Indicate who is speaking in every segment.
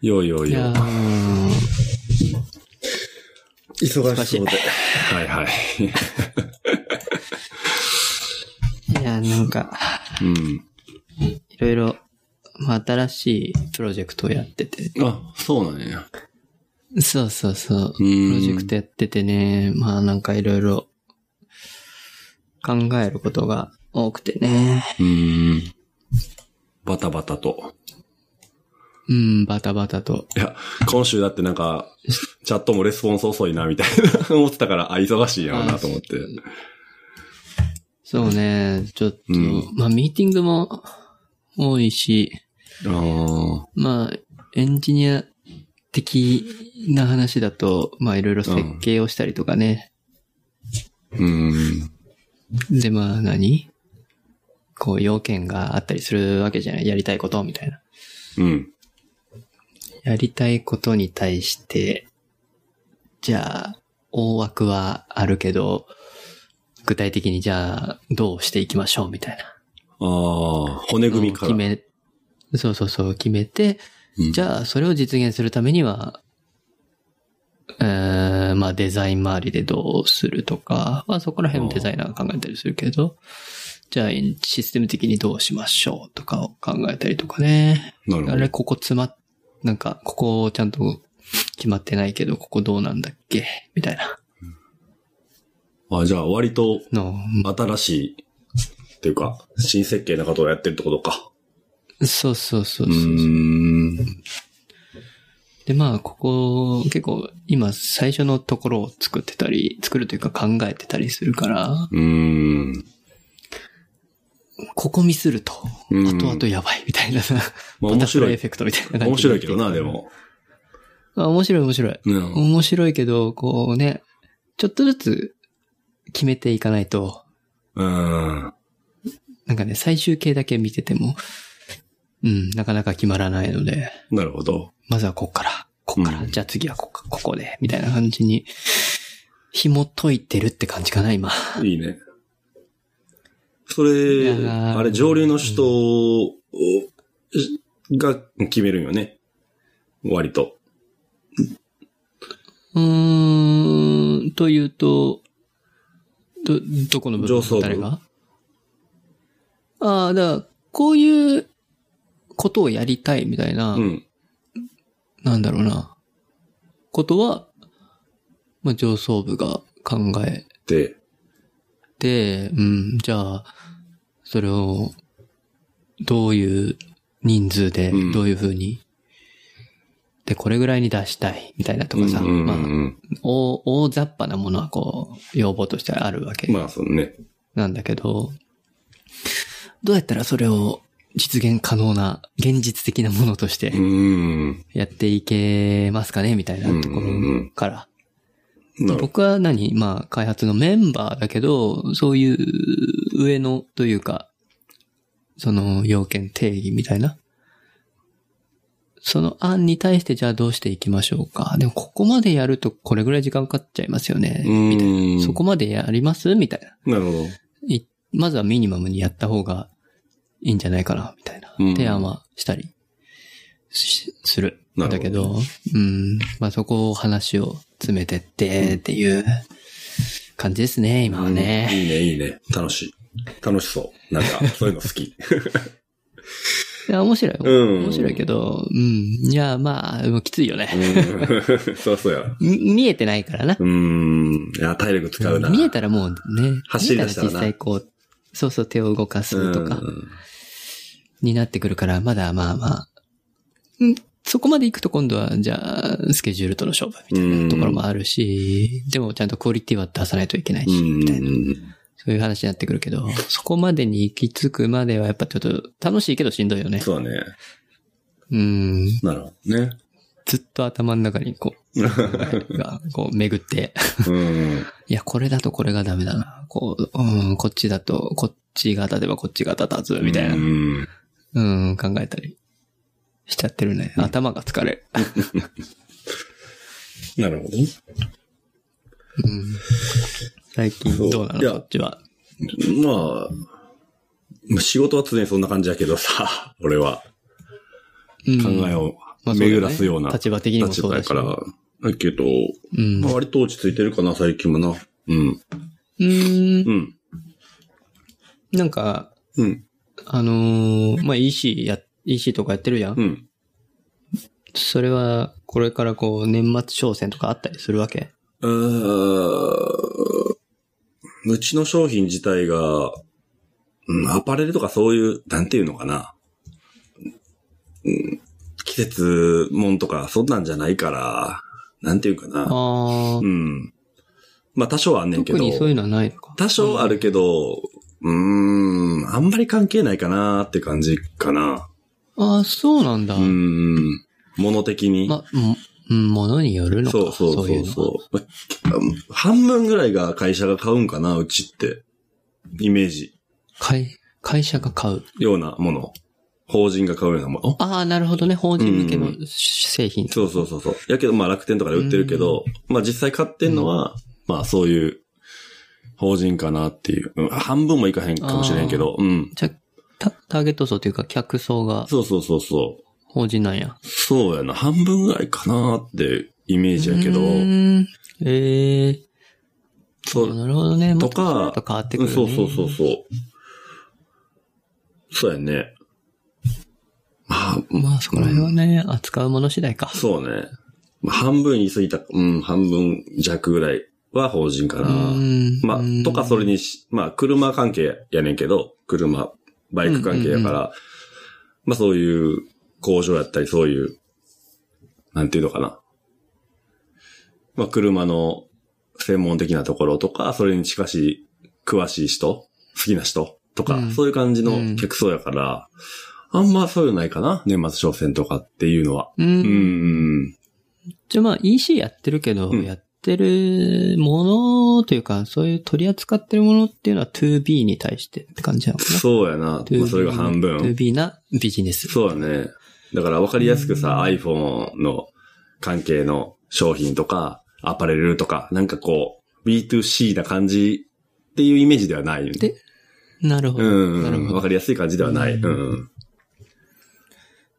Speaker 1: ようよう
Speaker 2: い
Speaker 1: よう。
Speaker 2: や
Speaker 1: は
Speaker 2: ー
Speaker 3: 忙しそうで。
Speaker 1: いはい。
Speaker 2: いやーなんか、
Speaker 1: うん。
Speaker 2: いろいろ、まあ、新しいプロジェクトをやってて。
Speaker 1: あ、そうなんや。
Speaker 2: そうそうそう。
Speaker 1: うーん
Speaker 2: プロジェクトやっててね、まあなんかいろいろ考えることが多くてね。
Speaker 1: うーん。バタバタと。
Speaker 2: うん、バタバタと。
Speaker 1: いや、今週だってなんか、チャットもレスポンス遅いな、みたいな 思ってたから、あ、忙しいんやろうなと思って。
Speaker 2: そうね、ちょっと、
Speaker 1: うん
Speaker 2: まあミーティングも多いし、
Speaker 1: ああ。
Speaker 2: まあエンジニア的な話だと、まあいろいろ設計をしたりとかね。
Speaker 1: うん。
Speaker 2: で、まあ何こう要件があったりするわけじゃないやりたいことみたいな。
Speaker 1: うん。
Speaker 2: やりたいことに対して、じゃあ、大枠はあるけど、具体的にじゃあ、どうしていきましょうみたいな。
Speaker 1: ああ、骨組みから。
Speaker 2: 決め、そうそうそう、決めて、
Speaker 1: うん
Speaker 2: じゃあ、それを実現するためには、えー、まあ、デザイン周りでどうするとか、まあ、そこら辺もデザイナーが考えたりするけど、じゃあ、システム的にどうしましょうとかを考えたりとかね。
Speaker 1: なるほ
Speaker 2: あ
Speaker 1: ど
Speaker 2: れ、。ここ詰まっ、なんか、ここちゃんと決まってないけど、ここどうなんだっけみたいな
Speaker 1: あ、じゃあ割と
Speaker 2: の。
Speaker 1: 新しい、っていうか、新設計なことをやってるってことか。
Speaker 2: そうそうそう
Speaker 1: う
Speaker 2: そう
Speaker 1: ーん。
Speaker 2: で、まあ、ここ、結構、今、最初のところを作ってたり、作るというか考えてたりするから、
Speaker 1: うーん。
Speaker 2: ここミスると、
Speaker 1: うん
Speaker 2: 後々やばい、みたいなさ、
Speaker 1: まあ
Speaker 2: バ
Speaker 1: 面
Speaker 2: タフラ
Speaker 1: 白
Speaker 2: イエ
Speaker 1: い
Speaker 2: フ。ェクトみたいな感じ。
Speaker 1: 面白いけどな、で。も。
Speaker 2: あ面白い、面白い。
Speaker 1: うん。
Speaker 2: 面白いけど、こうね、ちょっとずつ決めていかないと、
Speaker 1: うん。
Speaker 2: なんかね、最終形だけ見てても、うん、なかなか決まらないので、
Speaker 1: なるほど。
Speaker 2: まずはこっから、こっから、
Speaker 1: うん
Speaker 2: じゃあ次はここ、ここで、みたいな感じに、紐解いてるって感じかな、今。
Speaker 1: いいね。それ
Speaker 2: いや、ー
Speaker 1: あれ、上流の人を、が決めるんよね。割と。
Speaker 2: うーん、というと、ど、どこの部分
Speaker 1: 上層部
Speaker 2: 誰がああ、だから、こういうことをやりたいみたいな、
Speaker 1: うん。
Speaker 2: なんだろうな、ことは、まあ、上層部が考え
Speaker 1: で、
Speaker 2: で、うん、じゃあ、それを、どういう人数で
Speaker 1: う、ん
Speaker 2: どういう風に、で、これぐらいに出したい、みたいなとかさ、
Speaker 1: うんうんう
Speaker 2: まあ、
Speaker 1: ん
Speaker 2: 大、大雑把なものはこう、要望としてあるわけ
Speaker 1: まあ、そのね。
Speaker 2: なんだけど、どうやったらそれを実現可能な、現実的なものとして
Speaker 1: うーん。
Speaker 2: やっていけますかね、みたいなとこ
Speaker 1: うんうんう
Speaker 2: ろ
Speaker 1: ん
Speaker 2: から、
Speaker 1: なるほど。
Speaker 2: 僕は何まあ、開発のメンバーだけど、そういう上のというか、その要件定義みたいな。その案に対してじゃあどうしていきましょうか。でもここまでやるとこれぐらい時間かかっちゃいますよね。
Speaker 1: うーん。
Speaker 2: そこまでやりますみたいな。
Speaker 1: なるほど。
Speaker 2: いまずはミニマムにやった方がいいんじゃないかな、みたいな
Speaker 1: うん。
Speaker 2: 提案はしたりしする。
Speaker 1: なるほど
Speaker 2: だけど、うん。まあ、そこを話を詰めてって、っていう感じですね、今は
Speaker 1: うん
Speaker 2: ね。
Speaker 1: いいね、いいね。楽しい。楽しそう。なん か、そういうの好き。
Speaker 2: いや、面白い。
Speaker 1: うん
Speaker 2: 面白いけど、うん。いや、まあ、でもきついよね。
Speaker 1: うん そうそうや。
Speaker 2: み見えてないからな。
Speaker 1: うーん。いや、体力使うな。
Speaker 2: 見えたらもうね、
Speaker 1: 走り出したら
Speaker 2: 見
Speaker 1: な
Speaker 2: え実際こう、そうそう手を動かすとか
Speaker 1: う、ん
Speaker 2: になってくるから、まだまあまあ。んそこまで行くと今度は、じゃあ、スケジュールとの勝負みたいなところもあるし、でもちゃんとクオリティは出さないといけないし、みたいな。そういう話になってくるけど、そこまでに行き着くまではやっぱちょっと楽しいけどしんどいよね。
Speaker 1: そうだね。
Speaker 2: うん。
Speaker 1: なるほどね。
Speaker 2: ずっと頭の中にこ う、がこう巡って、
Speaker 1: うん。
Speaker 2: いや、これだとこれがダメだな。こう、うん、こっちだと、こっちが立てばこっちが立た ず、みたいな
Speaker 1: う。ん。
Speaker 2: うん、考えたりしちゃってるね。頭が疲れる。
Speaker 1: なるほど。
Speaker 2: 最近
Speaker 1: そう
Speaker 2: どうなの
Speaker 1: いや
Speaker 2: そっちは。
Speaker 1: ま あ、仕事は常にそんな感じだけどさ、俺は。
Speaker 2: うん
Speaker 1: 考えを
Speaker 2: まあそうだよね
Speaker 1: 巡らすような
Speaker 2: 立場的にも
Speaker 1: 立
Speaker 2: そう
Speaker 1: 場
Speaker 2: だ
Speaker 1: や
Speaker 2: し。
Speaker 1: から。だけど、
Speaker 2: うん。
Speaker 1: まあ、割と落ち着いてるかな、最近もな。うん。
Speaker 2: うん。
Speaker 1: うん。
Speaker 2: なんか、
Speaker 1: うん。
Speaker 2: あのーまあ、EC や、EC とかやってるじゃん、
Speaker 1: うん。
Speaker 2: それは、これからこう、年末商戦とかあったりするわけ
Speaker 1: うーんうちの商品自体が、うん、アパレルとかそういう、なんていうのかな。うん、季節もんとか、そんなんじゃないから、なんていうかな。
Speaker 2: ああ、
Speaker 1: うん。まあ多少はあんねんけど。
Speaker 2: 特にそういうのはないのか。
Speaker 1: 多少あるけど、うーん、あんまり関係ないかなーって感じかな。
Speaker 2: ああ、そうなんだ。
Speaker 1: うーん、物的に。
Speaker 2: ま、もうん、ものによるのか。
Speaker 1: そうそうそう
Speaker 2: い
Speaker 1: そうう
Speaker 2: のは
Speaker 1: まあ半分ぐらいが会社が買うんかな、うちって。イメージ。
Speaker 2: 会、会社が買う。
Speaker 1: ようなもの。法人が買うようなもの。
Speaker 2: ああ、なるほどね。法人向け
Speaker 1: う
Speaker 2: の製品。
Speaker 1: そうそうそうそう。やけど、まあ楽天とかで売ってるけど、まあ実際買ってんのは、まあそういう法人かなっていう。うん半分もいかへんかもしれんけど、うん。
Speaker 2: じゃ、タターゲット層というか客層が
Speaker 1: そうそうそうそう。
Speaker 2: 法人なんや。
Speaker 1: そうやな。半分ぐらいかなってイメージやけど
Speaker 2: う、ーんええ
Speaker 1: そう、
Speaker 2: なるほどね。
Speaker 1: とか
Speaker 2: まあちょっと変わってく
Speaker 1: う
Speaker 2: る、
Speaker 1: ん
Speaker 2: ね。
Speaker 1: そうそうそうそう。そうやね。まあ、
Speaker 2: まあそこら辺はね、扱うもの次第か。
Speaker 1: そうね。まあ、半分に過ぎた、うん、半分弱ぐらいは法人かな。
Speaker 2: うん
Speaker 1: まあ、とかそれにし、まあ、車関係やねんけど、車、バイク関係やから、
Speaker 2: うんうん
Speaker 1: まあそういう工場やったり、そういう、なんていうのかな。まあ、車の専門的なところとか、それに近しい、詳しい人、好きな人とか、
Speaker 2: うん
Speaker 1: そういう感じ
Speaker 2: う
Speaker 1: の
Speaker 2: ん
Speaker 1: 客層やから、あんまそういうのないかな、年末商戦とかっていうのは。
Speaker 2: う。
Speaker 1: うんん。
Speaker 2: じゃあまあ EC やってるけど、
Speaker 1: うん
Speaker 2: やってるものというか、そういう取り扱ってるものっていうのは 2B に対してって感じなのかな。
Speaker 1: そうやな。まあ、それが半分。
Speaker 2: 2B なビジネス。
Speaker 1: そうだね。だから分かりやすくさ、iPhone の関係の商品とか、アパレルとか、なんかこう、B2C な感じっていうイメージではないよね。
Speaker 2: でなるほ
Speaker 1: う
Speaker 2: ど。
Speaker 1: ん
Speaker 2: なる
Speaker 1: うん。
Speaker 2: ほ
Speaker 1: わ
Speaker 2: ど。
Speaker 1: かりやすい感じではない。うん。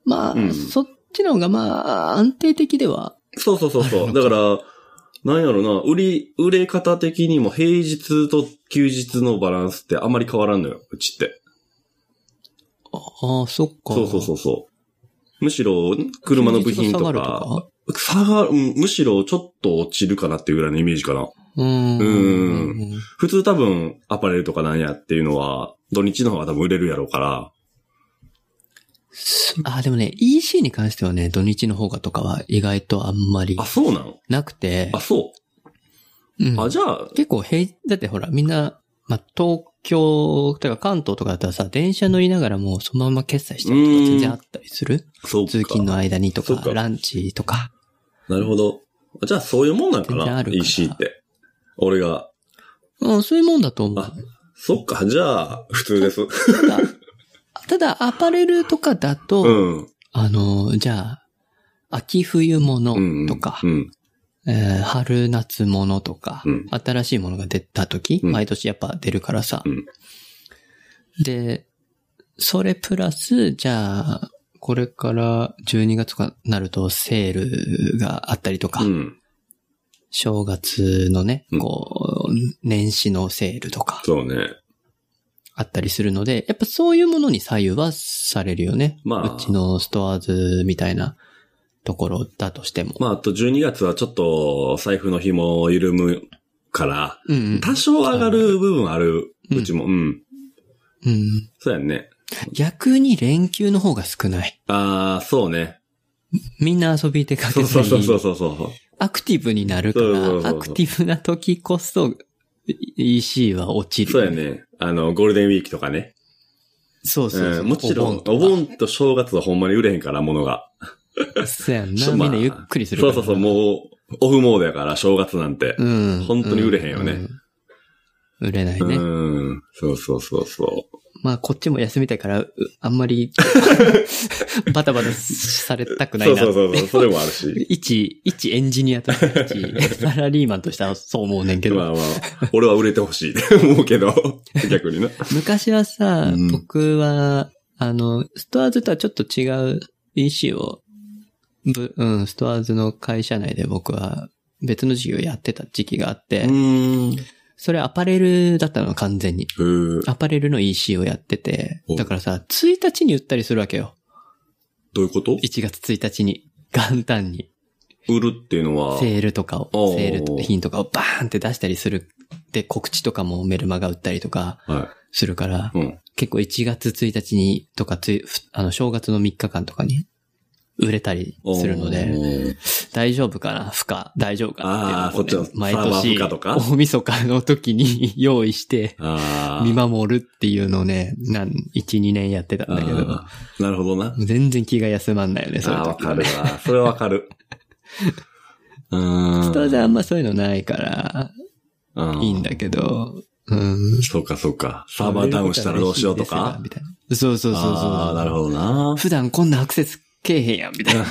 Speaker 2: まあ、
Speaker 1: うん
Speaker 2: そっちの方がまあ安定的では。
Speaker 1: そうそうそうそ
Speaker 2: な
Speaker 1: う。だ
Speaker 2: る
Speaker 1: か
Speaker 2: ほ
Speaker 1: ら、なんやろな、売り、売れ方的にも平日と休日のバランスってあんまり変わらんのよ、うちって。
Speaker 2: ああ、そっか。
Speaker 1: そうそうそうそう。むしろ、車の部品と
Speaker 2: 休日が下がる
Speaker 1: か、下がるうんむしろちょっと落ちるかなっていうぐらいのイメージかな。
Speaker 2: うーん。
Speaker 1: う普通多分アパレルとかなんやっていうのは、土日の方が多分売れるやろうから。
Speaker 2: あ、でもね、EC に関してはね、土日の方がとかは意外とあんまり
Speaker 1: あ、そうなん
Speaker 2: なくて
Speaker 1: あ、、そうう。
Speaker 2: ん
Speaker 1: あ、じゃあ、
Speaker 2: 結構平、だってほら、みんな、まあ、東京、とか関東とかだったらさ、電車乗りながらもうそのまま決済したりと
Speaker 1: うーん
Speaker 2: か全然あったりする
Speaker 1: そうか。
Speaker 2: 通勤の間にと
Speaker 1: そ
Speaker 2: か
Speaker 1: っか
Speaker 2: ランチとか。
Speaker 1: なるほど。じゃあそういうもんなんか
Speaker 2: 全然
Speaker 1: な
Speaker 2: あるから
Speaker 1: ?EC って。俺が。
Speaker 2: うん、そういうもんだと思う。
Speaker 1: あそっか、じゃあ、普通です。
Speaker 2: ただ、 ただアパレルとかだと、
Speaker 1: うん。
Speaker 2: あの、じゃあ、秋冬
Speaker 1: うん。
Speaker 2: 物とか、
Speaker 1: うん。
Speaker 2: えー春夏物とか、
Speaker 1: うん
Speaker 2: 新しいものが出た時、
Speaker 1: うん
Speaker 2: 毎年やっぱ出るからさ。
Speaker 1: うん
Speaker 2: で、それプラス、じゃあ、これから12月とかなるとセールがあったりとか、
Speaker 1: うん。
Speaker 2: 正月のね
Speaker 1: うん、
Speaker 2: こう、年始のセールとか
Speaker 1: そうね。
Speaker 2: あったりするので、やっぱそういうものに左右はされるよね。
Speaker 1: まあ
Speaker 2: うちのストアーズみたいなところだとしても。
Speaker 1: まあ、あと12月はちょっと財布の紐緩むから、
Speaker 2: うんうん、
Speaker 1: 多少上がる部分ある、
Speaker 2: うん
Speaker 1: うちも。うん。
Speaker 2: うん。
Speaker 1: そうやんね。
Speaker 2: 逆に連休の方が少ない。
Speaker 1: ああ、そうね。
Speaker 2: みんな遊び出か
Speaker 1: そう
Speaker 2: けず
Speaker 1: そうそうそう
Speaker 2: に、
Speaker 1: そうそう。
Speaker 2: アクティブになるか
Speaker 1: そうそうそう
Speaker 2: ら、
Speaker 1: そ
Speaker 2: ア
Speaker 1: う
Speaker 2: クティブな時こそ、EC は落ちる。
Speaker 1: そうや。ね。あの、ゴールデンウィークとかね。
Speaker 2: そうそうそう
Speaker 1: うんもちろん、お
Speaker 2: とか
Speaker 1: 盆と正月はほんまに売れへんから、物が。
Speaker 2: そうやん
Speaker 1: そ
Speaker 2: な。
Speaker 1: うまあ
Speaker 2: みんなゆっくりするか
Speaker 1: そう
Speaker 2: ら。
Speaker 1: そうそう、もう、オフモードやから、正月なんて。
Speaker 2: うん。
Speaker 1: 本当に売れへんよね
Speaker 2: ううん売れないうね。
Speaker 1: ん。そうそうそうそ
Speaker 2: まあ、こっちも休みたいから、うあんま り、バタバタされたく
Speaker 1: う。
Speaker 2: な
Speaker 1: そ
Speaker 2: いうな
Speaker 1: そう。そうそう、それもあるし。
Speaker 2: 一、一エンジニアとして、 一サラリーマンとしてはそう思うねん けど。
Speaker 1: まあまあ、俺は売れてほしいって 思うけど、逆にな。
Speaker 2: 昔はさ、
Speaker 1: うん
Speaker 2: 僕は、あの、ストアーズとはちょっと違う EC をぶ、うん、ストアーズの会社内で僕は別の事業やってた時期があって、
Speaker 1: うん。
Speaker 2: それアパレルだったの完全に。
Speaker 1: へー
Speaker 2: アパレルの EC をやってて
Speaker 1: お、
Speaker 2: だからさ、1日に売ったりするわけよ。
Speaker 1: どういうこと
Speaker 2: 1月1日に。元旦に。
Speaker 1: 売るっていうのは、
Speaker 2: セールとかを
Speaker 1: お、ー
Speaker 2: セールと品とかをバーンって出したりする。で、告知とかもメルマが売ったりとか
Speaker 1: は
Speaker 2: するから、
Speaker 1: い。うん。
Speaker 2: 結構1月1日にとかつい、ふあの、正月の3日間とかに売れたりするので、
Speaker 1: で。
Speaker 2: 大丈夫かな負荷、大丈夫かなっていうのを
Speaker 1: あーそっ
Speaker 2: ね
Speaker 1: ちの
Speaker 2: 毎
Speaker 1: サーバー
Speaker 2: 年、
Speaker 1: 負荷とか
Speaker 2: 大晦日の 時に用意して、
Speaker 1: ああ。
Speaker 2: 見守るっていうのをね、なん、1、2年やってたんだけど、
Speaker 1: あーなるほどな。
Speaker 2: 全然気が休まんないよね、そ
Speaker 1: あ
Speaker 2: れ
Speaker 1: あ、わかるわ。それはわかる。 うーん。
Speaker 2: ただあんまそういうのないから、
Speaker 1: うん
Speaker 2: いいんだけど、うん。
Speaker 1: そうか、そうか。サーバーダウンしたらどうしようとか。
Speaker 2: みたいなそうそうそう
Speaker 1: あ
Speaker 2: そ
Speaker 1: あ、
Speaker 2: う。
Speaker 1: なるほどな。
Speaker 2: 普段こんなアクセスけえへんやん、みた いな。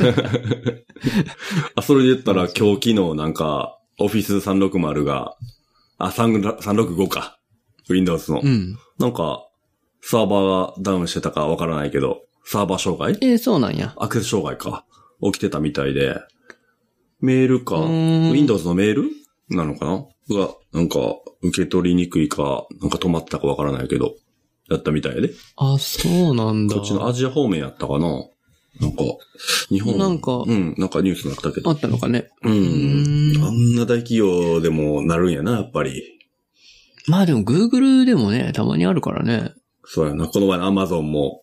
Speaker 1: あ、それで言ったら今日昨日なんか、オフィス360が、あ、3 365か。Windows の。
Speaker 2: うん。
Speaker 1: なんか、サーバーがダウンしてたかわからないけど、サーバー障害
Speaker 2: えー、そうなんや。
Speaker 1: アクセス障害か。起きてたみたいで、メールか、
Speaker 2: うーん
Speaker 1: Windows のメールなのかなが、なんか、受け取りにくいか、なんか止まったかわからないけど、だったみたいやで。
Speaker 2: あ、そうなんだ。
Speaker 1: こっちのアジア方面やったかななんか、日本。
Speaker 2: なんか
Speaker 1: うん、なんかニュースになったけ
Speaker 2: あ
Speaker 1: ど。
Speaker 2: ったのかね。
Speaker 1: うん
Speaker 2: う。ん
Speaker 1: あんな大企業でもなるんやな、やっぱり。
Speaker 2: まあでも Google でもね、たまにあるからね。
Speaker 1: そうやな。この前の Amazon も、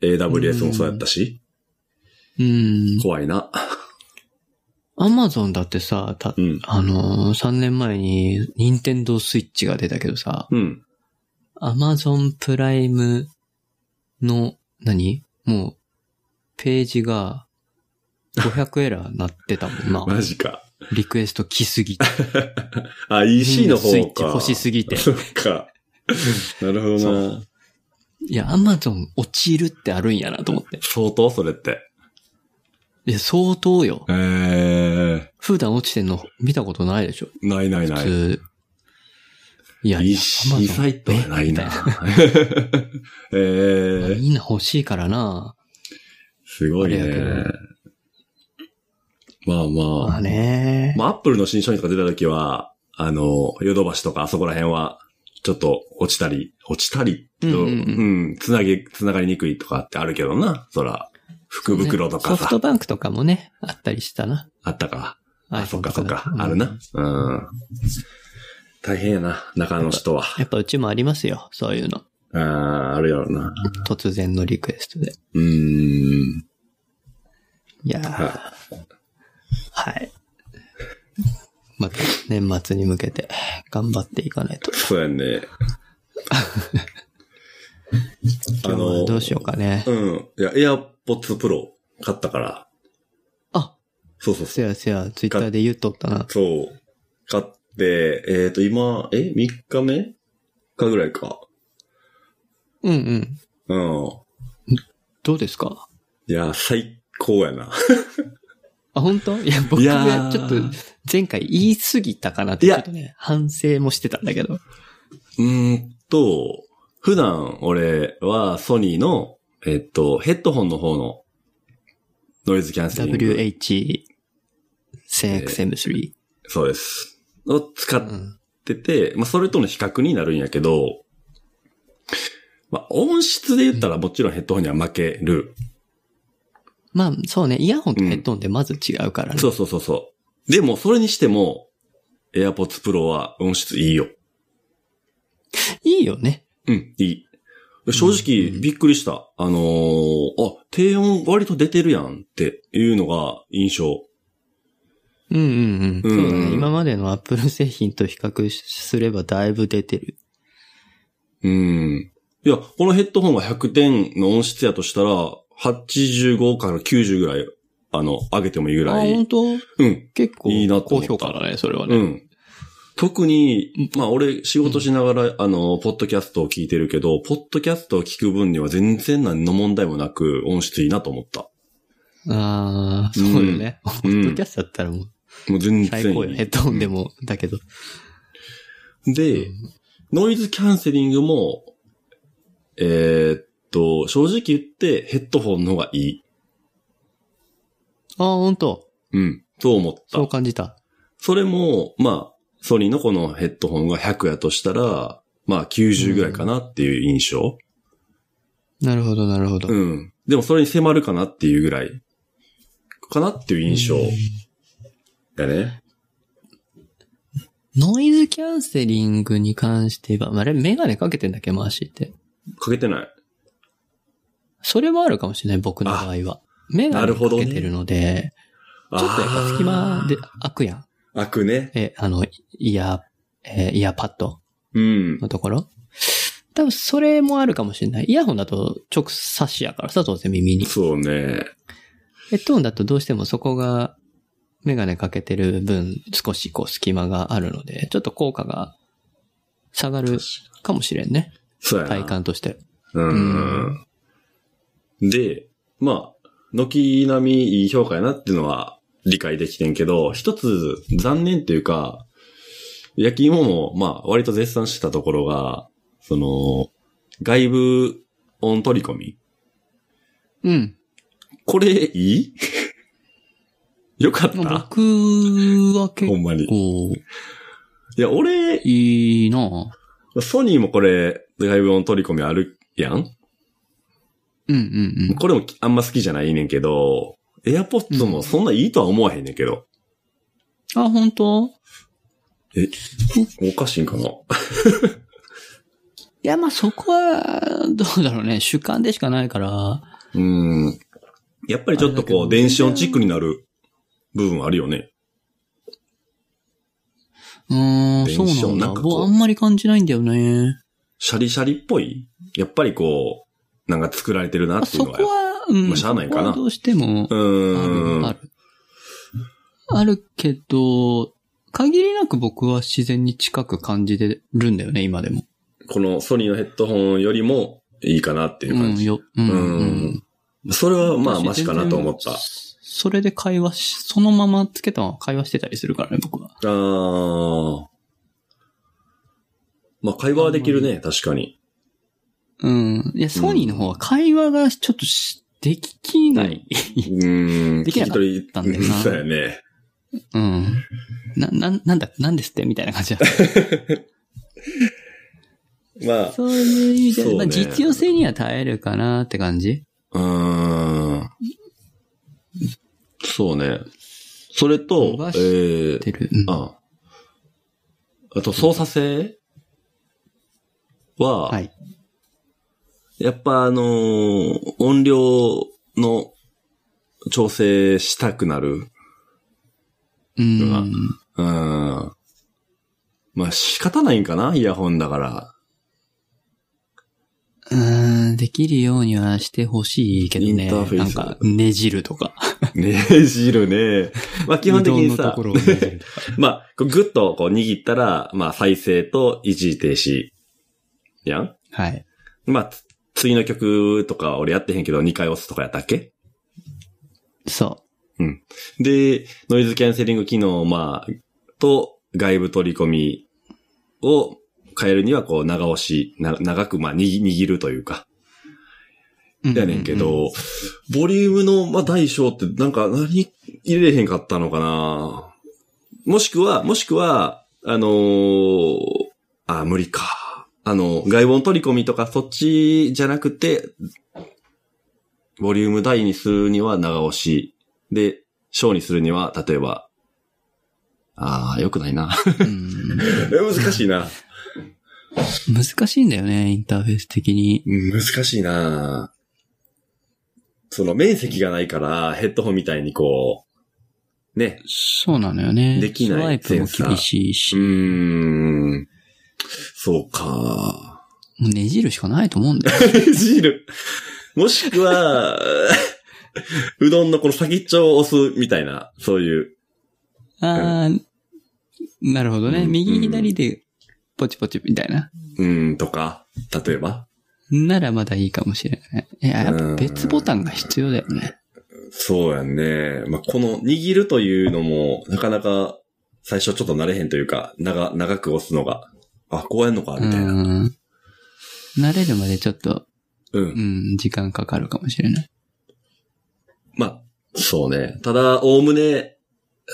Speaker 1: AWS もそうやったし、
Speaker 2: うん。
Speaker 1: 怖いな。
Speaker 2: Amazon だってさ、た
Speaker 1: うん。
Speaker 2: あのー、3年前に Nintendo Switch が出たけどさ、
Speaker 1: うん。
Speaker 2: Amazon プライムの、何もう、ページが500エラーなってたも んな。
Speaker 1: マジか。
Speaker 2: リクエスト来すぎて。
Speaker 1: あ、EC の方か。
Speaker 2: スイッチ欲しすぎて
Speaker 1: そっか。なるほどな。
Speaker 2: いや、Amazon 落ちるってあるんやなと思って。
Speaker 1: 相当それって。
Speaker 2: いや、相当よ。
Speaker 1: えー、
Speaker 2: 普段落ちてんの見たことないでしょ。
Speaker 1: ないないな
Speaker 2: 普
Speaker 1: い。
Speaker 2: 通。いや、いや
Speaker 1: EC サイトはないな。 え
Speaker 2: Amazon
Speaker 1: ー、
Speaker 2: みんな欲しいからな。
Speaker 1: すごい
Speaker 2: あれ
Speaker 1: ね
Speaker 2: やけど。
Speaker 1: まあ
Speaker 2: ま
Speaker 1: ま
Speaker 2: あ
Speaker 1: あ。
Speaker 2: ね。
Speaker 1: まあ、アップルの新商品とか出た時は、あの、ヨドバシとかあそこら辺は、ちょっと落ちたり、落ちたりと、
Speaker 2: う
Speaker 1: うん
Speaker 2: うん
Speaker 1: ん
Speaker 2: うん
Speaker 1: つなげ、つながりにくいとかってあるけどな、そら。福袋とか
Speaker 2: ソ
Speaker 1: さ
Speaker 2: フ、トバンクとかもね、あったりしたな。
Speaker 1: あったから。あ、そっ
Speaker 2: iPhone
Speaker 1: か
Speaker 2: と
Speaker 1: そっ
Speaker 2: で
Speaker 1: か
Speaker 2: う。ん
Speaker 1: あるな。うん。大変やな、中の人は。
Speaker 2: やっぱうちもありますよ、そういうの。
Speaker 1: ああ、あるやろな。
Speaker 2: 突然のリクエストで。
Speaker 1: うーん。
Speaker 2: いやー
Speaker 1: は
Speaker 2: はい。また、年末に向けて、頑張っていかないと。
Speaker 1: そうやね。あ
Speaker 2: 今日は
Speaker 1: の、
Speaker 2: どうしようかね。
Speaker 1: うん。いや、AirPods Pro 買ったから。
Speaker 2: あ、
Speaker 1: そうそうそ
Speaker 2: せ
Speaker 1: う。
Speaker 2: やせや、ツイッターで言っとったな。
Speaker 1: そう。買って、えっ、と、今、え ?3 日目かぐらいか。
Speaker 2: うんうん。
Speaker 1: うん。
Speaker 2: どうですか
Speaker 1: いや、最高やな。
Speaker 2: あ、本当？いや、僕
Speaker 1: いや
Speaker 2: が
Speaker 1: ー
Speaker 2: ちょっと、前回言い過ぎたかなって、
Speaker 1: い
Speaker 2: ちょ
Speaker 1: や
Speaker 2: っとね、反省もしてたんだけど。
Speaker 1: うーんと、普段俺はソニーの、えっと、ヘッドホンの方のノイズキャンセリング。
Speaker 2: WH1000XM3。
Speaker 1: そうです。を使
Speaker 2: う
Speaker 1: っ
Speaker 2: ん。
Speaker 1: てて、まあそれとの比較になるんやけど、まあ音質で言ったらもちろんヘッドホンには負ける。
Speaker 2: まあ、そうね、イヤホンとヘッドホンでまず違うからね。
Speaker 1: そうそうそうそう。でもそれにしても、AirPods Pro は音質いいよ。
Speaker 2: いいよね。
Speaker 1: うん、いい。正
Speaker 2: う
Speaker 1: 直、
Speaker 2: ん
Speaker 1: びっくりした。あのーあ、低音割と出てるやんっていうのが印象。
Speaker 2: うんうんうん。
Speaker 1: うんうん
Speaker 2: そうだね。今までのアップル製品と比較すればだいぶ出てる。
Speaker 1: うん。いや、このヘッドホンが100点の音質やとしたら、85から90ぐらい、あの、上げてもいいぐ
Speaker 2: あ、
Speaker 1: ら
Speaker 2: 本
Speaker 1: い。
Speaker 2: 当
Speaker 1: うん。
Speaker 2: 結構
Speaker 1: いいなと
Speaker 2: 高
Speaker 1: 思った
Speaker 2: 評価だね、それはね。
Speaker 1: うん。特に、まあ俺仕事しながら、あの、ポッドキャストを聞いてるけど、ポッドキャストを聞く分には全然何の問題もなく音質いいなと思った。
Speaker 2: ああ、そうよね。ポ
Speaker 1: うん
Speaker 2: ッドキャストだったらもう
Speaker 1: もう全然いい
Speaker 2: 最高よ。ヘッドホンでも、だけど。
Speaker 1: で、ノイズキャンセリングも、えーっと、正直言ってヘッドホンの方がいい。
Speaker 2: ああ、本当
Speaker 1: うん。と思った。
Speaker 2: そう感じた。
Speaker 1: それも、まあ、ソニーのこのヘッドホンが100やとしたら、まあ90ぐらいかなっていう印象。
Speaker 2: なるほど、なるほど。
Speaker 1: うん。でもそれに迫るかなっていうぐらい、かなっていう印象
Speaker 2: うん
Speaker 1: だね。
Speaker 2: ノイズキャンセリングに関して言えば、まああれ、メガネかけてんだっけ、回しって。
Speaker 1: かけてない。
Speaker 2: それもあるかもしれない、僕の場合は。メガ
Speaker 1: な
Speaker 2: ネ
Speaker 1: るほ
Speaker 2: か
Speaker 1: どね
Speaker 2: けてるので、
Speaker 1: ちょ
Speaker 2: ちょっとやっぱ隙間で。開くやん。
Speaker 1: 開くね。
Speaker 2: え、あの、イヤー、えーイヤーパッド
Speaker 1: うん。
Speaker 2: のところ。多分それもあるかもしれない。イヤホンだと直差しやからさ、当然耳に。
Speaker 1: そうね。
Speaker 2: ヘッドホンだとどうしてもそこが、メガネかけてる分、少しこう隙間があるので、ちょっと効果が下がるかもしれんね。
Speaker 1: そうやな。
Speaker 2: 体感として。
Speaker 1: うん。で、まあ、軒並みいい評価やなっていうのは理解できてんけど、一つ残念っていうか、焼き芋も、まあ、割と絶賛してたところが、その、外部音取り込み。
Speaker 2: うん。
Speaker 1: これいい よかった、
Speaker 2: 僕は結
Speaker 1: ほんまに。
Speaker 2: 構、
Speaker 1: いや、俺、
Speaker 2: いいなぁ
Speaker 1: ソニーもこれ、外部音取り込みあるやん
Speaker 2: うんうん
Speaker 1: これもあんま好きじゃないねんけど、AirPods もそんないいとは思わへんねんけど。
Speaker 2: うん。あ、本当
Speaker 1: え、おかしいんかない
Speaker 2: や、まあ、そこは、どうだろうね。主観でしかないから。
Speaker 1: うん。やっぱりちょっとこう、
Speaker 2: あれだけど
Speaker 1: 電子音チックになる部分あるよね。
Speaker 2: うーん、
Speaker 1: 電
Speaker 2: そ
Speaker 1: 子
Speaker 2: う
Speaker 1: 音
Speaker 2: なん
Speaker 1: なんか
Speaker 2: だ。
Speaker 1: こう
Speaker 2: 僕あんまり感じないんだよね。
Speaker 1: シャリシャリっぽいやっぱりこう、なんか作られてるな
Speaker 2: まあ、
Speaker 1: っていう
Speaker 2: そ
Speaker 1: のが。
Speaker 2: こは、うん。
Speaker 1: まあしゃあないかな
Speaker 2: そこはどうしても、あ
Speaker 1: う
Speaker 2: る、あ
Speaker 1: ん。
Speaker 2: る。あるけど、限りなく僕は自然に近く感じてるんだよね、今でも。
Speaker 1: このソニーのヘッドホンよりもいいかなっていうう感
Speaker 2: ん、
Speaker 1: じ。
Speaker 2: よ、うん。
Speaker 1: うん
Speaker 2: うん
Speaker 1: それはまあ、
Speaker 2: 私
Speaker 1: マシかなと思っ
Speaker 2: 全
Speaker 1: た。
Speaker 2: 然それで会話し、そのままつけたまま会話してたりするからね、僕は。
Speaker 1: あー。まあ、会話はできるね、確かに。
Speaker 2: うん。いや、ソニーの方は会話がちょっとし、できない。
Speaker 1: うん。
Speaker 2: できなかったんだよな
Speaker 1: 聞き取り そうやね。
Speaker 2: うん。な、なん、なんだ、なんですってみたいな感じだ。
Speaker 1: まあ、
Speaker 2: そういう意味 で、
Speaker 1: そうね
Speaker 2: まあ実用性には耐えるかなって感じ。
Speaker 1: うーん。そうね。それと
Speaker 2: 伸、ばし
Speaker 1: えー
Speaker 2: てる。うん
Speaker 1: ああと操作性は、
Speaker 2: はい。
Speaker 1: やっぱあのー音量の調整したくなる。
Speaker 2: う
Speaker 1: が
Speaker 2: ん。
Speaker 1: うん。まあ仕方ないんかなイヤホンだから。
Speaker 2: うん、できるようにはしてほしいけど
Speaker 1: イン
Speaker 2: ね。
Speaker 1: ターフェ
Speaker 2: な
Speaker 1: ー
Speaker 2: ん
Speaker 1: ス
Speaker 2: か、ねじるとか。
Speaker 1: ねじるね。まあ基本的に
Speaker 2: うどんの
Speaker 1: さ
Speaker 2: と、ころをねじるとか。
Speaker 1: まあ、こうグッとこう握ったら、まあ再生と一時停止。やん
Speaker 2: はい。
Speaker 1: まあ、つ次の曲とか俺やってへんけど2回押すとかやったっけ
Speaker 2: そ
Speaker 1: で、ノイズキャンセリング機能、まあ、と外部取り込みを変えるにはこう長押し、な長くまあ握握るというか。
Speaker 2: う。
Speaker 1: やねんけど、
Speaker 2: うう
Speaker 1: ボリュームのまあ大小ってなんか何入れれへんかったのかなもしくは、もしくは、あのーあ、無理か。あの、外音取り込みとかそっちじゃなくて、ボリューム大にするには長押し。で、小にするには、例えば、ああ、よくない な。
Speaker 2: んうん
Speaker 1: 難しいな。
Speaker 2: 難しいんだよね、インターフェース的に。
Speaker 1: うん難しいなその面積がないから、ヘッドホンみたいにこう、ね。
Speaker 2: そうなのよね。
Speaker 1: できない
Speaker 2: スワイプも
Speaker 1: センサー
Speaker 2: 厳しいうし、
Speaker 1: ーん。そうか。
Speaker 2: もうねじるしかないと思うんだよ。
Speaker 1: ジール。もしくは、うどんのこの先っちょを押すみたいな、そういう。
Speaker 2: あー、なるほどね。
Speaker 1: うん
Speaker 2: 右左で、ポチポチみたいな。
Speaker 1: うん、とか、例えば。
Speaker 2: ならまだいいかもしれない。いや、やっ
Speaker 1: う
Speaker 2: ぱ
Speaker 1: ん
Speaker 2: 別ボタンが必要だよね。
Speaker 1: そうやんね。まあ、この握るというのも、なかなか、最初ちょっと慣れへんというか、長、長く押すのが、あ、こうやんのか、み
Speaker 2: う
Speaker 1: たいな。
Speaker 2: ん。慣れるまでちょっと、
Speaker 1: うん
Speaker 2: う。ん、時間かかるかもしれない。
Speaker 1: まあ、そうね。ただ、おおむね、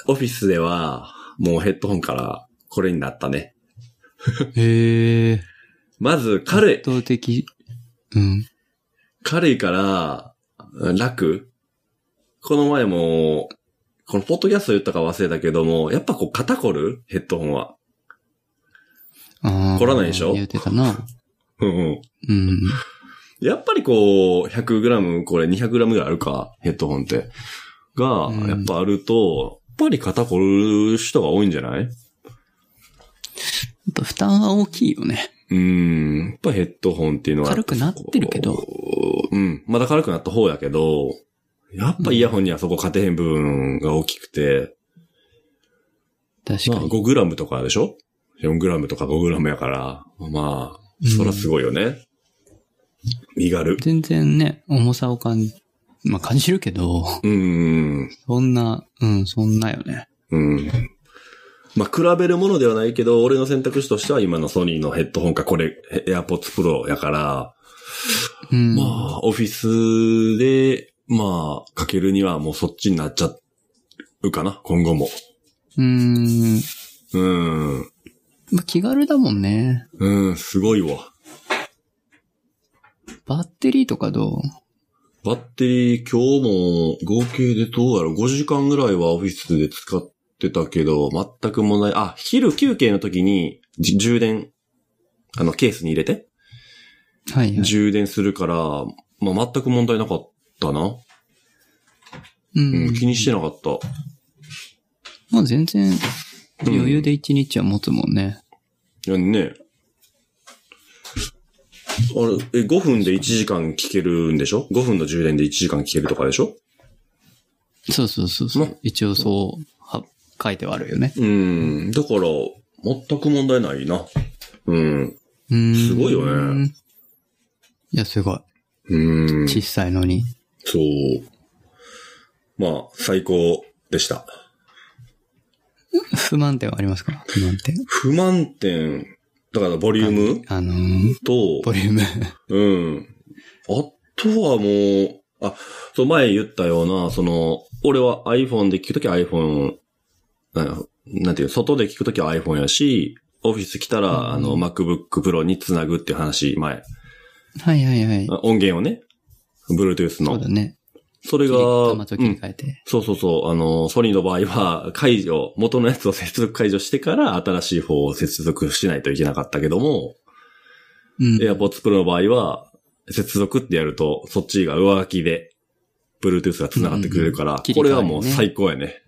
Speaker 1: オフィスでは、もうヘッドホンからこれになったね。
Speaker 2: へえ。
Speaker 1: まず、軽い
Speaker 2: 圧。倒的。うん。
Speaker 1: 軽いから、楽。この前も、このポッドキャスト言ったか忘れたけども、やっぱこう肩凝るヘッドホンは。
Speaker 2: あー
Speaker 1: 凝らないでしょ
Speaker 2: 言ってたな。
Speaker 1: うんうん。
Speaker 2: うん。
Speaker 1: やっぱりこう、100g、これ 200g ぐらいあるか、ヘッドホンって。が
Speaker 2: うん、
Speaker 1: やっぱあると、やっぱり肩凝る人が多いんじゃない
Speaker 2: やっぱ負担は大きいよね。
Speaker 1: うん。やっぱヘッドホンっていうのは。
Speaker 2: 軽くなってるけど
Speaker 1: こう。うん。まだ軽くなった方やけど、やっぱイヤホンにはそこ勝てへん部分が大きくて、
Speaker 2: 確
Speaker 1: ま
Speaker 2: か
Speaker 1: あ
Speaker 2: に。
Speaker 1: 5グラムとかでしょ ?4 グラムとか5グラムやから、まあ、そらすごいよね。身軽。
Speaker 2: 全然ね、重さを感じ、まあ感じるけど、
Speaker 1: うん。
Speaker 2: そんな、うん、そんなよね。
Speaker 1: うん。まあ、比べるものではないけど、俺の選択肢としては今のソニーのヘッドホンか、これ、AirPods Pro やから、
Speaker 2: うん。
Speaker 1: まあ、オフィスで、まあ、かけるにはもうそっちになっちゃうかな、今後も。
Speaker 2: うん。
Speaker 1: うん。
Speaker 2: まあ気軽だもんね。
Speaker 1: うん、すごいわ。
Speaker 2: バッテリーとかどう
Speaker 1: バッテリー今日も合計でどうやろう ?5 時間ぐらいはオフィスで使ってたけど、全く問題、あ、昼休憩の時にじ充電、あの、ケースに入れて、
Speaker 2: はいはい。
Speaker 1: 充電するから、まあ、全く問題なかったな。
Speaker 2: う
Speaker 1: うん、
Speaker 2: ん
Speaker 1: 気にしてなかった。
Speaker 2: まあ全然、余裕で一日は持つもんね。
Speaker 1: いやね。あれ、え、5分で1時間聞けるんでしょ ?5 分の充電で1時間聞けるとかでしょ
Speaker 2: そうそうそうそう、
Speaker 1: ま
Speaker 2: 一応そう、は、書いてはあるよね。
Speaker 1: うん。だから、全く問題ないな。うん。
Speaker 2: うん。
Speaker 1: すごいよね。
Speaker 2: いや、すごい。
Speaker 1: うん。
Speaker 2: 小さいのに。
Speaker 1: そう。まあ、最高でした。
Speaker 2: 不満点はありますか不満点。
Speaker 1: 不満点、だからボリューム
Speaker 2: あのー、
Speaker 1: と、
Speaker 2: ボリューム。
Speaker 1: うん。あとはもう、あ、そう、前言ったような、その、俺は iPhone で聞くときは iPhone、なんなんていうの、外で聞くときは iPhone やし、オフィス来たら、あの、MacBook Pro につなぐっていう話、前。
Speaker 2: はいはいはい。
Speaker 1: あ音源をね、Bluetooth
Speaker 2: そ
Speaker 1: の。
Speaker 2: うだ
Speaker 1: そ
Speaker 2: ね。
Speaker 1: れが、
Speaker 2: 端末を切
Speaker 1: う
Speaker 2: り
Speaker 1: ん
Speaker 2: 替えて。
Speaker 1: そうそうそう、あの、ソニーの場合は、解除、元のやつを接続解除してから、新しい方を接続しないといけなかったけども、
Speaker 2: うん。
Speaker 1: AirPods Pro の場合は、接続ってやると、そっちが上書きで、Bluetooth が繋がってくれるから、
Speaker 2: ん切り替
Speaker 1: こ
Speaker 2: わり
Speaker 1: れは
Speaker 2: ね
Speaker 1: もう最高やね。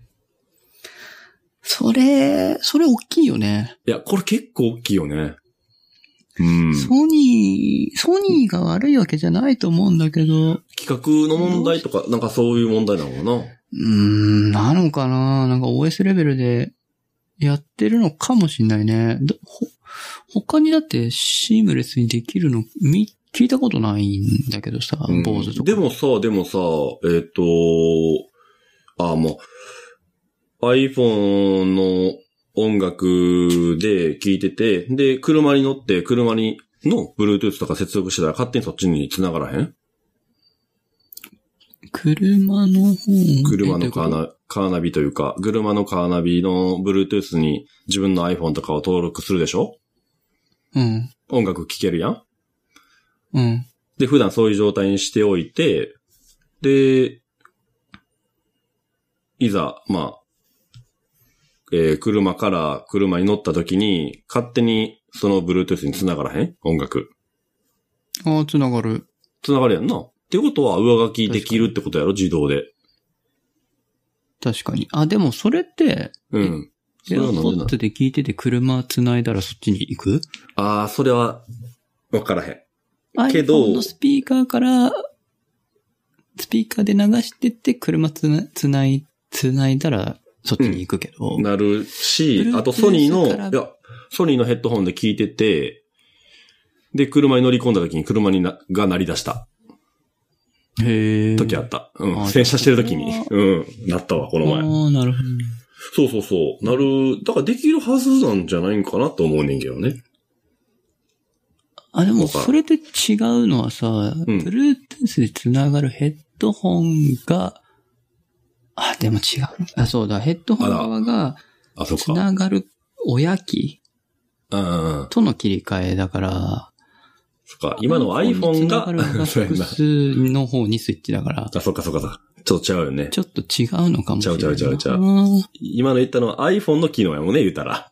Speaker 2: それ、それ大きいよね。
Speaker 1: いや、これ結構大きいよね。うん。
Speaker 2: ソニー、ソニーが悪いわけじゃないと思うんだけど、
Speaker 1: 企画の問題とか、なんかそういう問題なのかな。
Speaker 2: うーん、なのかななんか OS レベルでやってるのかもしんないね。どほ他にだってシームレスにできるの、み、聞いたことないんだけどさ、
Speaker 1: うん
Speaker 2: 坊主とか。
Speaker 1: でもさ、でもさ、えっ、と、あ、もう、iPhone の音楽で聴いてて、で、車に乗って、車に、の Bluetooth とか接続してたら勝手にそっちに繋がらへん
Speaker 2: 車の方
Speaker 1: 車のカー
Speaker 2: えどういうこ
Speaker 1: ナカーナビというか、車のカーナビの Bluetooth に自分の iPhone とかを登録するでしょ
Speaker 2: とうん。
Speaker 1: 音楽聴けるやん
Speaker 2: うん。
Speaker 1: で、普段そういう状態にしておいて、で、いざ、まあ、えー車から車に乗った時に、勝手にその Bluetooth に繋がらへん音楽。
Speaker 2: ああ、つながる。
Speaker 1: 繋がるやんな。ってことは上書きできるってことやろ自動で。
Speaker 2: 確かに。あ、でもそれって、
Speaker 1: うん。そ
Speaker 2: エ
Speaker 1: れ
Speaker 2: ア
Speaker 1: は
Speaker 2: ポ
Speaker 1: なんでな
Speaker 2: ッ
Speaker 1: ん
Speaker 2: ドで聞いてて車繋いだらそっちに行く
Speaker 1: ああ、それは、わからへん。けど
Speaker 2: iPhone のスピーカーから、スピーカーで流してって、車つな、つない、つないだら、そっちに行くけど。
Speaker 1: なるし
Speaker 2: Bluetooth、
Speaker 1: あとソニーの、
Speaker 2: から
Speaker 1: いや、ソニーのヘッドホンで聞いてて、で、車に乗り込んだ時に車にな、が鳴り出した
Speaker 2: へえ。
Speaker 1: 時あった。う
Speaker 2: あ
Speaker 1: ん。洗車してる時に
Speaker 2: あ。
Speaker 1: うん。なったわ、この
Speaker 2: あ
Speaker 1: 前。
Speaker 2: あ、なるほどね。
Speaker 1: そうそうそう。なる、だからできるはずなんじゃないんかなと思うねんけどね。
Speaker 2: あ、でも、
Speaker 1: わからん
Speaker 2: それで違うのはさ、
Speaker 1: ん
Speaker 2: Bluetooth でつながるヘッドホンが、あ、でも違うの。あ、そうだ。ヘッドホン側が、
Speaker 1: あ、そっ
Speaker 2: つ
Speaker 1: か。
Speaker 2: ながる親機
Speaker 1: うんうんうん。
Speaker 2: との切り替えだから、
Speaker 1: そっか。今の iPhone が
Speaker 2: つなるの、が
Speaker 1: そうやな
Speaker 2: X の方にスイッチだから、
Speaker 1: あ、そっかそっかそっか。ちょっと違うよね。
Speaker 2: ちょっと違うのかもしれないな。
Speaker 1: ちゃうちゃうちゃうちゃう
Speaker 2: うん
Speaker 1: 今の言ったのは iPhone の機能やもんね、言うたら。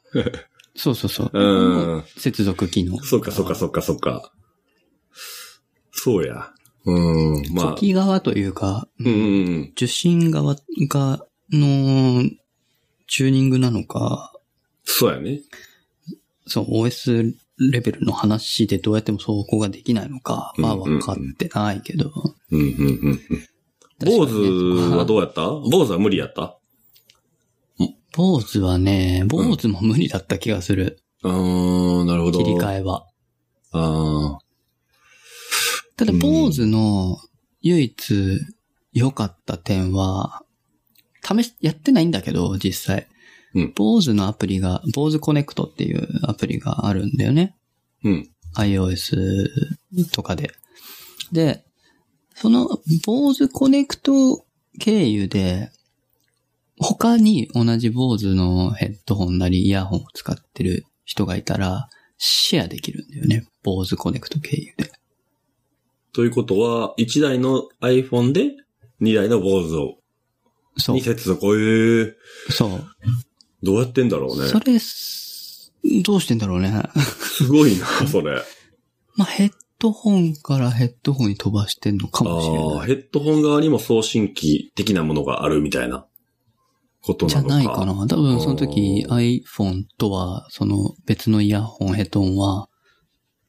Speaker 2: そうそうそう。
Speaker 1: うん。
Speaker 2: 接続機能。
Speaker 1: そっかそっかそっかそっか。そうや。うん。まあ。
Speaker 2: 初期側というか、
Speaker 1: うんうんうん。
Speaker 2: 受信側が、の、チューニングなのか、
Speaker 1: そうやね。
Speaker 2: そう、OS レベルの話でどうやっても走行ができないのか、まあ
Speaker 1: うんうんうん
Speaker 2: 分かってないけど。
Speaker 1: うんうんうんうん。坊主は
Speaker 2: う
Speaker 1: どうやった坊主は無理やった
Speaker 2: 坊主はね、坊主も無理だった気がする。
Speaker 1: あー、なるほど。
Speaker 2: 切り替えは。
Speaker 1: あ
Speaker 2: ただ、
Speaker 1: うん
Speaker 2: 坊主の唯一良かった点は、試し、やってないんだけど、実際。
Speaker 1: うん
Speaker 2: 坊主のアプリが、坊主コネクトっていうアプリがあるんだよね。
Speaker 1: ー。うん。
Speaker 2: iOS とかで。で、その、坊主コネクト経由で、他に同じ坊主のヘッドホンなりイヤホンを使ってる人がいたら、シェアできるんだよね。坊主コネクト経由で。
Speaker 1: ということは、1台の iPhone で2台の坊主を
Speaker 2: そう
Speaker 1: に。接続。えー、
Speaker 2: そう。
Speaker 1: どうやってんだろうね
Speaker 2: そ。れ、すどうしてんだろうね。
Speaker 1: すごいな、それ。
Speaker 2: まあ、ヘッドホンからヘッドホンに飛ばしてんのか
Speaker 1: あ
Speaker 2: もしれ
Speaker 1: ー
Speaker 2: ない。
Speaker 1: ヘッドホン側にも送信機的なものがあるみたいなこと
Speaker 2: じ
Speaker 1: な
Speaker 2: ゃ
Speaker 1: のか。
Speaker 2: ないかな。多分その時
Speaker 1: あ
Speaker 2: iPhone とは、その別のイヤホン、ヘッドホンは、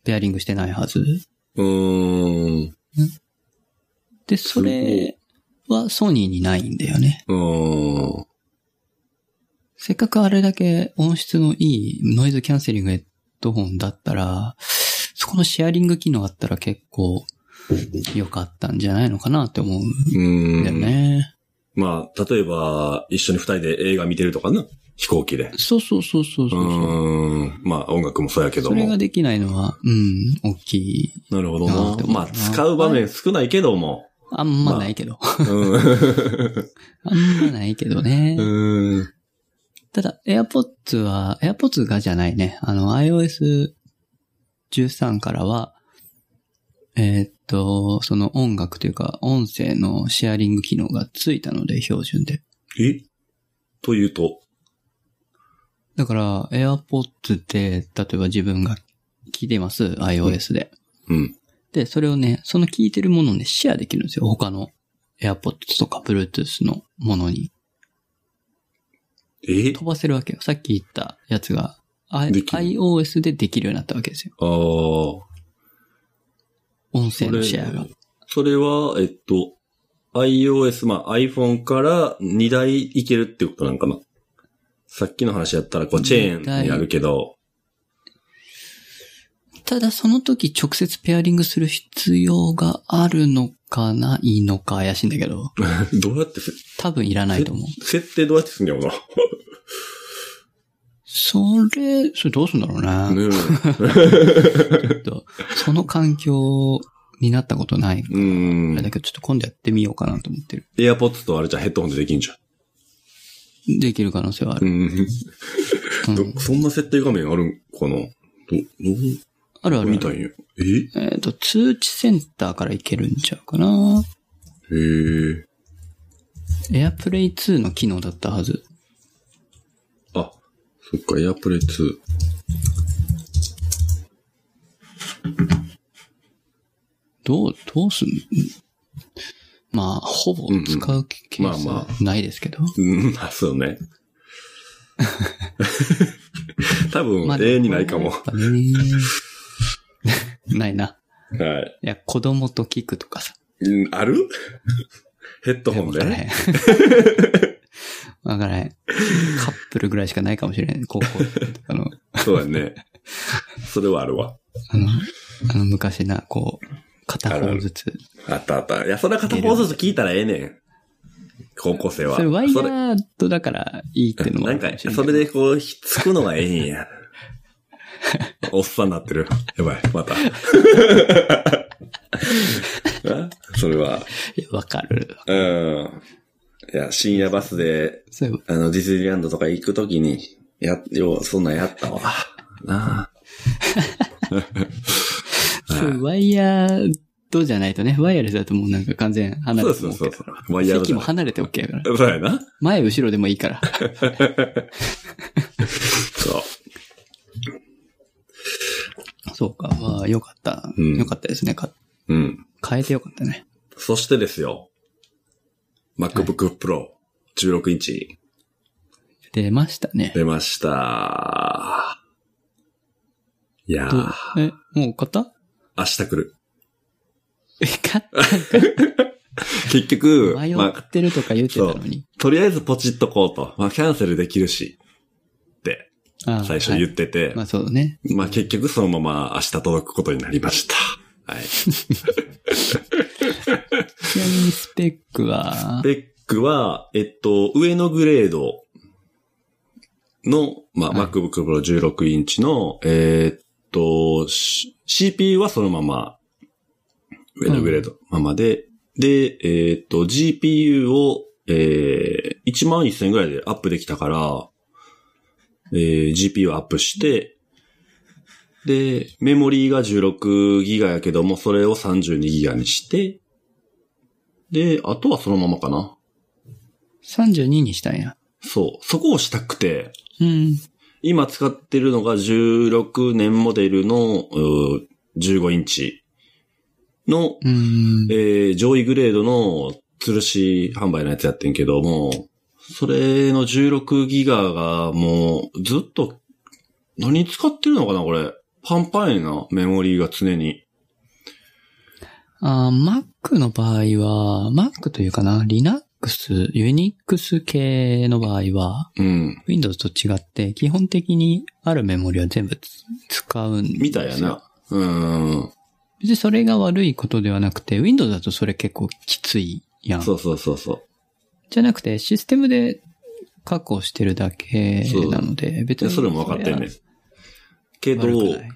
Speaker 2: ペアリングしてないはず。
Speaker 1: うーん。
Speaker 2: で、それはソニーにないんだよね。
Speaker 1: うーん。
Speaker 2: せっかくあれだけ音質のいいノイズキャンセリングヘッドホンだったら、そこのシェアリング機能あったら結構良かったんじゃないのかなって思う
Speaker 1: う
Speaker 2: ん
Speaker 1: ーん。
Speaker 2: だよね。
Speaker 1: まあ、例えば、一緒に二人で映画見てるとかな。飛行機で。
Speaker 2: そうそうそうそう
Speaker 1: う
Speaker 2: そうそう。
Speaker 1: ーん。まあ、音楽もそうやけど
Speaker 2: それが
Speaker 1: も。
Speaker 2: できないのは、うん、大きい。
Speaker 1: なるほど
Speaker 2: なんて
Speaker 1: な。
Speaker 2: 思う
Speaker 1: まあ、使う場面少ないけど も。
Speaker 2: あんまないけど。
Speaker 1: うーん。
Speaker 2: あんまないけどね。
Speaker 1: うーん
Speaker 2: ただ、AirPods は、AirPods がじゃないね。あの、iOS13 からは、えーっと、その音楽というか、音声のシェアリング機能がついたので、標準で。
Speaker 1: えというと。
Speaker 2: だから、AirPods で、例えば自分が聞いてます、iOS で。
Speaker 1: うん。
Speaker 2: で、それをね、その聞いてるものをね、シェアできるんですよ。他の AirPods とか Bluetooth のものに。
Speaker 1: え
Speaker 2: 飛ばせるわけよ。さっき言ったやつが、I-
Speaker 1: できる
Speaker 2: iOS でできるようになったわけですよ。
Speaker 1: ああ。
Speaker 2: 音声のシェアが。
Speaker 1: それは、えっと、iOS、まあ iPhone から2台いけるってことなんかな。さっきの話やったら、こう、チェーンにあるけど、
Speaker 2: ただその時直接ペアリングする必要があるのかないのか怪しいんだけど、
Speaker 1: どうやってせ、
Speaker 2: 多分いらないと思う。
Speaker 1: 設定どうやってすんねやろ
Speaker 2: それ、それどうすんだろうな。
Speaker 1: な。ね
Speaker 2: ちょっとその環境になったことない。
Speaker 1: え。 う
Speaker 2: あ
Speaker 1: ん
Speaker 2: れ。だけどちょっと今度やってみようかなと思ってる。
Speaker 1: AirPods とあれじゃんヘッドホンでできんじゃん。
Speaker 2: できる可能性はあ
Speaker 1: う
Speaker 2: る。
Speaker 1: ん。
Speaker 2: うん
Speaker 1: どそんな設定画面あるんかなど、
Speaker 2: ある
Speaker 1: ど
Speaker 2: あ
Speaker 1: う
Speaker 2: るあ
Speaker 1: 見た
Speaker 2: る。
Speaker 1: いんや。え
Speaker 2: えっ、と、通知センターからいけるんちゃうかな。
Speaker 1: へえ。
Speaker 2: AirPlay 2の機能だったはず。
Speaker 1: あ、そっか、AirPlay 2。
Speaker 2: どう、どうすんまあ、ほぼ使うケ
Speaker 1: まあ
Speaker 2: ース
Speaker 1: まあ
Speaker 2: はないですけど。
Speaker 1: うん、まあ、そうね。多分
Speaker 2: まあ、
Speaker 1: 永遠にないかも。
Speaker 2: や
Speaker 1: は
Speaker 2: っぱね ないな。
Speaker 1: い。
Speaker 2: いや、子供と聞くとかさ。
Speaker 1: うんあるヘッドホン
Speaker 2: わから
Speaker 1: で
Speaker 2: へん。わからへん。カップルぐらいしかないかもしれん。高 校とかの、
Speaker 1: そうだね。それはあるわ。
Speaker 2: あの、あの昔な、こう、片方ずつ。
Speaker 1: あったあった。いや、それは片方ずつ聞いたらええねん。高校生は。
Speaker 2: それワイ
Speaker 1: そ
Speaker 2: ヤ
Speaker 1: れ
Speaker 2: ードだからいいってのもあ
Speaker 1: なん
Speaker 2: るかも
Speaker 1: か、
Speaker 2: しれん
Speaker 1: そ
Speaker 2: けど
Speaker 1: れでこう、ひっつくのがええんや。おっさんになってる。やばい、また。 あそれは、
Speaker 2: いやわかる。
Speaker 1: うん。いや、深夜バスで、
Speaker 2: そういえば
Speaker 1: あの、ディズニーランドとか行くときに、や、よう、そんなんやったわ。なあ。
Speaker 2: そう、ワイヤードじゃないとね、ワイヤレスだともうなんか完全離
Speaker 1: そ
Speaker 2: れ
Speaker 1: う
Speaker 2: ても
Speaker 1: そう
Speaker 2: OK
Speaker 1: そ
Speaker 2: だ
Speaker 1: うそう
Speaker 2: から。。
Speaker 1: ワイヤード
Speaker 2: 席
Speaker 1: じゃ
Speaker 2: も
Speaker 1: ない。
Speaker 2: 離れて OK やから。
Speaker 1: そうやな。
Speaker 2: 前、後ろでもいいから。
Speaker 1: そう。
Speaker 2: そうか、まあ、よかった。
Speaker 1: うん
Speaker 2: よかったですね。か
Speaker 1: うん。
Speaker 2: 変えてよかったね。
Speaker 1: そしてですよ。MacBook Pro、16インチ
Speaker 2: 出ましたね。
Speaker 1: 出ました。いや
Speaker 2: どう
Speaker 1: ー、
Speaker 2: え、もう 買った
Speaker 1: 明日来る。
Speaker 2: え、買っ
Speaker 1: 結局、
Speaker 2: た。迷
Speaker 1: ま
Speaker 2: っ
Speaker 1: あ、
Speaker 2: てるとか言ってたのに。
Speaker 1: とりあえずポチっとこうと。まあ、キャンセルできるし。って、
Speaker 2: ああ
Speaker 1: 最初言
Speaker 2: は
Speaker 1: ってて。
Speaker 2: いまあ、そうね。
Speaker 1: まあ結局そのまま明日届くことになりました。はい。ス
Speaker 2: ちなみにスペックは、
Speaker 1: ペックは、えっと、上のグレードの、まあ、
Speaker 2: はい
Speaker 1: MacBook Pro 16インチの、えーっと、C- CPU はそのまま、上のグレードのままで、で、えーっと、GPU を、えー、1万1000ぐらいでアップできたから、えー、GPU アップして、で、メモリーが16ギガやけども、それを32ギガにして、で、あとはそのままかな。
Speaker 2: 32にしたんや。
Speaker 1: そう。そこをしたくて、
Speaker 2: うん。
Speaker 1: 今使ってるのが16年モデルの、うー15インチの、
Speaker 2: うん
Speaker 1: え。ー上位グレードの吊るし販売のやつやってんけども、それの16ギガがもうずっと、何使ってるのかなこれ。パンパンやな、メモリーが常に。
Speaker 2: あー Mac の場合は、Mac というかな、Linux、Unix 系の場合は、
Speaker 1: うん。
Speaker 2: Windows と違って、基本的にあるメモリは全部つ使うんですよ
Speaker 1: みたいやな。うーん。
Speaker 2: 別にそれが悪いことではなくて、Windows だとそれ結構きついやん。
Speaker 1: そうそうそうそう。
Speaker 2: じゃなくて、システムで確保してるだけなので、別
Speaker 1: で、
Speaker 2: に。
Speaker 1: それも分かってんねん
Speaker 2: そ。
Speaker 1: け
Speaker 2: れは悪
Speaker 1: ど
Speaker 2: く、ない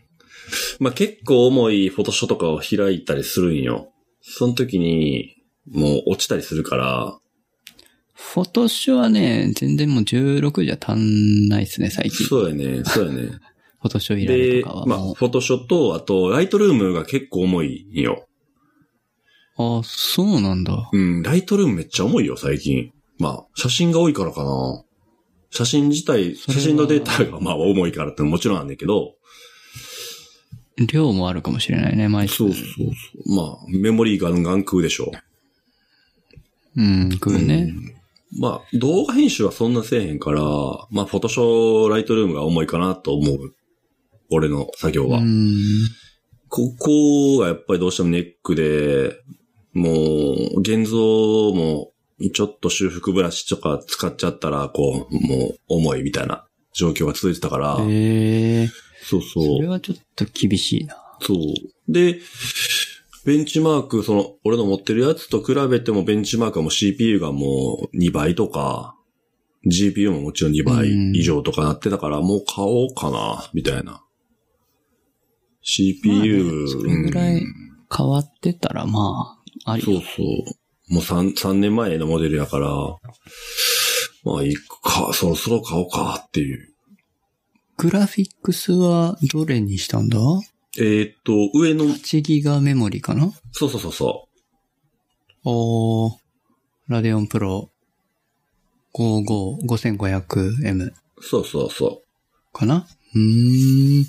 Speaker 1: まあ、結構重いフォトショーとかを開いたりするんよ。その時に、もう落ちたりするから、
Speaker 2: フォトショーはね、全然もう16じゃ足んないっすね、最近。フ
Speaker 1: そうやね、そうやね。
Speaker 2: ォトショーいられ
Speaker 1: で、
Speaker 2: とかは
Speaker 1: まあ、
Speaker 2: も
Speaker 1: フォトショーと、あと、ライトルームが結構重いんよ。
Speaker 2: う。あ、そうなんだ。
Speaker 1: うん、ライトルームめっちゃ重いよ、最近。まあ、写真が多いからかな。写真自体、
Speaker 2: れは
Speaker 1: 写真のデータがまあ重いからってのももちろんなんだけど、
Speaker 2: 量もあるかもしれないね、毎週。
Speaker 1: そうそうそう。まあ、メモリーガンガン食うでしょう。
Speaker 2: うん、来るね。
Speaker 1: うんまあ、動画編集はそんなせえへんから、まあ、フォトショー、ライトルームが重いかなと思う。俺の作業
Speaker 2: う
Speaker 1: は。
Speaker 2: ん。
Speaker 1: ここがやっぱりどうしてもネックで、もう、現像も、ちょっと修復ブラシとか使っちゃったら、こう、もう、重いみたいな状況が続いてたから、
Speaker 2: へえ。
Speaker 1: そうそう。
Speaker 2: それはちょっと厳しいな。
Speaker 1: そう。で、ベンチマーク、その、俺の持ってるやつと比べてもベンチマークはもう CPU がもう2倍とか、GPU ももちろん2倍以上とかなってたから、もう買おうかな、みたいな。CPU、
Speaker 2: まあねそれぐらい
Speaker 1: うん
Speaker 2: 変わってたら、まあ、あり。
Speaker 1: そうそう。もう3、三年前のモデルやから、まあ、いいか、そろそろ買おうかっていう。
Speaker 2: グラフィックスはどれにしたんだ
Speaker 1: えーっと、上の、
Speaker 2: 8ギガメモリかな
Speaker 1: そうそうそうそう。
Speaker 2: おー、ラデオンプロ 55-5500M
Speaker 1: そうそうそう。
Speaker 2: かなうーん。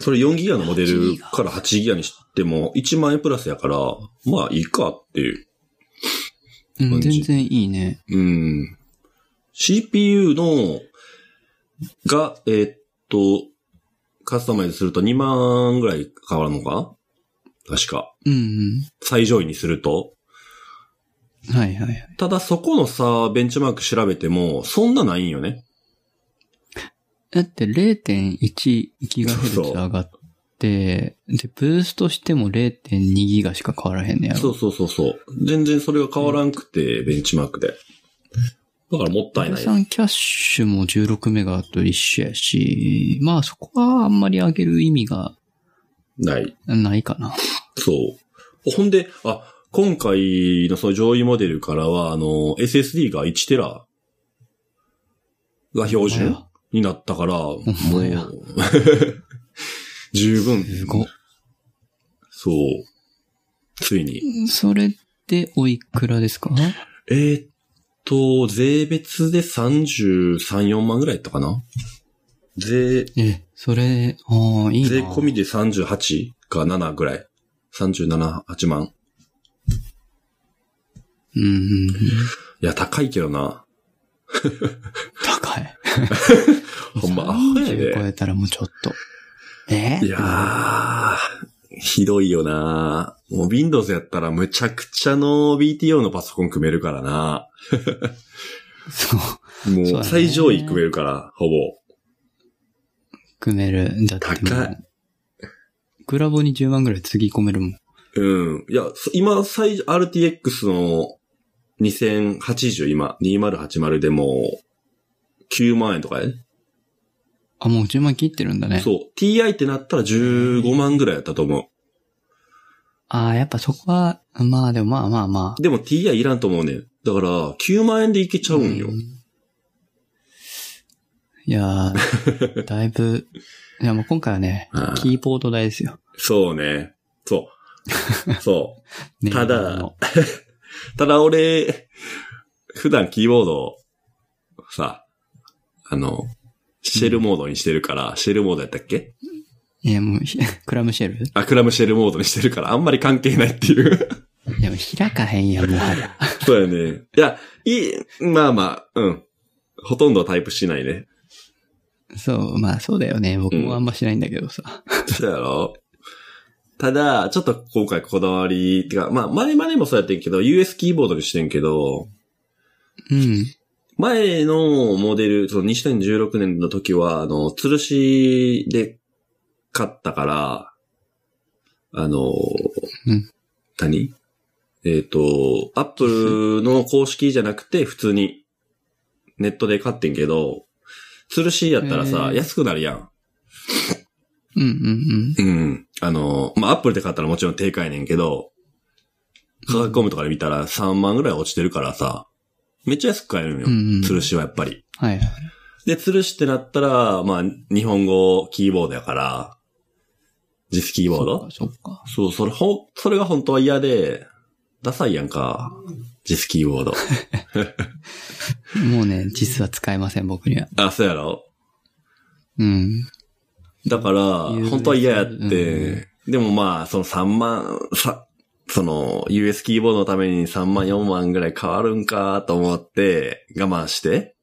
Speaker 1: それ4ギガのモデルから8ギガにしても1万円プラスやから、まあいいかっていう。
Speaker 2: うん、
Speaker 1: 感じ
Speaker 2: 全然いいね。
Speaker 1: うん。CPU の、が、えーっと、カスタマイズすると2万ぐらい変わるのかな確か。
Speaker 2: うん、
Speaker 1: 最上位にすると。
Speaker 2: うん。はいはいはい。
Speaker 1: ただそこのさ、ベンチマーク調べても、そんなないんよね。
Speaker 2: だって0.1ギガヘルツ上がって、で、ブーストしても0.2ギガしか変わらへんねやろ。
Speaker 1: そうそうそうそう。全然それが変わらんくて、ベンチマークで。だからもったい
Speaker 2: 計
Speaker 1: ない。
Speaker 2: 算キャッシュも16メガと一緒やし、まあそこはあんまり上げる意味が
Speaker 1: ない。
Speaker 2: ないかな。
Speaker 1: そう。ほんで、あ、今回のその上位モデルからは、あの、SSD が1テラが標準になったから、もう
Speaker 2: ほんまや、
Speaker 1: 十分。
Speaker 2: すごっ。
Speaker 1: そう。ついに。
Speaker 2: それっておいくらですか
Speaker 1: えーっと、税別で33、4万ぐらいやったかな税、
Speaker 2: え、それ、ああ、いいな。
Speaker 1: 税込みで38か7ぐらい。37、8万。
Speaker 2: うんうんうん。
Speaker 1: いや、高いけどな。
Speaker 2: 高い。
Speaker 1: ほんまアホやで
Speaker 2: 30超えたらもうちょっと。え
Speaker 1: いやー、ひどいよなもう Windows やったらむちゃくちゃの BTO のパソコン組めるからな
Speaker 2: そう。
Speaker 1: も
Speaker 2: そうだ
Speaker 1: う
Speaker 2: ね
Speaker 1: 最上位組めるから、ほぼ。
Speaker 2: 組める。だっても
Speaker 1: 高
Speaker 2: う。グラボに10万ぐらいつぎ込めるもん。
Speaker 1: うん。いや、そ今、最、RTX の2080今、2080でもう9万円とかやね。
Speaker 2: あ、もう10万切ってるんだね。
Speaker 1: そう。TI ってなったら15万ぐらいやったと思
Speaker 2: ああ、やっぱそこは、まあでもまあまあまあ
Speaker 1: う。。でも TI いらんと思うねん。だから、9万円でいけちゃうんよ。
Speaker 2: うんいや ー、だいぶ、いやもう今回はね
Speaker 1: うん、
Speaker 2: キーボード代ですよ。
Speaker 1: そうね。そう。そう。
Speaker 2: ね
Speaker 1: ただ
Speaker 2: あの
Speaker 1: ただ俺、普段キーボードをさ、あの、シェルモードにしてるから、シェルモードやったっけ
Speaker 2: いやもう、 ひクラムシェル
Speaker 1: アクラムシェルモードにしてるから、あんまり関係ないっていう。
Speaker 2: いやもう開かへんやん、もはや。
Speaker 1: そうやね。いや、いい、まあまあ、うん。ほとんどタイプしないね。
Speaker 2: そう、まあそうだよね。僕
Speaker 1: うん
Speaker 2: もあんましないんだけどさ。
Speaker 1: そうやろただ、ちょっと今回こだわり、てか、まあ、前々もそうやってんけど、US キーボードにしてんけど、
Speaker 2: うん。
Speaker 1: 前のモデル、その2016年の時は、あの、吊るしで買ったから、あの、
Speaker 2: うん
Speaker 1: 何えっ、と、アップルの公式じゃなくて、普通にネットで買ってんけど、吊るしやったらさ、
Speaker 2: へー
Speaker 1: 安くなるやん。
Speaker 2: うんうん
Speaker 1: うん。あの、まあ、アップルで買ったらもちろん定価やねんけど、価格コムとかで見たら3万ぐらい落ちてるからさ、めっちゃ安く買えるのよ。
Speaker 2: うんうん
Speaker 1: 吊るしはやっぱり。
Speaker 2: うん。はい。
Speaker 1: で、吊るしってなったら、まあ、日本語キーボードやから、実キーボード
Speaker 2: そっかそっか。
Speaker 1: そうそれほん、それが本当は嫌で、ダサいやんか。実キーボード。
Speaker 2: もうね、実は使えません、僕には。
Speaker 1: あ、そうやろ
Speaker 2: うん。
Speaker 1: だから、
Speaker 2: US
Speaker 1: 本当は嫌やって、でもまあ、その3万、さ、その、US キーボードのために3万4万ぐらい変わるんかと思って、我慢して、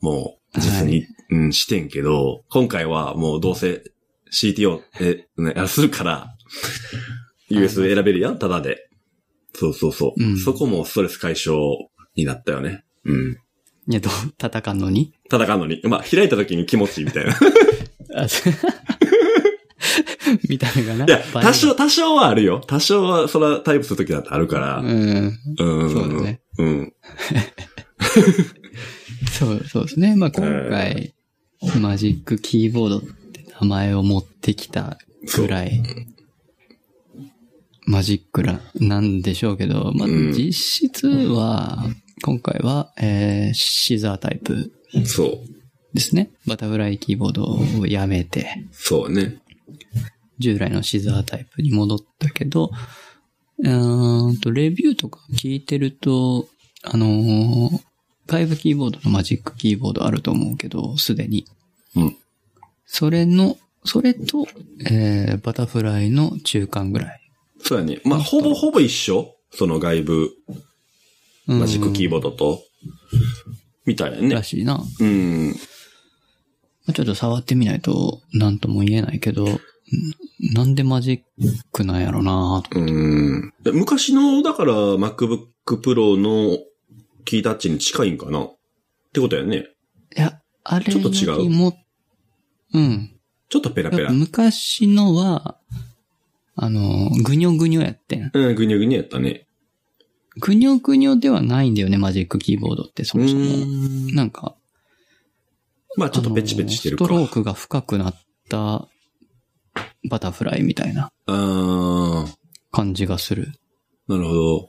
Speaker 1: もう、実に、うん、してんけど、今回はもうどうせ CTO、え、ね、あするから、US 選べるやん、ただで。そうそうそう。
Speaker 2: うん
Speaker 1: そこもストレス解消になったよね。うん。
Speaker 2: いや、どう、叩かんのに
Speaker 1: 戦うのに。まあ、開いた時に気持ちいいみたいな。
Speaker 2: あ、 そうみたいなのがな。
Speaker 1: いや、
Speaker 2: バレ
Speaker 1: 多
Speaker 2: る
Speaker 1: 少、多少はあるよ。多少は、そら、タイプするときだってあるから。うん。
Speaker 2: うん。
Speaker 1: うん、
Speaker 2: そうだね。
Speaker 1: うん。
Speaker 2: そう、そうですね。まあ、今回、マジックキーボードって名前を持ってきたぐらい、マジックラなんでしょうけど、まあ、
Speaker 1: うん
Speaker 2: 実質は、今回は、えー、シザータイプ
Speaker 1: そう。
Speaker 2: ですね。バタフライキーボードをやめて、
Speaker 1: そうね。
Speaker 2: 従来のシザータイプに戻ったけど、うーんと、レビューとか聞いてると、あのー外部キーボードのマジックキーボードあると思うけど、すでに。
Speaker 1: うん。
Speaker 2: それの、それと、えー、バタフライの中間ぐらい。
Speaker 1: そうやね。まあ、ほぼほぼ一緒。その外部、
Speaker 2: うん
Speaker 1: マジックキーボードと。みたいな
Speaker 2: ら
Speaker 1: ね。
Speaker 2: しいな。ま
Speaker 1: うん。
Speaker 2: あちょっと触ってみないと、なんとも言えないけど、んなんでマジックなんやろなと。
Speaker 1: うん。昔の、だから、MacBook Pro のキータッチに近いんかなってことやね。
Speaker 2: いや、あれ
Speaker 1: ちょっと違う
Speaker 2: よりも、うん。
Speaker 1: ちょっとペラペ
Speaker 2: やっ
Speaker 1: ラ
Speaker 2: ぱ。昔のは、あの、ぐにょぐにょやってん。
Speaker 1: うん、ぐにゃぐにゃやったね。
Speaker 2: ぐにょぐにょではないんだよね、マジックキーボードって、そうもそも。
Speaker 1: ん。
Speaker 2: なんか、
Speaker 1: まあ、ちょっとペチペチしてる
Speaker 2: あ
Speaker 1: か。
Speaker 2: のストロークが深くなったバタフライみたいな
Speaker 1: あー。
Speaker 2: 感じがする。
Speaker 1: なるほど。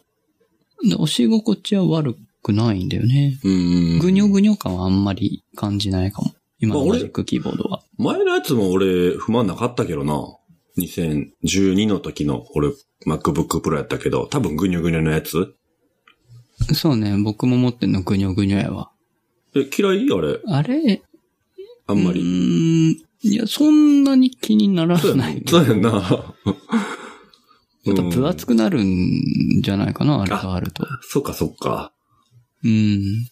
Speaker 2: で押し心地は悪くないんだよね。
Speaker 1: うんうん。
Speaker 2: ぐにょぐにょ感はあんまり感じないかも。今の
Speaker 1: まあ
Speaker 2: マ
Speaker 1: 俺
Speaker 2: ジックキーボードは。
Speaker 1: 前のやつも俺、不満なかったけどな。2012の時の俺、MacBook Pro やったけど、多分ぐにょぐにょのやつ
Speaker 2: そうね、僕も持ってんのぐにょぐにょやわ。
Speaker 1: え、嫌いあれ、
Speaker 2: あれ
Speaker 1: あんま
Speaker 2: う
Speaker 1: り。
Speaker 2: ーん。いや、そんなに気になら
Speaker 1: そうや
Speaker 2: な。
Speaker 1: ない
Speaker 2: ち
Speaker 1: そ
Speaker 2: ょ
Speaker 1: うやんな。
Speaker 2: っと分厚くなるんじゃないかな、あれがあると。
Speaker 1: そっかそっか。
Speaker 2: うん。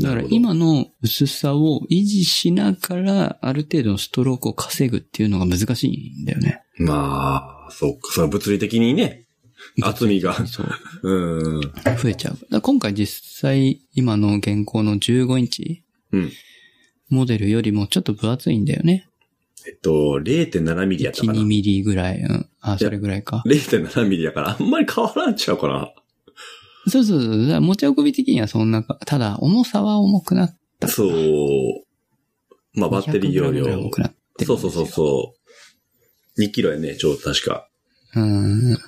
Speaker 2: だから今の薄さを維持しながら、ある程度のストロークを稼ぐっていうのが難しいんだよね。
Speaker 1: まあ、そっか、それは物理的にね、 厚みが。
Speaker 2: そう。
Speaker 1: うん。うん。
Speaker 2: 増えちゃう。だから今回実際、今の現行の15インチ
Speaker 1: うん
Speaker 2: モデルよりもちょっと分厚いんだよね。
Speaker 1: えっと、0.7ミリやった
Speaker 2: 1、
Speaker 1: かな
Speaker 2: 2。ミリぐらい。うん。あ、それぐらいか。
Speaker 1: 0.7ミリやから、あんまり変わらんちゃうかな。
Speaker 2: そうそうそう。だから持ち運び的にはそんなか。ただ、重さは重くなっ
Speaker 1: そう。まあ、
Speaker 2: た。
Speaker 1: バッテリー容
Speaker 2: 200g ぐらい
Speaker 1: 量
Speaker 2: 重。くなってる
Speaker 1: そうそうそうそう。2キロやね、ちょうど確か。
Speaker 2: う。うん。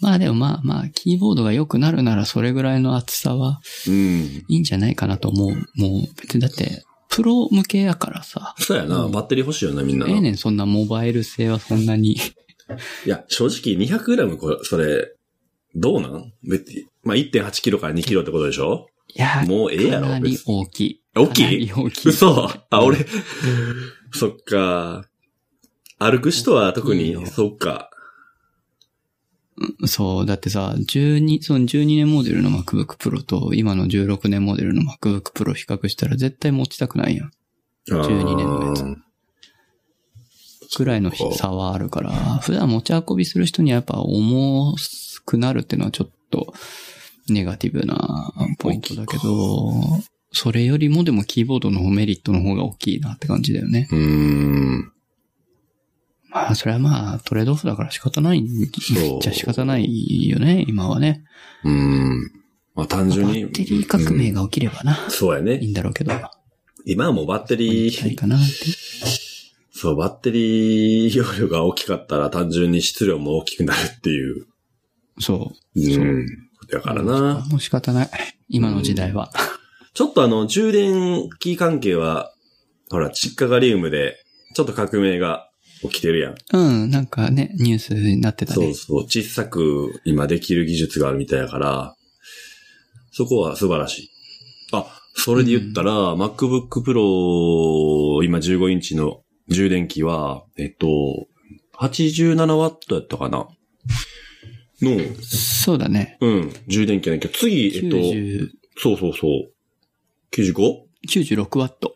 Speaker 2: まあでもまあまあ、キーボードが良くなるならそれぐらいの厚さは
Speaker 1: うん。
Speaker 2: いいんじゃないかなと思う。もう、別にだって、プロ向けやからさ。
Speaker 1: そうやな、バッテリー欲しいよな、みんな
Speaker 2: え
Speaker 1: な。
Speaker 2: えねん、そんなモバイル性はそんなに。
Speaker 1: いや、正直 200g これ、それ、どうなん別に。まあ、1.8キロから2キロってことでしょ
Speaker 2: いやー、
Speaker 1: もうええや
Speaker 2: か
Speaker 1: ろ
Speaker 2: な、り
Speaker 1: 別に。
Speaker 2: 大きい。
Speaker 1: 大きい
Speaker 2: かなり大き い。
Speaker 1: 嘘あ、俺
Speaker 2: う、
Speaker 1: そっか。歩く人は特
Speaker 2: いい
Speaker 1: に、
Speaker 2: よ
Speaker 1: そっか。
Speaker 2: そう、だってさ、12、その12年モデルの MacBook Pro と今の16年モデルの MacBook Pro 比較したら絶対持ちたくないやん。12年のやつ
Speaker 1: あー
Speaker 2: くらいの
Speaker 1: そうか
Speaker 2: 差はあるから、普段持ち運びする人にはやっぱ重くなるっていうのはちょっとネガティブなポイントだけど、それよりもでもキーボードのメリットの方が大きいなって感じだよね。
Speaker 1: うーん。
Speaker 2: まあ、それはまあ、トレードオフだから仕方ないん
Speaker 1: そう
Speaker 2: じゃ仕方ないよね、今はね。
Speaker 1: うーん。まあ、単
Speaker 2: バ
Speaker 1: 純に。
Speaker 2: ッテリー革命が起きればな。
Speaker 1: うんそうや
Speaker 2: い
Speaker 1: ね
Speaker 2: い。んだろうけど。
Speaker 1: 今はもうバッテリ
Speaker 2: いい
Speaker 1: ー、
Speaker 2: かなって。
Speaker 1: そう、バッテリー容量が大きかったら単純に質量も大きくなるっていう、
Speaker 2: そう。
Speaker 1: うん、ことやからな。
Speaker 2: もう仕方ない。今の時代は。
Speaker 1: ちょっとあの、充電器関係は、ほら、窒化ガリウムで、ちょっと革命が起きてるやん。
Speaker 2: うん、なんかね、ニュースになってた
Speaker 1: そう
Speaker 2: ね。
Speaker 1: そう、小さく今できる技術があるみたいやから、そこは素晴らしい。あ、それで言ったら、MacBook Pro、今15インチの充電器は、えっと、87W やったかなの、
Speaker 2: そうだね。
Speaker 1: うん、充電器やねんけど、次、えっと、
Speaker 2: 90
Speaker 1: そうそうそう、95?96W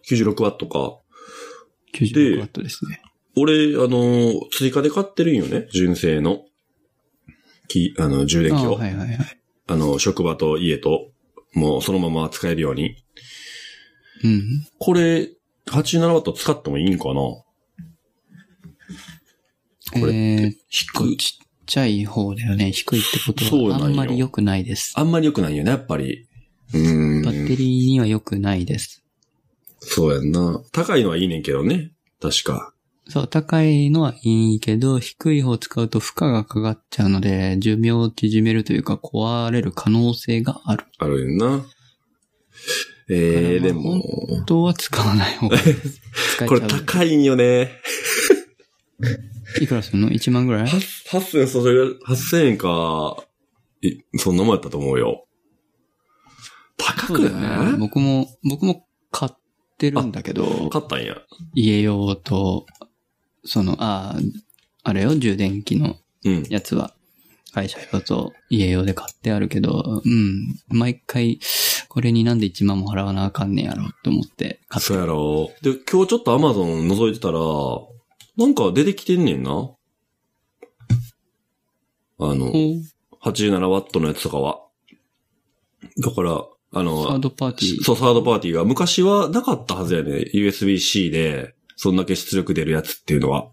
Speaker 2: 96ワット。
Speaker 1: か。
Speaker 2: 96ワットですね。
Speaker 1: 俺、あの、追加で買ってるんよね、純正の。き、あの、充電
Speaker 2: あ
Speaker 1: 器を。
Speaker 2: はいはいはい。
Speaker 1: あの、職場と家と、もうそのまま使えるように。
Speaker 2: うん。
Speaker 1: これ、87W 使ってもいいんかなれっ
Speaker 2: え
Speaker 1: て
Speaker 2: ー、
Speaker 1: 低い。
Speaker 2: ちっちゃい方だよね。低いってこと
Speaker 1: そうなん
Speaker 2: は
Speaker 1: よ
Speaker 2: あんまり良くないです。
Speaker 1: あんまり良くないよね、やっぱり。うーん。
Speaker 2: バッテリーには良くないです。
Speaker 1: そうやんな。高いのはいいねんけどね。確か。
Speaker 2: そう、高いのはいいけど、低い方使うと負荷がかかっちゃうので、寿命を縮めるというか壊れる可能性がある。
Speaker 1: あるよな。えー、
Speaker 2: だ
Speaker 1: で
Speaker 2: からまあ
Speaker 1: も、
Speaker 2: 本当は使わない方がいいです。使 えち
Speaker 1: こ
Speaker 2: ゃ
Speaker 1: れ
Speaker 2: う。
Speaker 1: 高いんよね。
Speaker 2: いくらするの ?1 万ぐらい
Speaker 1: 8000円、それ、8000円か、いそんなもんやったと思うよ。高くない、
Speaker 2: 僕も、僕も買ってるんだけど、
Speaker 1: 買ったんや。
Speaker 2: 家用と、その、ああ、あれよ、充電器の
Speaker 1: うん。
Speaker 2: やつは、会社用と家用で買ってあるけど、うん、毎回、これになんで1万も払わなあかんねんやろと思って買っ
Speaker 1: そうやろ。で、今日ちょっとアマゾン覗いてたら、なんか出てきてんねんな。あの、
Speaker 2: た。
Speaker 1: 87W のやつとかは。だから、あ
Speaker 2: サー
Speaker 1: の、
Speaker 2: ドパーティー。
Speaker 1: そう、サードパーティーが昔はなかったはずやね。USB-C で、そんだけ出力出るやつっていうのは。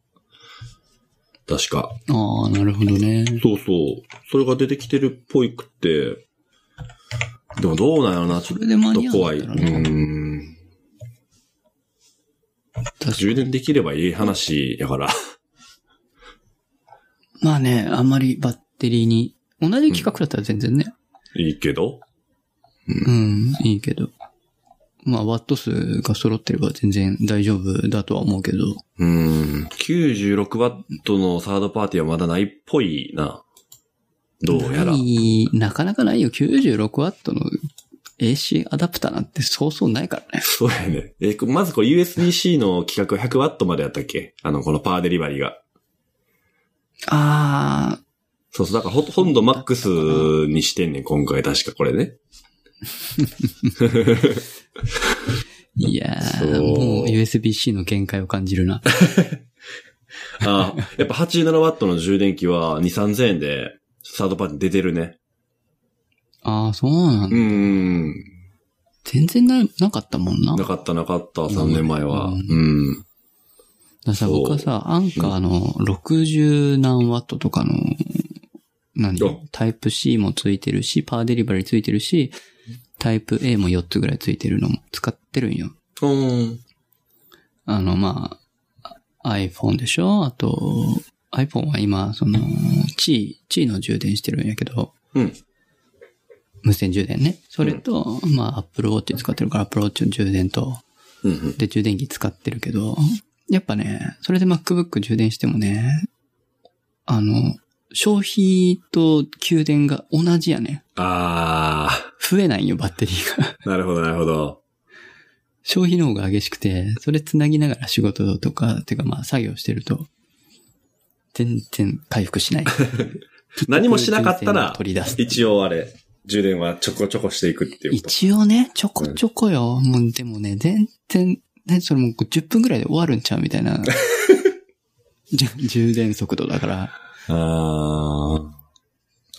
Speaker 1: 確か。
Speaker 2: ああ、なるほどね。
Speaker 1: そうそう。それが出てきてるっぽいくって。でもどうなんやろな、ちょ
Speaker 2: それで間
Speaker 1: っと
Speaker 2: に合
Speaker 1: 怖
Speaker 2: う
Speaker 1: い。
Speaker 2: んだ
Speaker 1: う
Speaker 2: ったらな。
Speaker 1: ん。
Speaker 2: 確かに
Speaker 1: 充電できればいい話やから。
Speaker 2: まあね、あんまりバッテリーに同じ企画だったら全然ね。
Speaker 1: いいけど
Speaker 2: うん、いいけど。まあ、ワット数が揃ってれば全然大丈夫だとは思うけど。
Speaker 1: うーん。96ワットのサードパーティーはまだないっぽいな。どうやら。
Speaker 2: ないなかなかないよ。96W の AC アダプターなんてそうそうないからね。
Speaker 1: そうやね。え、こまずこれ USB-C の規格100ワットまでやったっけあの、このパワーデリバリーが。
Speaker 2: あ
Speaker 1: そうそう。だからほ、本土マックスにしてんねん、今回確かこれね。
Speaker 2: ー、いやー、
Speaker 1: そう
Speaker 2: もう USB-C の限界を感じるな。
Speaker 1: あ あ、やっぱ87ワットの充電器は2、3000円でサードパーティー出てるね。
Speaker 2: ああ、そうなん
Speaker 1: う
Speaker 2: だ。
Speaker 1: ーん。
Speaker 2: 全然な、なかったもんな。
Speaker 1: な
Speaker 2: だか
Speaker 1: かったなかった、3年前は。
Speaker 2: う
Speaker 1: うん。
Speaker 2: らさ、
Speaker 1: そう
Speaker 2: 僕はさ、アンカーの60何ワットとかの、何
Speaker 1: お
Speaker 2: タイプ C もついてるし、パワーデリバリーついてるし、タイプ A も4つぐらいついてるのも使ってるんよ。
Speaker 1: うん。
Speaker 2: あの、まあ、iPhone でしょあと、iPhone は今、その、チー、チーの充電してるんやけど、
Speaker 1: うん。
Speaker 2: 無線充電ね。それと、まあ、Apple Watch 使ってるから、Apple Watch の充電と、
Speaker 1: うんうん。
Speaker 2: で、充電器使ってるけど、やっぱね、それで MacBook 充電してもね、あの、消費と給電が同じやね。
Speaker 1: あ
Speaker 2: 増えないよ、バッテリーが。
Speaker 1: ー、 なるほど、なるほど。
Speaker 2: 消費の方が激しくて、それ繋ぎながら仕事とか、てかまあ作業してると、全然回復しない。
Speaker 1: 何もしなかったら、
Speaker 2: 取り出す。
Speaker 1: 一応あれ、充電はちょこちょこしていくっていうこと。
Speaker 2: 一応ね、ちょこちょこよ。もうでもね、全然、ね、それもう10分ぐらいで終わるんちゃうみた いな。じゅ充電速度だから。
Speaker 1: あー、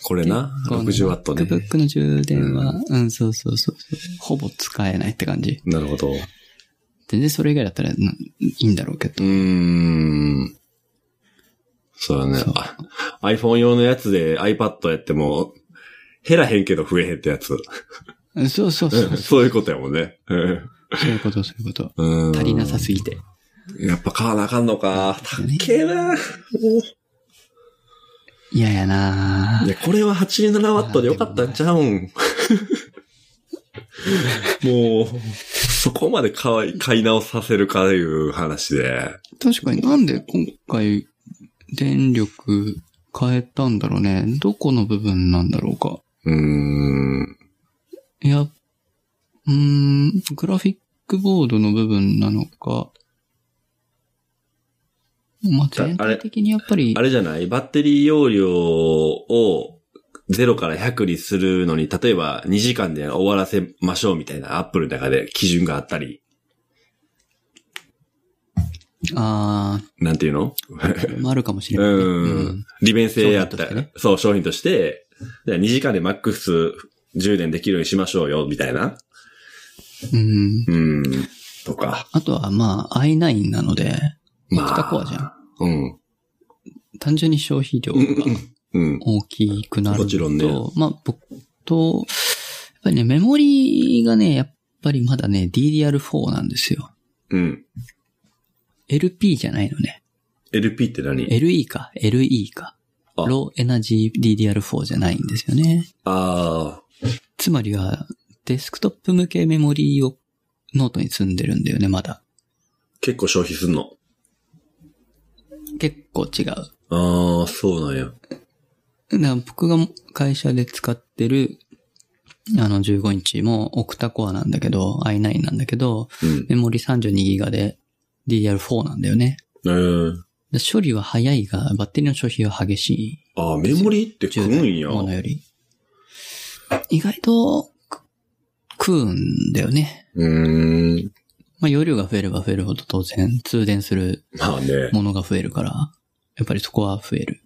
Speaker 1: これな、60ワットね。
Speaker 2: MacBook の充電は、うん、そうそうそうそう。ほぼ使えないって感じ。
Speaker 1: なるほど。う
Speaker 2: 全然それ以外だったら、ないいんだろうけど。
Speaker 1: ーん。そうだね
Speaker 2: そう。
Speaker 1: あ iPhone 用のやつで iPad やっても、減らへんけど増えへんってやつ。
Speaker 2: そうそう そう
Speaker 1: うん。そういうことやもんね。うん
Speaker 2: そういうこと、そういうこと。
Speaker 1: うん
Speaker 2: 足りなさすぎて。
Speaker 1: やっぱ買わなあかんのか。たっけえな。
Speaker 2: 嫌やない
Speaker 1: や、これは87ワットでよかったんちゃうん。 もう、そこまで買い買い直させるかという話で。
Speaker 2: 確かになんで今回、電力変えたんだろうね。どこの部分なんだろうか。
Speaker 1: うーん。
Speaker 2: いや、うーん、グラフィックボードの部分なのか。まあ、全体的にやっぱり
Speaker 1: あ、れじゃないバッテリー容量を0から100にするのに、例えば2時間で終わらせましょうみたいなアップルの中で基準があったり、
Speaker 2: あ
Speaker 1: なんていうの
Speaker 2: ーまああるかもしれ
Speaker 1: う
Speaker 2: ないね。
Speaker 1: ん。利便性やった
Speaker 2: 商品としてね
Speaker 1: そう、商品として、じゃあ2時間でマックス充電できるようにしましょうよ、みたいな。
Speaker 2: うん。うん
Speaker 1: うん。とか。
Speaker 2: あとは、まあ、i9 なので、
Speaker 1: ま
Speaker 2: 生田コアじゃん。
Speaker 1: うん。
Speaker 2: 単純に消費量が
Speaker 1: うん。
Speaker 2: 大きくなると。
Speaker 1: もちろんね
Speaker 2: まあ、僕と、やっぱりね、メモリがね、やっぱりまだね、DDR4 なんですよ。
Speaker 1: うん。
Speaker 2: LP じゃないのね。
Speaker 1: LP って何
Speaker 2: LE か、LE か。
Speaker 1: あ
Speaker 2: ローエナジー DDR4 じゃないんですよね。
Speaker 1: ああ。
Speaker 2: つまりは、デスクトップ向けメモリをノートに積んでるんだよね、まだ。
Speaker 1: 結構消費すんの。
Speaker 2: 結構違う。
Speaker 1: ああ、そうなんや。
Speaker 2: だから僕が会社で使ってる、あの15インチもオクタコアなんだけど、i9 なんだけど、
Speaker 1: うん。
Speaker 2: メモリ 32GB で DDR4 なんだよね。
Speaker 1: えー、
Speaker 2: だから処理は早いが、バッテリーの消費は激し
Speaker 1: ああ、メモリーって
Speaker 2: い。
Speaker 1: 食うんや。
Speaker 2: ものより。意外と、く食うんだよね。
Speaker 1: うーん。
Speaker 2: まあ容量が増えれば増えるほど当然通電する
Speaker 1: まあね。
Speaker 2: ものが増えるから、やっぱりそこは増える。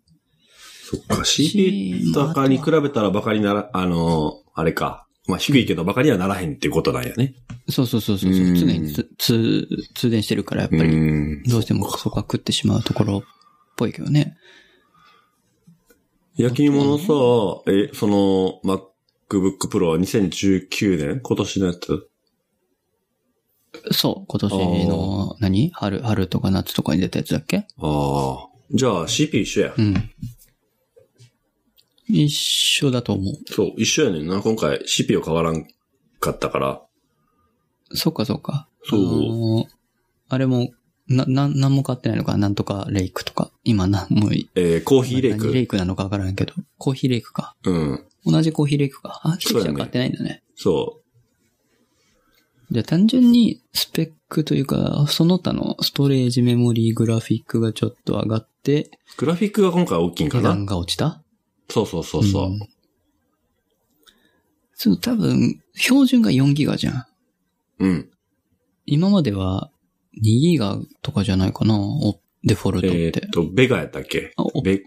Speaker 1: そっか。CPU 高に比べたらバカになら、あのー、あれか。まあ低いけどバカにはならへんっていうことなんやね。
Speaker 2: そうそうそうそう。
Speaker 1: う
Speaker 2: 常
Speaker 1: ん
Speaker 2: につ通通電してるから、やっぱり
Speaker 1: ん
Speaker 2: どうしてもそこは食ってしまうところっぽいけどね。
Speaker 1: 焼き芋のさ、え、その、MacBook Pro は2019年今年のやつ
Speaker 2: そう、今年の何、春、春とか夏とかに出たやつだっけ
Speaker 1: ああ。じゃあ CPU 一緒や
Speaker 2: う。ん。一緒だと思
Speaker 1: そう、一緒やねんな。今回 CPU 変わらんかったから。
Speaker 2: う。そっかそっか。
Speaker 1: そう
Speaker 2: あのーあれも、な、な、なんも買ってないのか、なんとかレイクとか。今な、もう、
Speaker 1: えー、コーヒーレイ
Speaker 2: 何レ
Speaker 1: ク。
Speaker 2: イクなのかわからんけど。コーヒーレイクか。
Speaker 1: うん。
Speaker 2: 同じコーヒーレイクか。あ、
Speaker 1: そうだね
Speaker 2: は買ってないんだね。
Speaker 1: そ
Speaker 2: じゃあ単純にスペックというか、その他のストレージ、メモリー、グラフィックがちょっと上がって、
Speaker 1: う。グラフィックが今回大きいんか
Speaker 2: 値
Speaker 1: な。
Speaker 2: 段が落ちた
Speaker 1: そうそうそうそう。
Speaker 2: んその多分、標準が4ギガじゃん。
Speaker 1: うん。
Speaker 2: 今までは2ギガとかじゃないかな、おデフォルトっ
Speaker 1: え
Speaker 2: て。
Speaker 1: ーっと、ベガやったっけ
Speaker 2: あお
Speaker 1: ベ、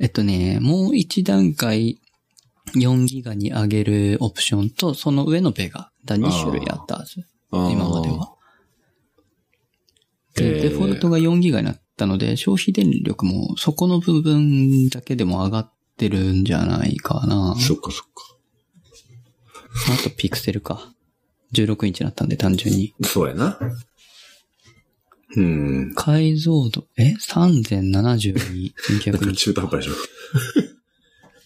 Speaker 2: えっとね、もう一段階4ギガに上げるオプションと、その上のベガ。だ2種類あったはず。
Speaker 1: あー
Speaker 2: 今までは。
Speaker 1: え
Speaker 2: で、
Speaker 1: ー
Speaker 2: デフォルトが4ギガになったので、消費電力もそこの部分だけでも上がってるんじゃないかな。
Speaker 1: そっかそっか。
Speaker 2: あとピクセルか。16インチになったんで、単純に。
Speaker 1: そうやな。うん。
Speaker 2: 解像度、え ?3072、
Speaker 1: なんか
Speaker 2: 1920。
Speaker 1: 中途半端でし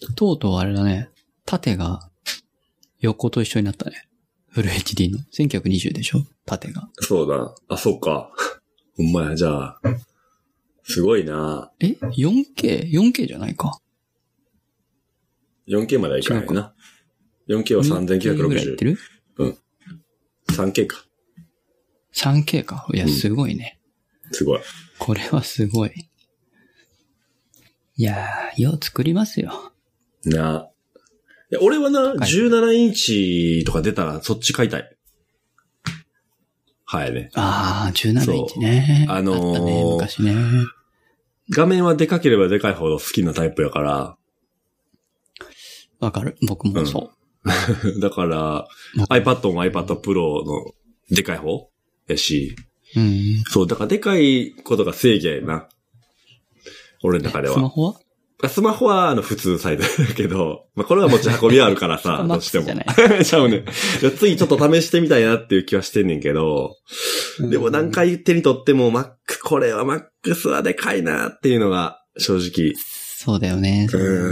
Speaker 1: ょ。
Speaker 2: とうとうあれだね。縦が横と一緒になったね。フル HD の。1920でしょ縦が。
Speaker 1: そうだ。あ、そっか。 ほんまや、じゃあ。すごいな。
Speaker 2: え ?4K?4K じゃないか。
Speaker 1: 4K まではいかないな。4K は
Speaker 2: 2K ぐらいいっ
Speaker 1: 3960。
Speaker 2: てる
Speaker 1: 3K か。
Speaker 2: ?3K か。いや、
Speaker 1: うん
Speaker 2: すごいね。
Speaker 1: すごい。
Speaker 2: これはすごい。いやー、よう作りますよ。
Speaker 1: な。いや俺はな、
Speaker 2: い
Speaker 1: 17インチとか出たらそっち買いたい。はいね。
Speaker 2: あー、17インチね。
Speaker 1: そうあのー
Speaker 2: ったね、昔ね。
Speaker 1: 画面はでかければでかいほど好きなタイプやから。
Speaker 2: わかる。僕もそう。
Speaker 1: だから、
Speaker 2: 僕も
Speaker 1: iPad も iPad Pro のでかい方やし。
Speaker 2: うん。
Speaker 1: そう、だからでかいことが正義やな。俺の中で
Speaker 2: スマ
Speaker 1: は。
Speaker 2: ホは、
Speaker 1: スマホは、あの、普通サイズだけど、まあ、これは持ち運びあるからさ ど
Speaker 2: マッ
Speaker 1: う
Speaker 2: ク
Speaker 1: して
Speaker 2: ス
Speaker 1: も
Speaker 2: じゃ。な い。
Speaker 1: ちゃうね。いやついちょっと試してみたいなっていう気はしてんねんけど、でも何回手に取っても Mac、これは Max はでかいなっていうのが正直。
Speaker 2: そうだよね。そうだよ
Speaker 1: うー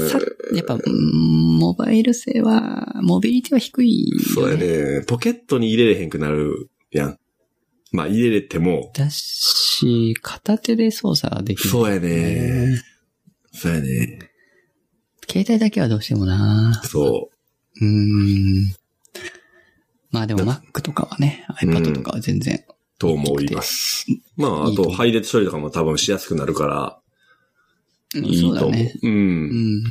Speaker 1: ん
Speaker 2: ねさやっぱ、うんモバイル性は、モビリティは低い、
Speaker 1: そうや。ね。ポケットに入れれへんくなるやん。まあ入れれても、
Speaker 2: だし、片手で操作できる。
Speaker 1: そうやね。
Speaker 2: ね
Speaker 1: そうやね。
Speaker 2: 携帯だけはどうしてもな。
Speaker 1: そう
Speaker 2: ーん。まあでも
Speaker 1: だ
Speaker 2: Mac とかはね、
Speaker 1: うん
Speaker 2: iPad とかは全然。
Speaker 1: う、と思います。まあ、あ
Speaker 2: いい
Speaker 1: と
Speaker 2: と思う
Speaker 1: 配列処理とかも多分しやすくなるから、
Speaker 2: うん
Speaker 1: いい
Speaker 2: そうだ
Speaker 1: と思
Speaker 2: ね。
Speaker 1: う。う。
Speaker 2: うんん。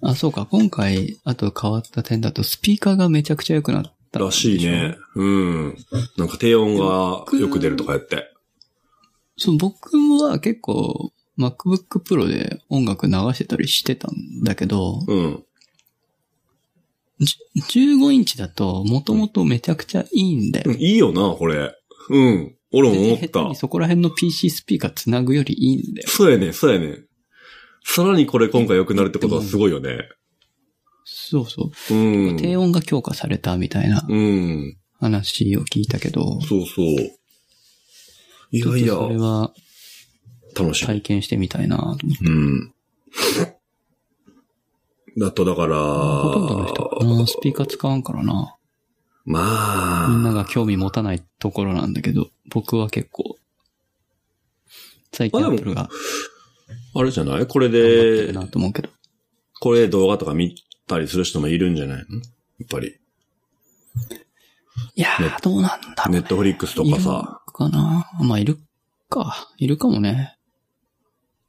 Speaker 2: あ、そうか。今回、あと変わった点だと、スピーカーがめちゃくちゃ良くなった。
Speaker 1: らしいね。。うん。なんか低音がよく出るとかやって。
Speaker 2: そう、僕は結構 MacBook Pro で音楽流してたりしてたんだけど、
Speaker 1: うん。
Speaker 2: じ15インチだともともとめちゃくちゃいいんだ
Speaker 1: う
Speaker 2: よ
Speaker 1: ん。いいよな、これ。うん。俺も思っ
Speaker 2: 別に下手
Speaker 1: た
Speaker 2: に。そこら辺の PC スピーカーつなぐよりいいんだよ。
Speaker 1: そうやね、そうやね。さらにこれ今回良くなるってことはすごいよね。
Speaker 2: そうそう。
Speaker 1: うん。
Speaker 2: 低音が強化されたみたいな
Speaker 1: うん。
Speaker 2: 話を聞いたけど、
Speaker 1: そうそう。いやい
Speaker 2: ち
Speaker 1: や
Speaker 2: ょっ、とそれは
Speaker 1: 楽しい。
Speaker 2: 体験してみたいなと思って。
Speaker 1: うん。だとだから、
Speaker 2: ほとんどの人かな、スピーカー使わんからな。
Speaker 1: まあ、
Speaker 2: みんなが興味持たないところなんだけど、僕は結構、最近
Speaker 1: あで
Speaker 2: ア
Speaker 1: も
Speaker 2: ップルが
Speaker 1: あれじゃないこれ
Speaker 2: 頑張って
Speaker 1: で
Speaker 2: る、なと思うけど。
Speaker 1: これで動画とか見たりする人もいるんじゃないのやっぱり。
Speaker 2: いや
Speaker 1: ね
Speaker 2: ー、どうなんだろう、
Speaker 1: ネ
Speaker 2: ね。
Speaker 1: ットフリックスとかさ。
Speaker 2: いるかなまあ、いるか。いるかもね。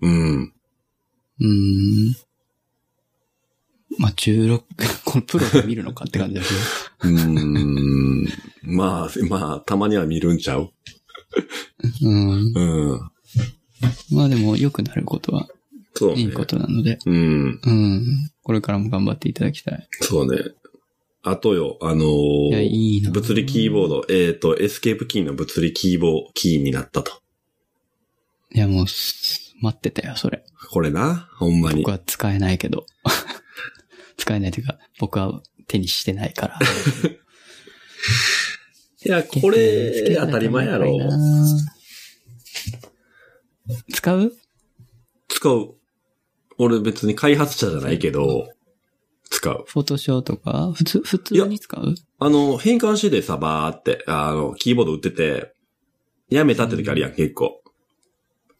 Speaker 1: うん。
Speaker 2: うーん。まあ、16、こ のプロで見るのかって感じだけ
Speaker 1: うん。まあ、まあ、たまには見るんちゃう
Speaker 2: ど。うん。
Speaker 1: うん。
Speaker 2: まあでも、良くなることは
Speaker 1: そうね。
Speaker 2: いいことなので、
Speaker 1: うん。
Speaker 2: うん。これからも頑張っていただきたい。
Speaker 1: そうね。あとよ、あのー
Speaker 2: いや、いいな。
Speaker 1: 物理キーボード、えっ、と、エスケープキーの物理キーボー、キーになったと。
Speaker 2: いや、もうす、待ってたよ、それ。
Speaker 1: これな、ほんまに
Speaker 2: 僕。は使えないけど。 使えないというか、僕は手にしてないから。
Speaker 1: いや、 こ
Speaker 2: つけ
Speaker 1: れ、
Speaker 2: た
Speaker 1: 当
Speaker 2: ら
Speaker 1: たり前やろ
Speaker 2: 高い。な。使う
Speaker 1: 使う。俺別に開発者じゃないけど、使う。
Speaker 2: フォトショーとか、普通、普通に使う
Speaker 1: あの、変換してでさ、ばーって、あの、キーボード打ってて、やめたって時あるやん、結構。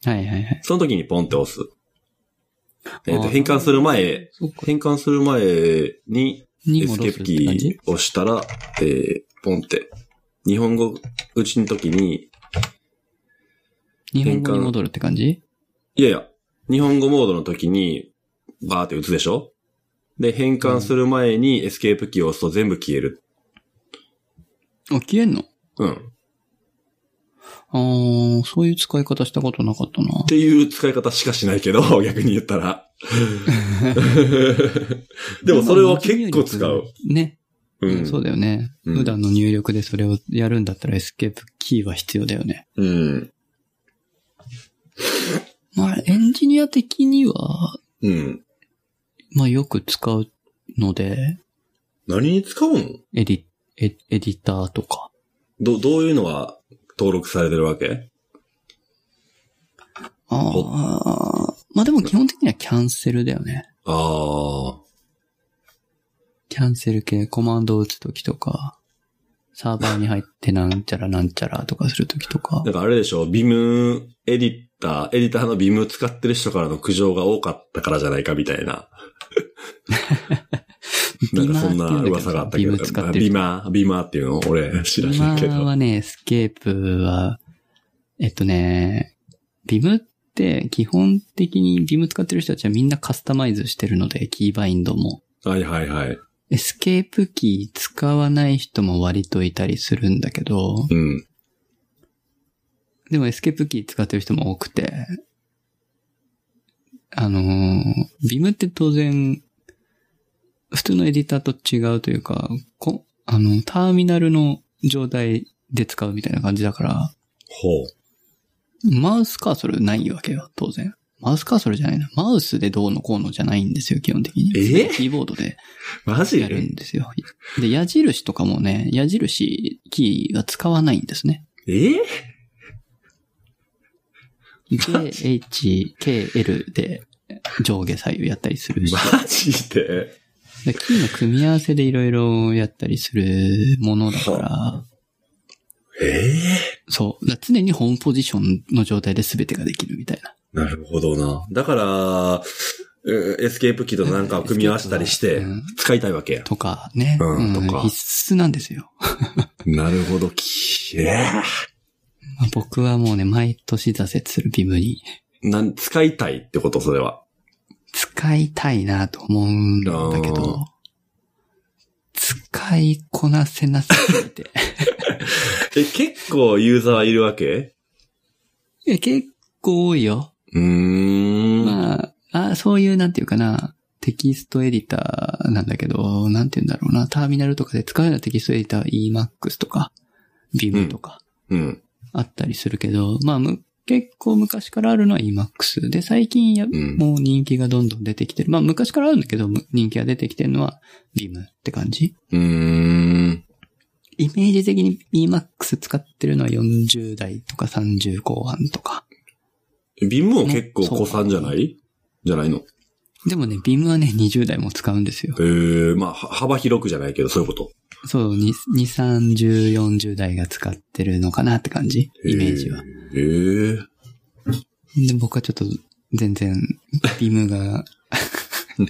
Speaker 2: はいはいはい。
Speaker 1: その時にポンって押す。えっ、
Speaker 2: あ
Speaker 1: と、
Speaker 2: ー
Speaker 1: 変換する前、
Speaker 2: そうか。
Speaker 1: 変換する前に、エ
Speaker 2: 2
Speaker 1: ス
Speaker 2: 号
Speaker 1: ケ
Speaker 2: ロ
Speaker 1: ー
Speaker 2: ス
Speaker 1: プ
Speaker 2: って感じ
Speaker 1: キーを押したら、えー、ポンって。日本語打ちの時に、
Speaker 2: 日本語に戻るって感じ
Speaker 1: いやいや、日本語モードの時に、バーって打つでしょで、変換する前にエスケープキーを押すと全部消える。
Speaker 2: あ、消えんの
Speaker 1: うん。
Speaker 2: あー、そういう使い方したことなかったな。
Speaker 1: っていう使い方しかしないけど、 逆に言った ら。でもそれを結構使う。。
Speaker 2: ね。
Speaker 1: うん。
Speaker 2: そうだよね、
Speaker 1: うん
Speaker 2: 普段の入力でそれをやるんだったらエスケープキーは必要だよね。
Speaker 1: うん。
Speaker 2: まあ、エンジニア的には、
Speaker 1: うん。
Speaker 2: まあよく使うので、
Speaker 1: 何に使うの
Speaker 2: エディ、エエディターとか。
Speaker 1: ど、どういうのは登録されてるわけ
Speaker 2: ああ、まあでも基本的にはキャンセルだよね。
Speaker 1: ああ。
Speaker 2: キャンセル系、コマンドを打つときとか、サーバーに入ってなんちゃらなんちゃらとかするときとか
Speaker 1: な。んかあれでしょ、ビムエディター、エディターのビム使ってる人からの苦情が多かったからじゃないかみたい な。なんかそんな噂があったけど。
Speaker 2: ビム使ってる
Speaker 1: ビマー、ビマーっていうの俺知らないけ
Speaker 2: ビマ
Speaker 1: ど。
Speaker 2: はね、エスケープは、えっとね、ビムって基本的にビム使ってる人たちはみんなカスタマイズしてるので、キーバインドも。
Speaker 1: はいはいはい。
Speaker 2: エスケープキー使わない人も割といたりするんだけど、
Speaker 1: うん。
Speaker 2: でもエスケープキー使ってる人も多くて、あのービムって当然、普通のエディターと違うというか、こあの、ターミナルの状態で使うみたいな感じだから、
Speaker 1: ほう。
Speaker 2: マウスカーソルないわけよ、当然。マウスカーソルじゃないな。マウスでどうのこうのじゃないんですよ、基本的に。
Speaker 1: え
Speaker 2: キーボードで
Speaker 1: マジ
Speaker 2: やるんですよ。で、矢印とかもね、矢印キーは使わないんですね。
Speaker 1: え
Speaker 2: J, H, K, L で上下左右やったりするし。
Speaker 1: マジで
Speaker 2: でキーの組み合わせでいろいろやったりするものだから、
Speaker 1: ええ
Speaker 2: そう。だから常にホームポジションの状態で全てができるみたいな。
Speaker 1: なるほどな。だから、うんエスケープキーとなんかを組み合わせたりして
Speaker 2: うん、
Speaker 1: 使いたいわけや。
Speaker 2: とかね。
Speaker 1: うんとか
Speaker 2: 必須なんですよ。
Speaker 1: なるほど、きえ
Speaker 2: まあ僕はもうね、毎年挫折するビムに
Speaker 1: えなん、使いたいってこと、それは。
Speaker 2: 使いたいなと思うんだけ
Speaker 1: あ
Speaker 2: ど、使いこなせなすぎて。
Speaker 1: え、結構ユーザーはいるわけ
Speaker 2: いや、結構多いよ。
Speaker 1: うーん。
Speaker 2: まあ、あそういうなんていうかな、テキストエディターなんだけど、なんて言うんだろうな、ターミナルとかで使うようなテキストエディターは Emacs とか、ビムとか、
Speaker 1: うん。
Speaker 2: あったりするけど、まあ、む結構昔からあるのは Emacs で、最近や、
Speaker 1: ん
Speaker 2: もう人気がどんどん出てきてる。まあ、昔からあるんだけど、む人気が出てきてるのは Vim って感じ。
Speaker 1: うーん。
Speaker 2: イメージ的に Emacs 使ってるのは40代とか30後半とか。
Speaker 1: ビムも結構
Speaker 2: ねそう
Speaker 1: 子さんじゃないじゃないのへ
Speaker 2: でもね、Vim はね、20代も使うんですよ
Speaker 1: え。まあ、は幅広くじゃないけど、そういうこと。
Speaker 2: そう、2、30、40代が使ってるのかなって感じ。イメージは。
Speaker 1: へえ。
Speaker 2: で、僕はちょっと全然、ビムが、も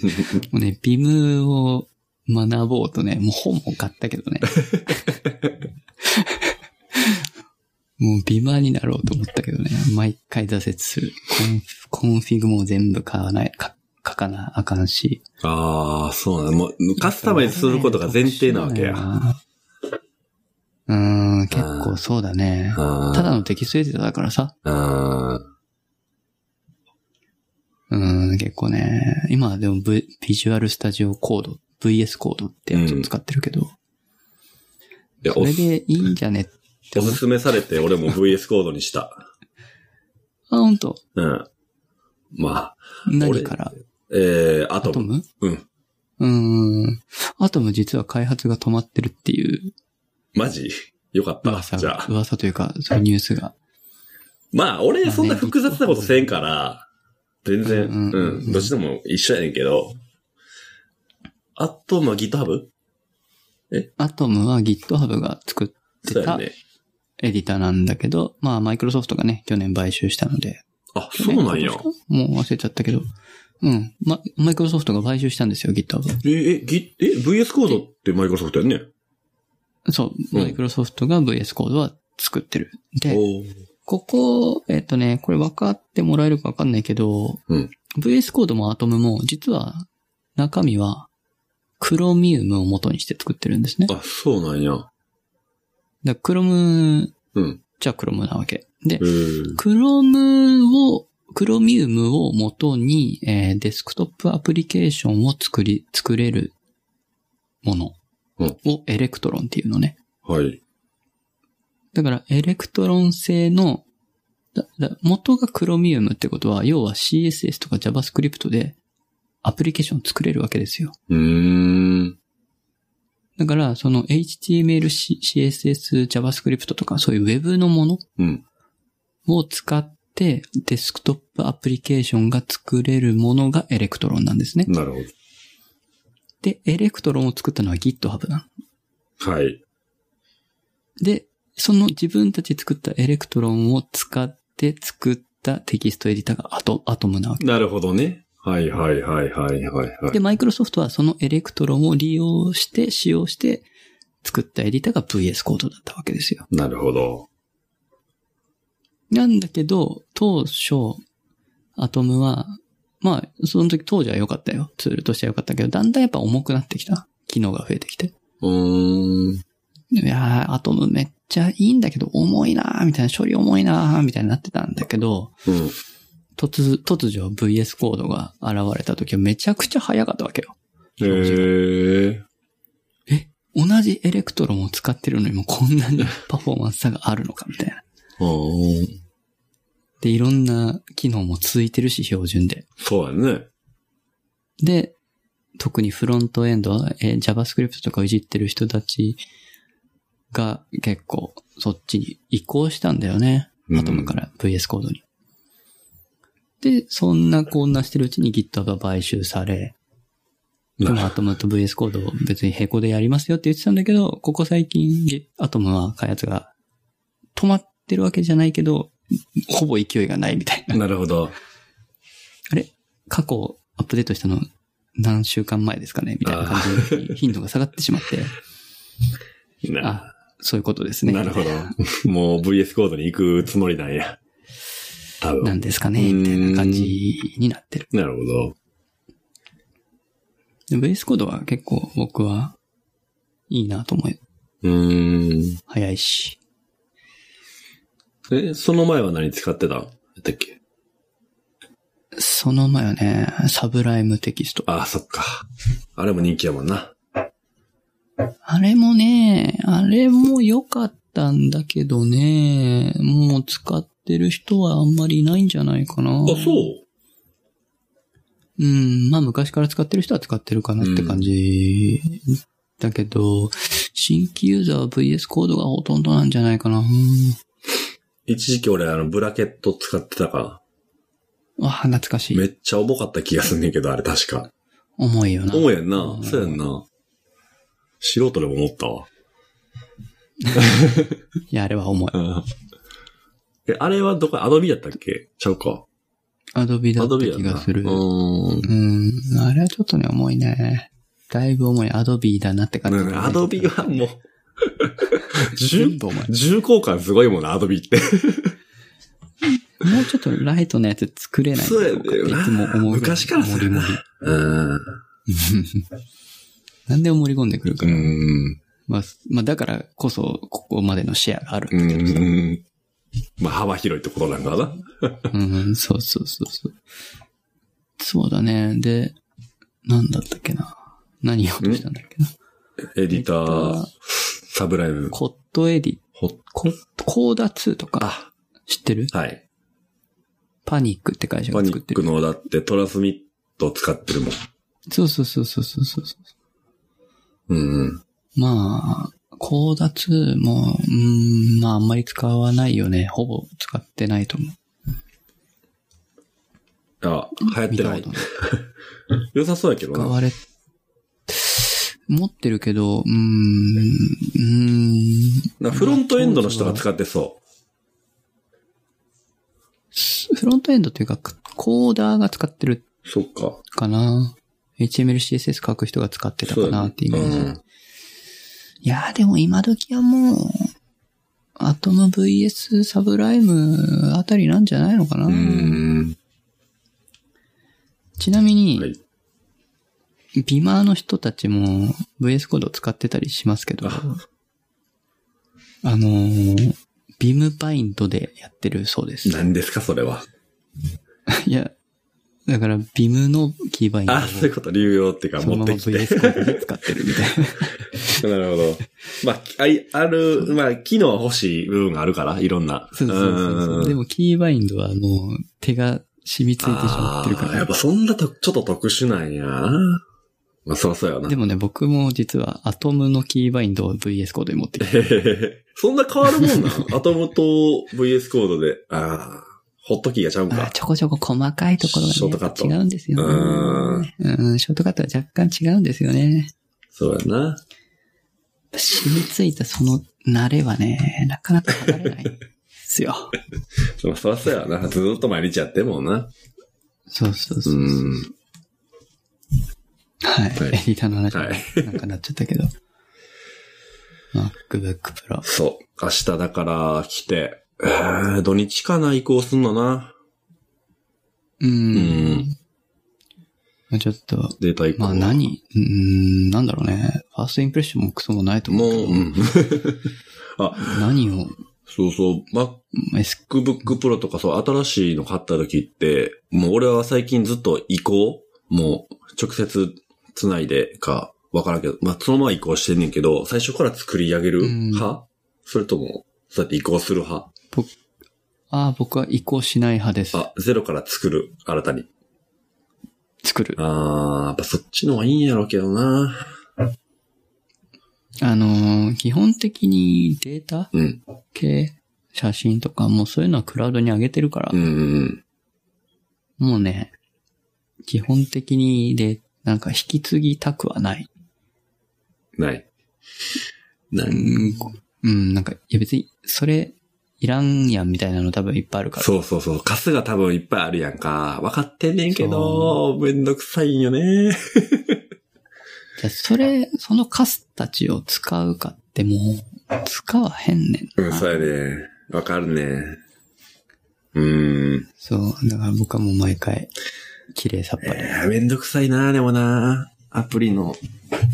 Speaker 2: うね、ビムを学ぼうとね、もう本も買ったけどね。もうビマーになろうと思ったけどね、毎回挫折する。コンフコンフィグも全部買わない、か書かなあかんし。
Speaker 1: ああ、そうなの。もう、カスタマイズすることが前提なわけや。
Speaker 2: うーん、結構そうだね。
Speaker 1: あ
Speaker 2: ただのテキストエディターだからさ。
Speaker 1: あ。ああ。
Speaker 2: うん、結構ね。今でも、v、ビジュアルスタジオコード、VS コードってやつを使ってるけど、
Speaker 1: いや
Speaker 2: そ
Speaker 1: お
Speaker 2: れ
Speaker 1: す、
Speaker 2: でいいんじゃねって
Speaker 1: お
Speaker 2: 思
Speaker 1: す
Speaker 2: う。
Speaker 1: すめされて、俺も VS コードにした。
Speaker 2: あ、ほんと。
Speaker 1: うん。まあ、
Speaker 2: 何から
Speaker 1: えー、あ
Speaker 2: ア
Speaker 1: と
Speaker 2: ト、ム
Speaker 1: うん。
Speaker 2: うん。アトム実は開発が止まってるっていう
Speaker 1: マジよかった。
Speaker 2: 噂
Speaker 1: じゃ
Speaker 2: が
Speaker 1: あ、。
Speaker 2: 噂というか、そういうニュースが。
Speaker 1: まあ、俺、そんな複雑なことせんから、全然、う
Speaker 2: う
Speaker 1: んん、
Speaker 2: うん
Speaker 1: どっちでも一緒やねんけど、あと、まあ、GitHub?
Speaker 2: アトムは GitHub が作って
Speaker 1: そうや
Speaker 2: た
Speaker 1: ね。
Speaker 2: エディターなんだけど、まあ、マイクロソフトがね、去年買収したので。
Speaker 1: あ、そうなんや
Speaker 2: 去。年もう忘れちゃったけど。うん。ま、マイクロソフトが買収したんですよ、GitHub。
Speaker 1: え、え、ぎ、え、VS コードってマイクロソフトやんね。
Speaker 2: そう。
Speaker 1: うん
Speaker 2: マイクロソフトが VS コードは作ってる。
Speaker 1: お
Speaker 2: で、
Speaker 1: ー
Speaker 2: ここ、えっとね、これ分かってもらえるか分かんないけど、
Speaker 1: うん
Speaker 2: VS コードもアトムも、実は中身は、クロミウムを元にして作ってるんですね。だか
Speaker 1: あ、そうなんや。
Speaker 2: らクロム
Speaker 1: うん。
Speaker 2: じゃクロムなわけ。で
Speaker 1: え、ー、
Speaker 2: クロムを、クロミウムを元に、えーデスクトップアプリケーションを作り、作れるものをエレクトロンっていうのね。
Speaker 1: はい。
Speaker 2: だから、エレクトロン製の、だだ元がクロミウムってことは、要は CSS とか JavaScript でアプリケーション作れるわけですよ。
Speaker 1: うーん。
Speaker 2: だから、その HTML、C- CSS、JavaScript とか、そういう Web のもの
Speaker 1: うん。
Speaker 2: を使って、デスクトップアプリケーションが作れるものがエレクトロンなんですね。
Speaker 1: なるほ
Speaker 2: で、エレクトロンを作ったのは GitHub なの。
Speaker 1: ど。はい。
Speaker 2: で、その自分たち作ったエレクトロンを使って作ったテキストエディターがアトアトムなわけ。
Speaker 1: なるほどね。はいはいはいはいはいは
Speaker 2: で、
Speaker 1: い。
Speaker 2: マイクロソフトはそのエレクトロンを利用して、使用して、作ったエディターが VS コードだったわけですよ。
Speaker 1: なるほど。
Speaker 2: なんだけど、当初、アトムは、まあ、その時当時は良かったよ。ツールとしては良かったけど、だんだんやっぱ重くなってきた。機能が増えてきて。
Speaker 1: うーん。
Speaker 2: いやー、アトムめっちゃいいんだけど、重いなー、みたいな、処理重いなー、みたいになってたんだけど、
Speaker 1: うん。
Speaker 2: 突、突如 VS コードが現れた時はめちゃくちゃ早かったわけよ。
Speaker 1: えー。
Speaker 2: 同じエレクトロンを使ってるのにもこんなにパフォーマンス差があるのかみたいな。
Speaker 1: あー
Speaker 2: で、いろんな機能もついてるし、標準で。
Speaker 1: そうやね。
Speaker 2: で、特にフロントエンド、えー JavaScript とかをいじってる人たちが結構そっちに移行したんだよね。
Speaker 1: うん
Speaker 2: アトムから VS コードに。で、そんなこんなしてるうちに GitHub が買収され、でもアトムと VS コードを別に並行でやりますよって言ってたんだけど、ここ最近ゲアトムは開発が止まってるわけじゃないけど、ほぼ勢いがないみたいな。
Speaker 1: なるほど。
Speaker 2: 過去アップデートしたの何週間前ですかねみたいな感じで頻度が下がってしまって、
Speaker 1: な
Speaker 2: あ、そういうことですね。
Speaker 1: なるほど。 もう VS コードに行くつもりなんや。多
Speaker 2: な
Speaker 1: 分。
Speaker 2: んですかねみたいな感じになってる。
Speaker 1: なるほど。
Speaker 2: で VS コードは結構僕はいいなと思う。
Speaker 1: うーん。
Speaker 2: 早いし。
Speaker 1: え、その前は何使ってたやったっけ
Speaker 2: その前はね、サブライムテキスト。
Speaker 1: ああ、そっか。あれも人気やもんな。
Speaker 2: あれもね、あれも良かったんだけどね、もう使ってる人はあんまりいないんじゃないかな。
Speaker 1: あ、そう
Speaker 2: うん、まあ昔から使ってる人は使ってるかなって感じ。だけど、新規ユーザーは VS コードがほとんどなんじゃないかな。うん、
Speaker 1: 一時期俺あの、ブラケット使ってたから。
Speaker 2: わ、懐かし
Speaker 1: め
Speaker 2: い。
Speaker 1: っちゃ重かった気がすんねんけど、あれ確か。
Speaker 2: 重いよな。
Speaker 1: 重いやんな
Speaker 2: う。ん
Speaker 1: そうやんな。素人でも思ったわ。
Speaker 2: いや、あれは重い。
Speaker 1: うんえ、あれはどこ、アドビやったっけちゃうか。
Speaker 2: アドビだ
Speaker 1: ア
Speaker 2: っ
Speaker 1: ド
Speaker 2: た
Speaker 1: ビや
Speaker 2: 気
Speaker 1: んな。
Speaker 2: がする。
Speaker 1: うーん。
Speaker 2: うん、あれはちょっとね、重いね。だいぶ重い。アドビだなって感じ、
Speaker 1: うんアドビはもう
Speaker 2: 全
Speaker 1: 重、
Speaker 2: 部重い。
Speaker 1: 重厚感すごいもんな、アドビって。
Speaker 2: もうちょっとライトなやつ作れない
Speaker 1: そうやねん
Speaker 2: い
Speaker 1: な
Speaker 2: つも思うぐらい。
Speaker 1: 昔からそ
Speaker 2: 盛
Speaker 1: うや
Speaker 2: り
Speaker 1: な
Speaker 2: 盛り。
Speaker 1: うん。
Speaker 2: なんで盛り込んでくるか
Speaker 1: う
Speaker 2: ら。
Speaker 1: ん。
Speaker 2: まあ、まあだからこそ、ここまでのシェアがある
Speaker 1: うん
Speaker 2: だけどさ
Speaker 1: ん。まあ、幅広いってことなんかな。
Speaker 2: うん、そうそうそうそう。そうだね。で、なんだったっけな。何言おうとしたんだっけな。
Speaker 1: エディタ
Speaker 2: エディ
Speaker 1: ー
Speaker 2: ター、
Speaker 1: サブライブ、
Speaker 2: コットエディ、
Speaker 1: ほっ、
Speaker 2: ココーダ2と
Speaker 1: あ、
Speaker 2: か、知ってる
Speaker 1: はい。
Speaker 2: パニックって会社
Speaker 1: パ
Speaker 2: が
Speaker 1: ニ
Speaker 2: 作っ
Speaker 1: ッ
Speaker 2: て
Speaker 1: ク
Speaker 2: る。
Speaker 1: の、だってトラスミット使ってるもん。
Speaker 2: そうそうそうそうそうそうそう。
Speaker 1: うん。
Speaker 2: まあ、コーダ2も、うん、まああんまり使わないよね。ほぼ使ってないと思う。
Speaker 1: あ、流行っ
Speaker 2: 見
Speaker 1: て
Speaker 2: た
Speaker 1: な
Speaker 2: こ
Speaker 1: い
Speaker 2: と。ない。
Speaker 1: 良さそうやけど
Speaker 2: 使
Speaker 1: な。
Speaker 2: われ、持ってるけど、うーん、うー
Speaker 1: なんかフロントエンドの人が使ってそ
Speaker 2: ん、フロントエンドというか、コーダーが使ってる
Speaker 1: う。そっか。
Speaker 2: かな。HTML、CSS 書く人が使ってた
Speaker 1: そ
Speaker 2: か
Speaker 1: うや
Speaker 2: なってイメージ。
Speaker 1: ね。
Speaker 2: いやーでも今時はもう、アトム VS サブライムあたりなんじゃないのかな、
Speaker 1: うん。うん。
Speaker 2: ちなみに、
Speaker 1: はい。
Speaker 2: ビマーの人たちも VS コードを使ってたりしますけど、あ
Speaker 1: あ、
Speaker 2: のー、ビムバインドでやってるそうです。
Speaker 1: 何ですか、それは。
Speaker 2: いや、だからビムのキーバインドを
Speaker 1: あ、そういうこと、流用っていうか、
Speaker 2: その
Speaker 1: 持
Speaker 2: ま
Speaker 1: っ
Speaker 2: ま
Speaker 1: てきて。
Speaker 2: VS コードで使ってるみたいな。
Speaker 1: なるほど。まあ、あい、ある、まあ、機能は欲しい部分があるから、いろんな。
Speaker 2: そうそうそうそう。で
Speaker 1: も、
Speaker 2: もキーバインドはもう手が染みついてしまってる
Speaker 1: あ
Speaker 2: か
Speaker 1: ーや
Speaker 2: ら
Speaker 1: っぱ。そんなと、ちょっと特殊なんやな。まあ、そらそうやな
Speaker 2: で。もね、僕も実はアトムのキーバインドを VS コードに持ってきて。
Speaker 1: そんな変わるもんなんアトムと VS コードで。ああ、ホットキーがちゃうん
Speaker 2: あ
Speaker 1: か
Speaker 2: ー。ちょこちょこ細かいところが、ね、
Speaker 1: ショートカット
Speaker 2: 違うんですよね。うん、ショートカットは若干違うんですよね。
Speaker 1: そうやな。
Speaker 2: 染みついたその慣れはね、なかなか離れないです よ。
Speaker 1: まあ、そらそうやな。ずーっと毎日やってんもんな。
Speaker 2: そうそう
Speaker 1: う
Speaker 2: そう。
Speaker 1: ん。
Speaker 2: は
Speaker 1: はい
Speaker 2: い。エディターの話、
Speaker 1: は
Speaker 2: なんかなっちゃったけ ど。MacBook Pro。
Speaker 1: そう。明日だから来て、えー、土日かな移行すんのな。
Speaker 2: う。
Speaker 1: うんん。
Speaker 2: まあちょっと、
Speaker 1: データ移行
Speaker 2: ま
Speaker 1: は。
Speaker 2: あ何、うん、なんだろうね。ファーストインプレッションもクソもないと
Speaker 1: も
Speaker 2: 思う
Speaker 1: う
Speaker 2: けど、、
Speaker 1: うん。
Speaker 2: 何を
Speaker 1: そうそう。
Speaker 2: S
Speaker 1: MacBook Pro とかそう、新しいの買った時って、もう俺は最近ずっと移行もう直接繋いでか、わからんけど、まあ、そのまま移行してんねんけど、最初から作り上げる
Speaker 2: うん
Speaker 1: 派、それとも、そうやって移行する派
Speaker 2: ああ、僕は移行しない派です。
Speaker 1: あ、ゼロから作る、新たに。
Speaker 2: 作る。
Speaker 1: あー、やっぱそっちの方がいいんやろうけどな。
Speaker 2: あのー基本的にデータ
Speaker 1: うん。
Speaker 2: 系、写真とかもうそういうのはクラウドに上げてるから
Speaker 1: う、んうん
Speaker 2: もうね、基本的にで、なんか引き継ぎたくはない。
Speaker 1: うん。ない。な
Speaker 2: う
Speaker 1: い。
Speaker 2: ん、うん、なんか、いや別に、それ、いらんやんみたいなの多分いっぱいあるから。
Speaker 1: そうそうそう。カスが多分いっぱいあるやんか。わかってんねんけど、めんどくさいんよね。
Speaker 2: じゃあそれ、そのカスたちを使うかってもう、使わへんねん
Speaker 1: う
Speaker 2: な。
Speaker 1: ん、そうやね。わかるね。うーん。
Speaker 2: そう、だから僕はもう毎回、綺麗さっぱり。
Speaker 1: めんどくさいな、でもな。アプリの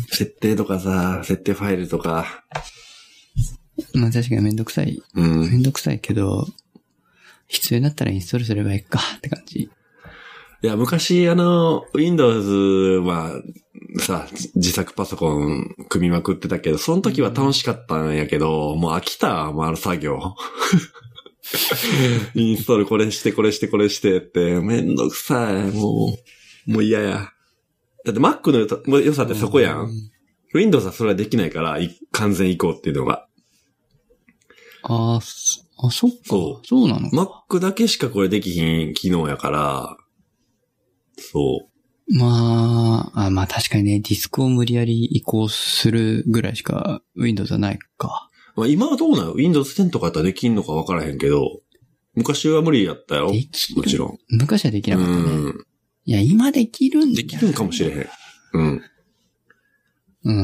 Speaker 1: 設定とかさ、設定ファイルとか。
Speaker 2: まあ確かにめんどくさいうめ
Speaker 1: ん。
Speaker 2: んどくさいけど、必要になったらインストールすればいいか って感じ。
Speaker 1: いや、昔、あの、Windows は、さ、自作パソコン組みまくってたけど、その時は楽しかったんやけど、もう飽きた、もうあの作業。インストールこれして、これして、これしてって、めんどくさい、もう、もう嫌や。だって Mac のよた良さってそこや。
Speaker 2: うん
Speaker 1: Windows はそれはできないから、い完全移行っていうのが。
Speaker 2: あーそあ、そっか。
Speaker 1: そ
Speaker 2: そうなの
Speaker 1: Mac だけしかこれできひん機能やから、そ
Speaker 2: まあ、あ、まあ確かにね、ディスクを無理やり移行するぐらいしか Windows はないか。
Speaker 1: う。まあ今はどうなの ?Windows 10とかやったらできんのかわからへんけど、昔は無理やったよ。
Speaker 2: できる
Speaker 1: もちろん。
Speaker 2: 昔はできな
Speaker 1: う
Speaker 2: かったね。
Speaker 1: ん。
Speaker 2: いや、今できるん
Speaker 1: できるんかもしれへん。うん。
Speaker 2: れん。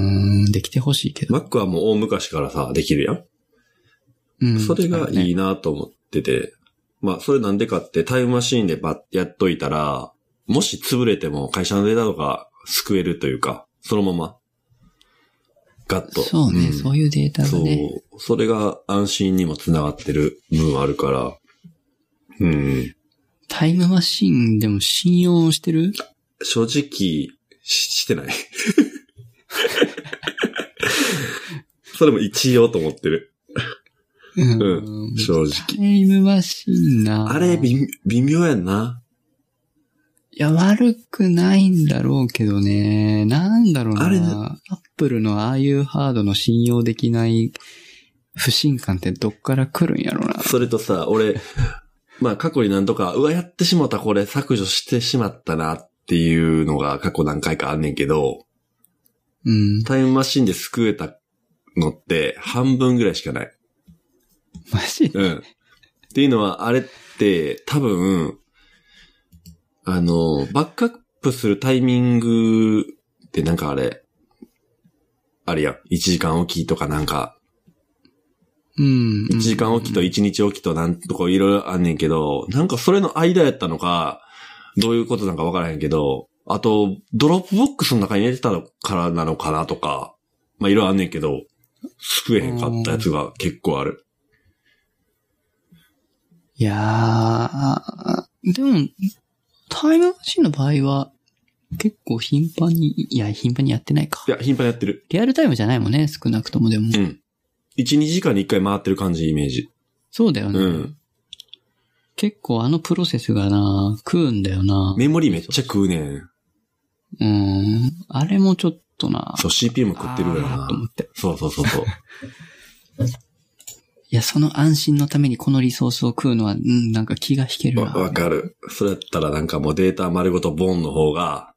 Speaker 2: うーん、できてほしいけど。
Speaker 1: Mac はもう大昔からさ、できるやん。
Speaker 2: うん、
Speaker 1: それがい
Speaker 2: い。
Speaker 1: いなと思ってて。まあ、それなんでかってタイムマシーンでばやっといたら、もし潰れても会社のデータとか救えるというか、そのまま。ガッと。
Speaker 2: そうね、
Speaker 1: ん
Speaker 2: そういうデータがね。
Speaker 1: そう。それが安心にもつながってる部分あるから。うん。
Speaker 2: タイムマシンでも信用してる
Speaker 1: 正直、ししてない。 それも一応と思ってる。
Speaker 2: うん
Speaker 1: 正直
Speaker 2: タイムマシンな。
Speaker 1: あれ、微微妙やんな。
Speaker 2: いや、悪くないんだろうけどね。なんだろうな。
Speaker 1: あれ
Speaker 2: アップルのああいうハードの信 用できない不信感ってどっから来るんやろうな。
Speaker 1: それとさ、俺、まあ過去になんとか、うわ、やってしもたこれ削除してしまったなっていうのが過去何回かあんねんけど、
Speaker 2: うん。
Speaker 1: タイムマシンで救えたのって半分ぐらいしかない。
Speaker 2: マジで。
Speaker 1: うん。っていうのは、あれって、多分、あの、バックアップするタイミングってなんかあれ、あれやん、1時間おきとかなんか、
Speaker 2: うん。
Speaker 1: 1時間おきと1日おきとなんとかいろいろあんねんけど、なんかそれの間やったのか、どういうことなんかわからへんけど、あと、ドロップボックスの中に入れてたのからなのかなとか、まあいろいろあんねんけど、救えへんかったやつが結構ある。
Speaker 2: いやー、でも、タイムマシンの場合は、結構頻繁に、いや、頻繁にやってないか
Speaker 1: い。や、頻繁にやってる。
Speaker 2: リアルタイムじゃないもんね、少なくともでも。
Speaker 1: うん。1、2時間に1回回ってる感じ、イメージ。
Speaker 2: そうだよね。
Speaker 1: うん。
Speaker 2: 結構あのプロセスがな、食うんだよな。
Speaker 1: メモリーめっちゃ食うねん。
Speaker 2: うん。あれもちょっとな。
Speaker 1: そう、CPU も食ってるから
Speaker 2: あー
Speaker 1: な
Speaker 2: と。思って。
Speaker 1: そうそうそう そう。
Speaker 2: いや、その安心のためにこのリソースを食うのは、うん、なんか気が引ける
Speaker 1: わわ
Speaker 2: わ。
Speaker 1: かる。それやったらなんかもうデータ丸ごとボンの方が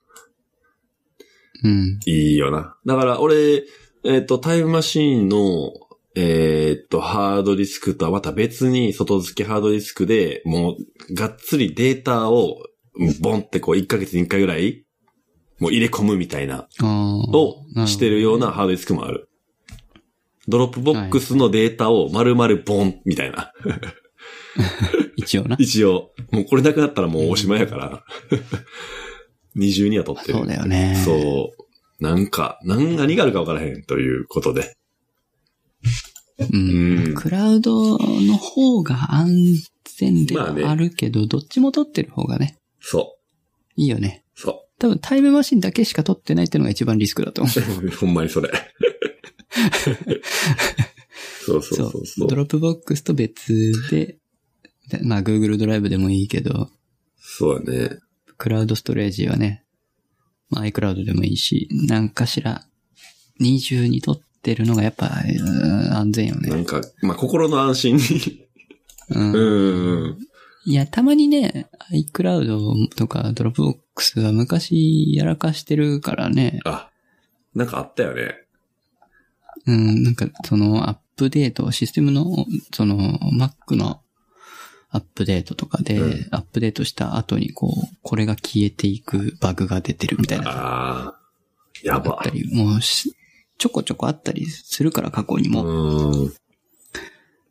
Speaker 2: うん。
Speaker 1: いいよな。だから俺、えっ、と、タイムマシーンの、えっ、と、ハードディスクとはまた別に外付けハードディスクでもうがっつりデータをボンってこう1ヶ月に1回ぐらいもう入れ込むみたいな
Speaker 2: ああ。
Speaker 1: をして
Speaker 2: る
Speaker 1: るようなハードディスクもある。ドロップボックスのデータを丸々ボンみたいな。
Speaker 2: ほど。一応な。
Speaker 1: 一応、もうこれなくなったらもうおしまいやから。 二重には取ってる。
Speaker 2: そうだよね。
Speaker 1: そう。なんか、何何があるか分からへんということで。
Speaker 2: う。
Speaker 1: うんん。
Speaker 2: クラウドの方が安全ではあるけど、どっちも取ってる方がね、
Speaker 1: そ
Speaker 2: いいよね。
Speaker 1: う。そ
Speaker 2: 多分タイムマシンだけしか取ってないっていうのが一番リスクだと思う。
Speaker 1: う。 ほんまに それ。そうそうそうそう。
Speaker 2: ドロップボックスと別で、でまあ Google ドライブでもいいけど、
Speaker 1: そうやね。
Speaker 2: クラウドストレージはね、まあ iCloud でもいいし、なんかしら、二重に取ってるのがやっぱ、うん安全よ
Speaker 1: な
Speaker 2: ね。
Speaker 1: んか、まあ、心の安心に。
Speaker 2: うん
Speaker 1: うん。
Speaker 2: いや、たまにね、iCloud とか Dropbox は昔やらかしてるからね。
Speaker 1: あ、なんかあったよね。
Speaker 2: うん、なんかそのアップデート、システムの、その Mac のアップデートとかで、
Speaker 1: うん
Speaker 2: アップデートした後にこう、これが消えていくバグが出てるみたいな、
Speaker 1: ああ、や
Speaker 2: あ
Speaker 1: ば
Speaker 2: っ。たり、もうし、ちょこちょこあったりするから過去に
Speaker 1: う
Speaker 2: も。い
Speaker 1: ーん。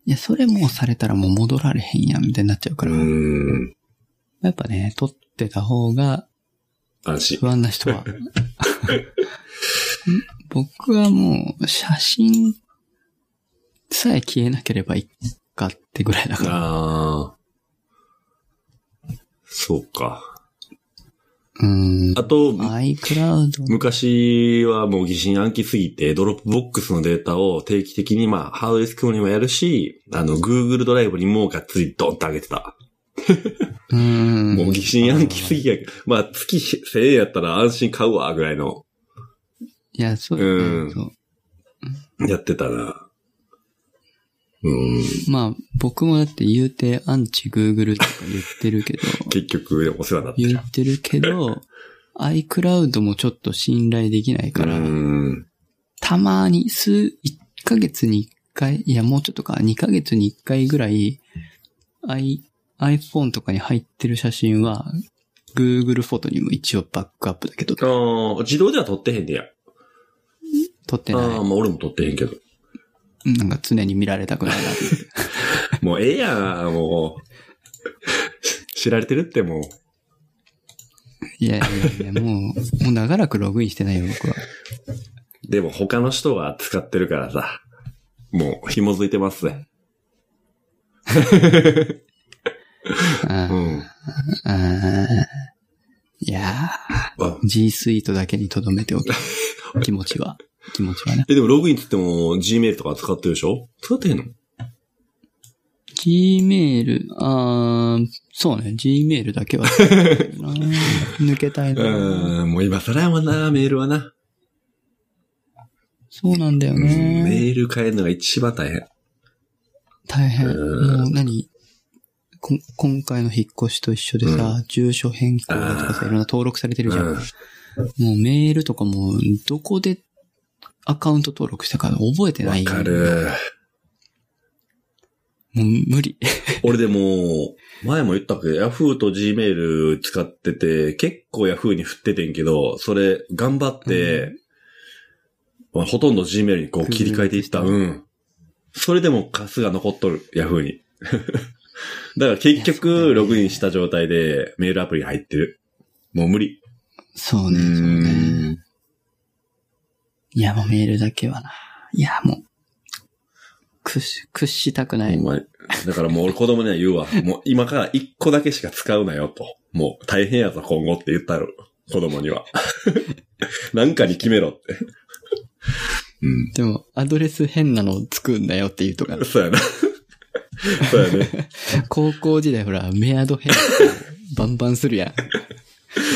Speaker 2: や、それもうされたらもう戻られへんやん、みたいになっちゃう
Speaker 1: う
Speaker 2: から。
Speaker 1: ーん。
Speaker 2: やっぱね、取ってた方が
Speaker 1: 安心。
Speaker 2: 不安な 人は。僕はもう、写真さえ消えなければいいかってぐらいだから。
Speaker 1: ああ。そうか。
Speaker 2: うん。
Speaker 1: あと、
Speaker 2: iCloud。
Speaker 1: 昔はもう疑心暗鬼すぎて、ドロップボックスのデータを定期的にまあ、ハードディスクにもやるし、あの、Google ドライブにもがっつりドンってあげてた。
Speaker 2: うん。
Speaker 1: もう疑心暗鬼すぎやけど、まあ、月1000円やったら安心買うわ、ぐらいの、
Speaker 2: いや、そう,、
Speaker 1: うん
Speaker 2: そう。
Speaker 1: やってたな。うん。
Speaker 2: まあ、僕もだって言うて、アンチ Google とか言ってるけど、
Speaker 1: 結局、でもお世話になってる
Speaker 2: 言ってるけど、iCloud もちょっと信頼できないから、
Speaker 1: うん。
Speaker 2: たまに数、1ヶ月に1回、いやもうちょっとか、2ヶ月に1回ぐらい、i、iPhone とかに入ってる写真は、Google フォトにも一応バックアップだけど、
Speaker 1: ああ、自動では撮ってへんでや。
Speaker 2: 撮って
Speaker 1: あ
Speaker 2: な
Speaker 1: あー、
Speaker 2: い。
Speaker 1: まあ俺も撮ってへんけど。
Speaker 2: なんか常に見られたくないなって。
Speaker 1: もうええやん、もう。 知られてるってもう。
Speaker 2: いやいやいや、もう、もう長らくログインしてないよ、僕は。
Speaker 1: でも他の人が使ってるからさ。もう紐づいてますね。
Speaker 2: あ
Speaker 1: う
Speaker 2: ー
Speaker 1: ん。
Speaker 2: あーいや
Speaker 1: あ
Speaker 2: ー、G Suite だけに留めておく。気持ちは。気持ちはね。
Speaker 1: え、でもログインっつっても Gmail とか使ってるでしょ使ってへんの
Speaker 2: Gmail、あーそうね、Gmail だけは使ってるな。抜けたいな。
Speaker 1: うーん、もう今更やもんな、メールはな。
Speaker 2: そうなんだよ
Speaker 1: うん、メ
Speaker 2: ね。
Speaker 1: ール変えるのが一番大変。
Speaker 2: 大変。
Speaker 1: うん
Speaker 2: もう何こん今回の引っ越しと一緒でさ、住所変更とかさ、いろんな登録されてるじゃん。
Speaker 1: うん
Speaker 2: もうメールとかも、どこでアカウント登録したか覚えてな
Speaker 1: わ
Speaker 2: い。
Speaker 1: かる。
Speaker 2: もう無理。
Speaker 1: 俺でも、前も言ったっけ、Yahoo と Gmail 使ってて、結構 Yahoo に振っててんけど、それ頑張って、まあ、ほとんど Gmail にこう切り替えていった。
Speaker 2: う
Speaker 1: うん。それでもカスが残っとる、Yahoo に。 だから結
Speaker 2: いやそうだ
Speaker 1: 局、
Speaker 2: ね
Speaker 1: ログインした状態でメールアプリに入ってる。もう無理。
Speaker 2: そうね、そうね。いや、もうメールだけはな。いや、もう、屈し、屈したくな
Speaker 1: ほ
Speaker 2: い
Speaker 1: ん。まにだからもう俺子供には言うわ。もう今から一個だけしか使うなよと。もう大変やぞ今後って言ったる。子供には。 なんかに決めろって。うん。
Speaker 2: でも、アドレス変なの作るんだよっていうとか、
Speaker 1: そうやな。そうやね。
Speaker 2: 高校時代ほら、メアド変、バンバンするやん。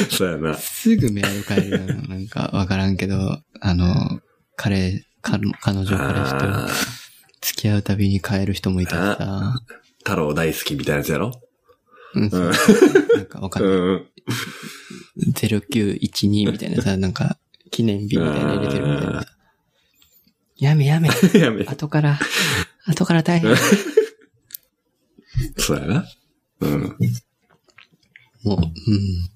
Speaker 1: そうやな。
Speaker 2: すぐメアド変えるの、なんかわからんけど、あの、彼、彼彼女彼氏
Speaker 1: あ
Speaker 2: と
Speaker 1: ー
Speaker 2: 付き合うたびに変える人もいたしさ、
Speaker 1: 太郎大好きみたいなやつやろ
Speaker 2: うん、そううんなんかわかん
Speaker 1: う
Speaker 2: ない。
Speaker 1: ん。
Speaker 2: 0912みたいなさ、なんか、記念日みたいなの入れてるみたいなさ。やめ やめ。
Speaker 1: やめ。
Speaker 2: 後から、後から大変。
Speaker 1: そうやな。うん。
Speaker 2: もう、うん。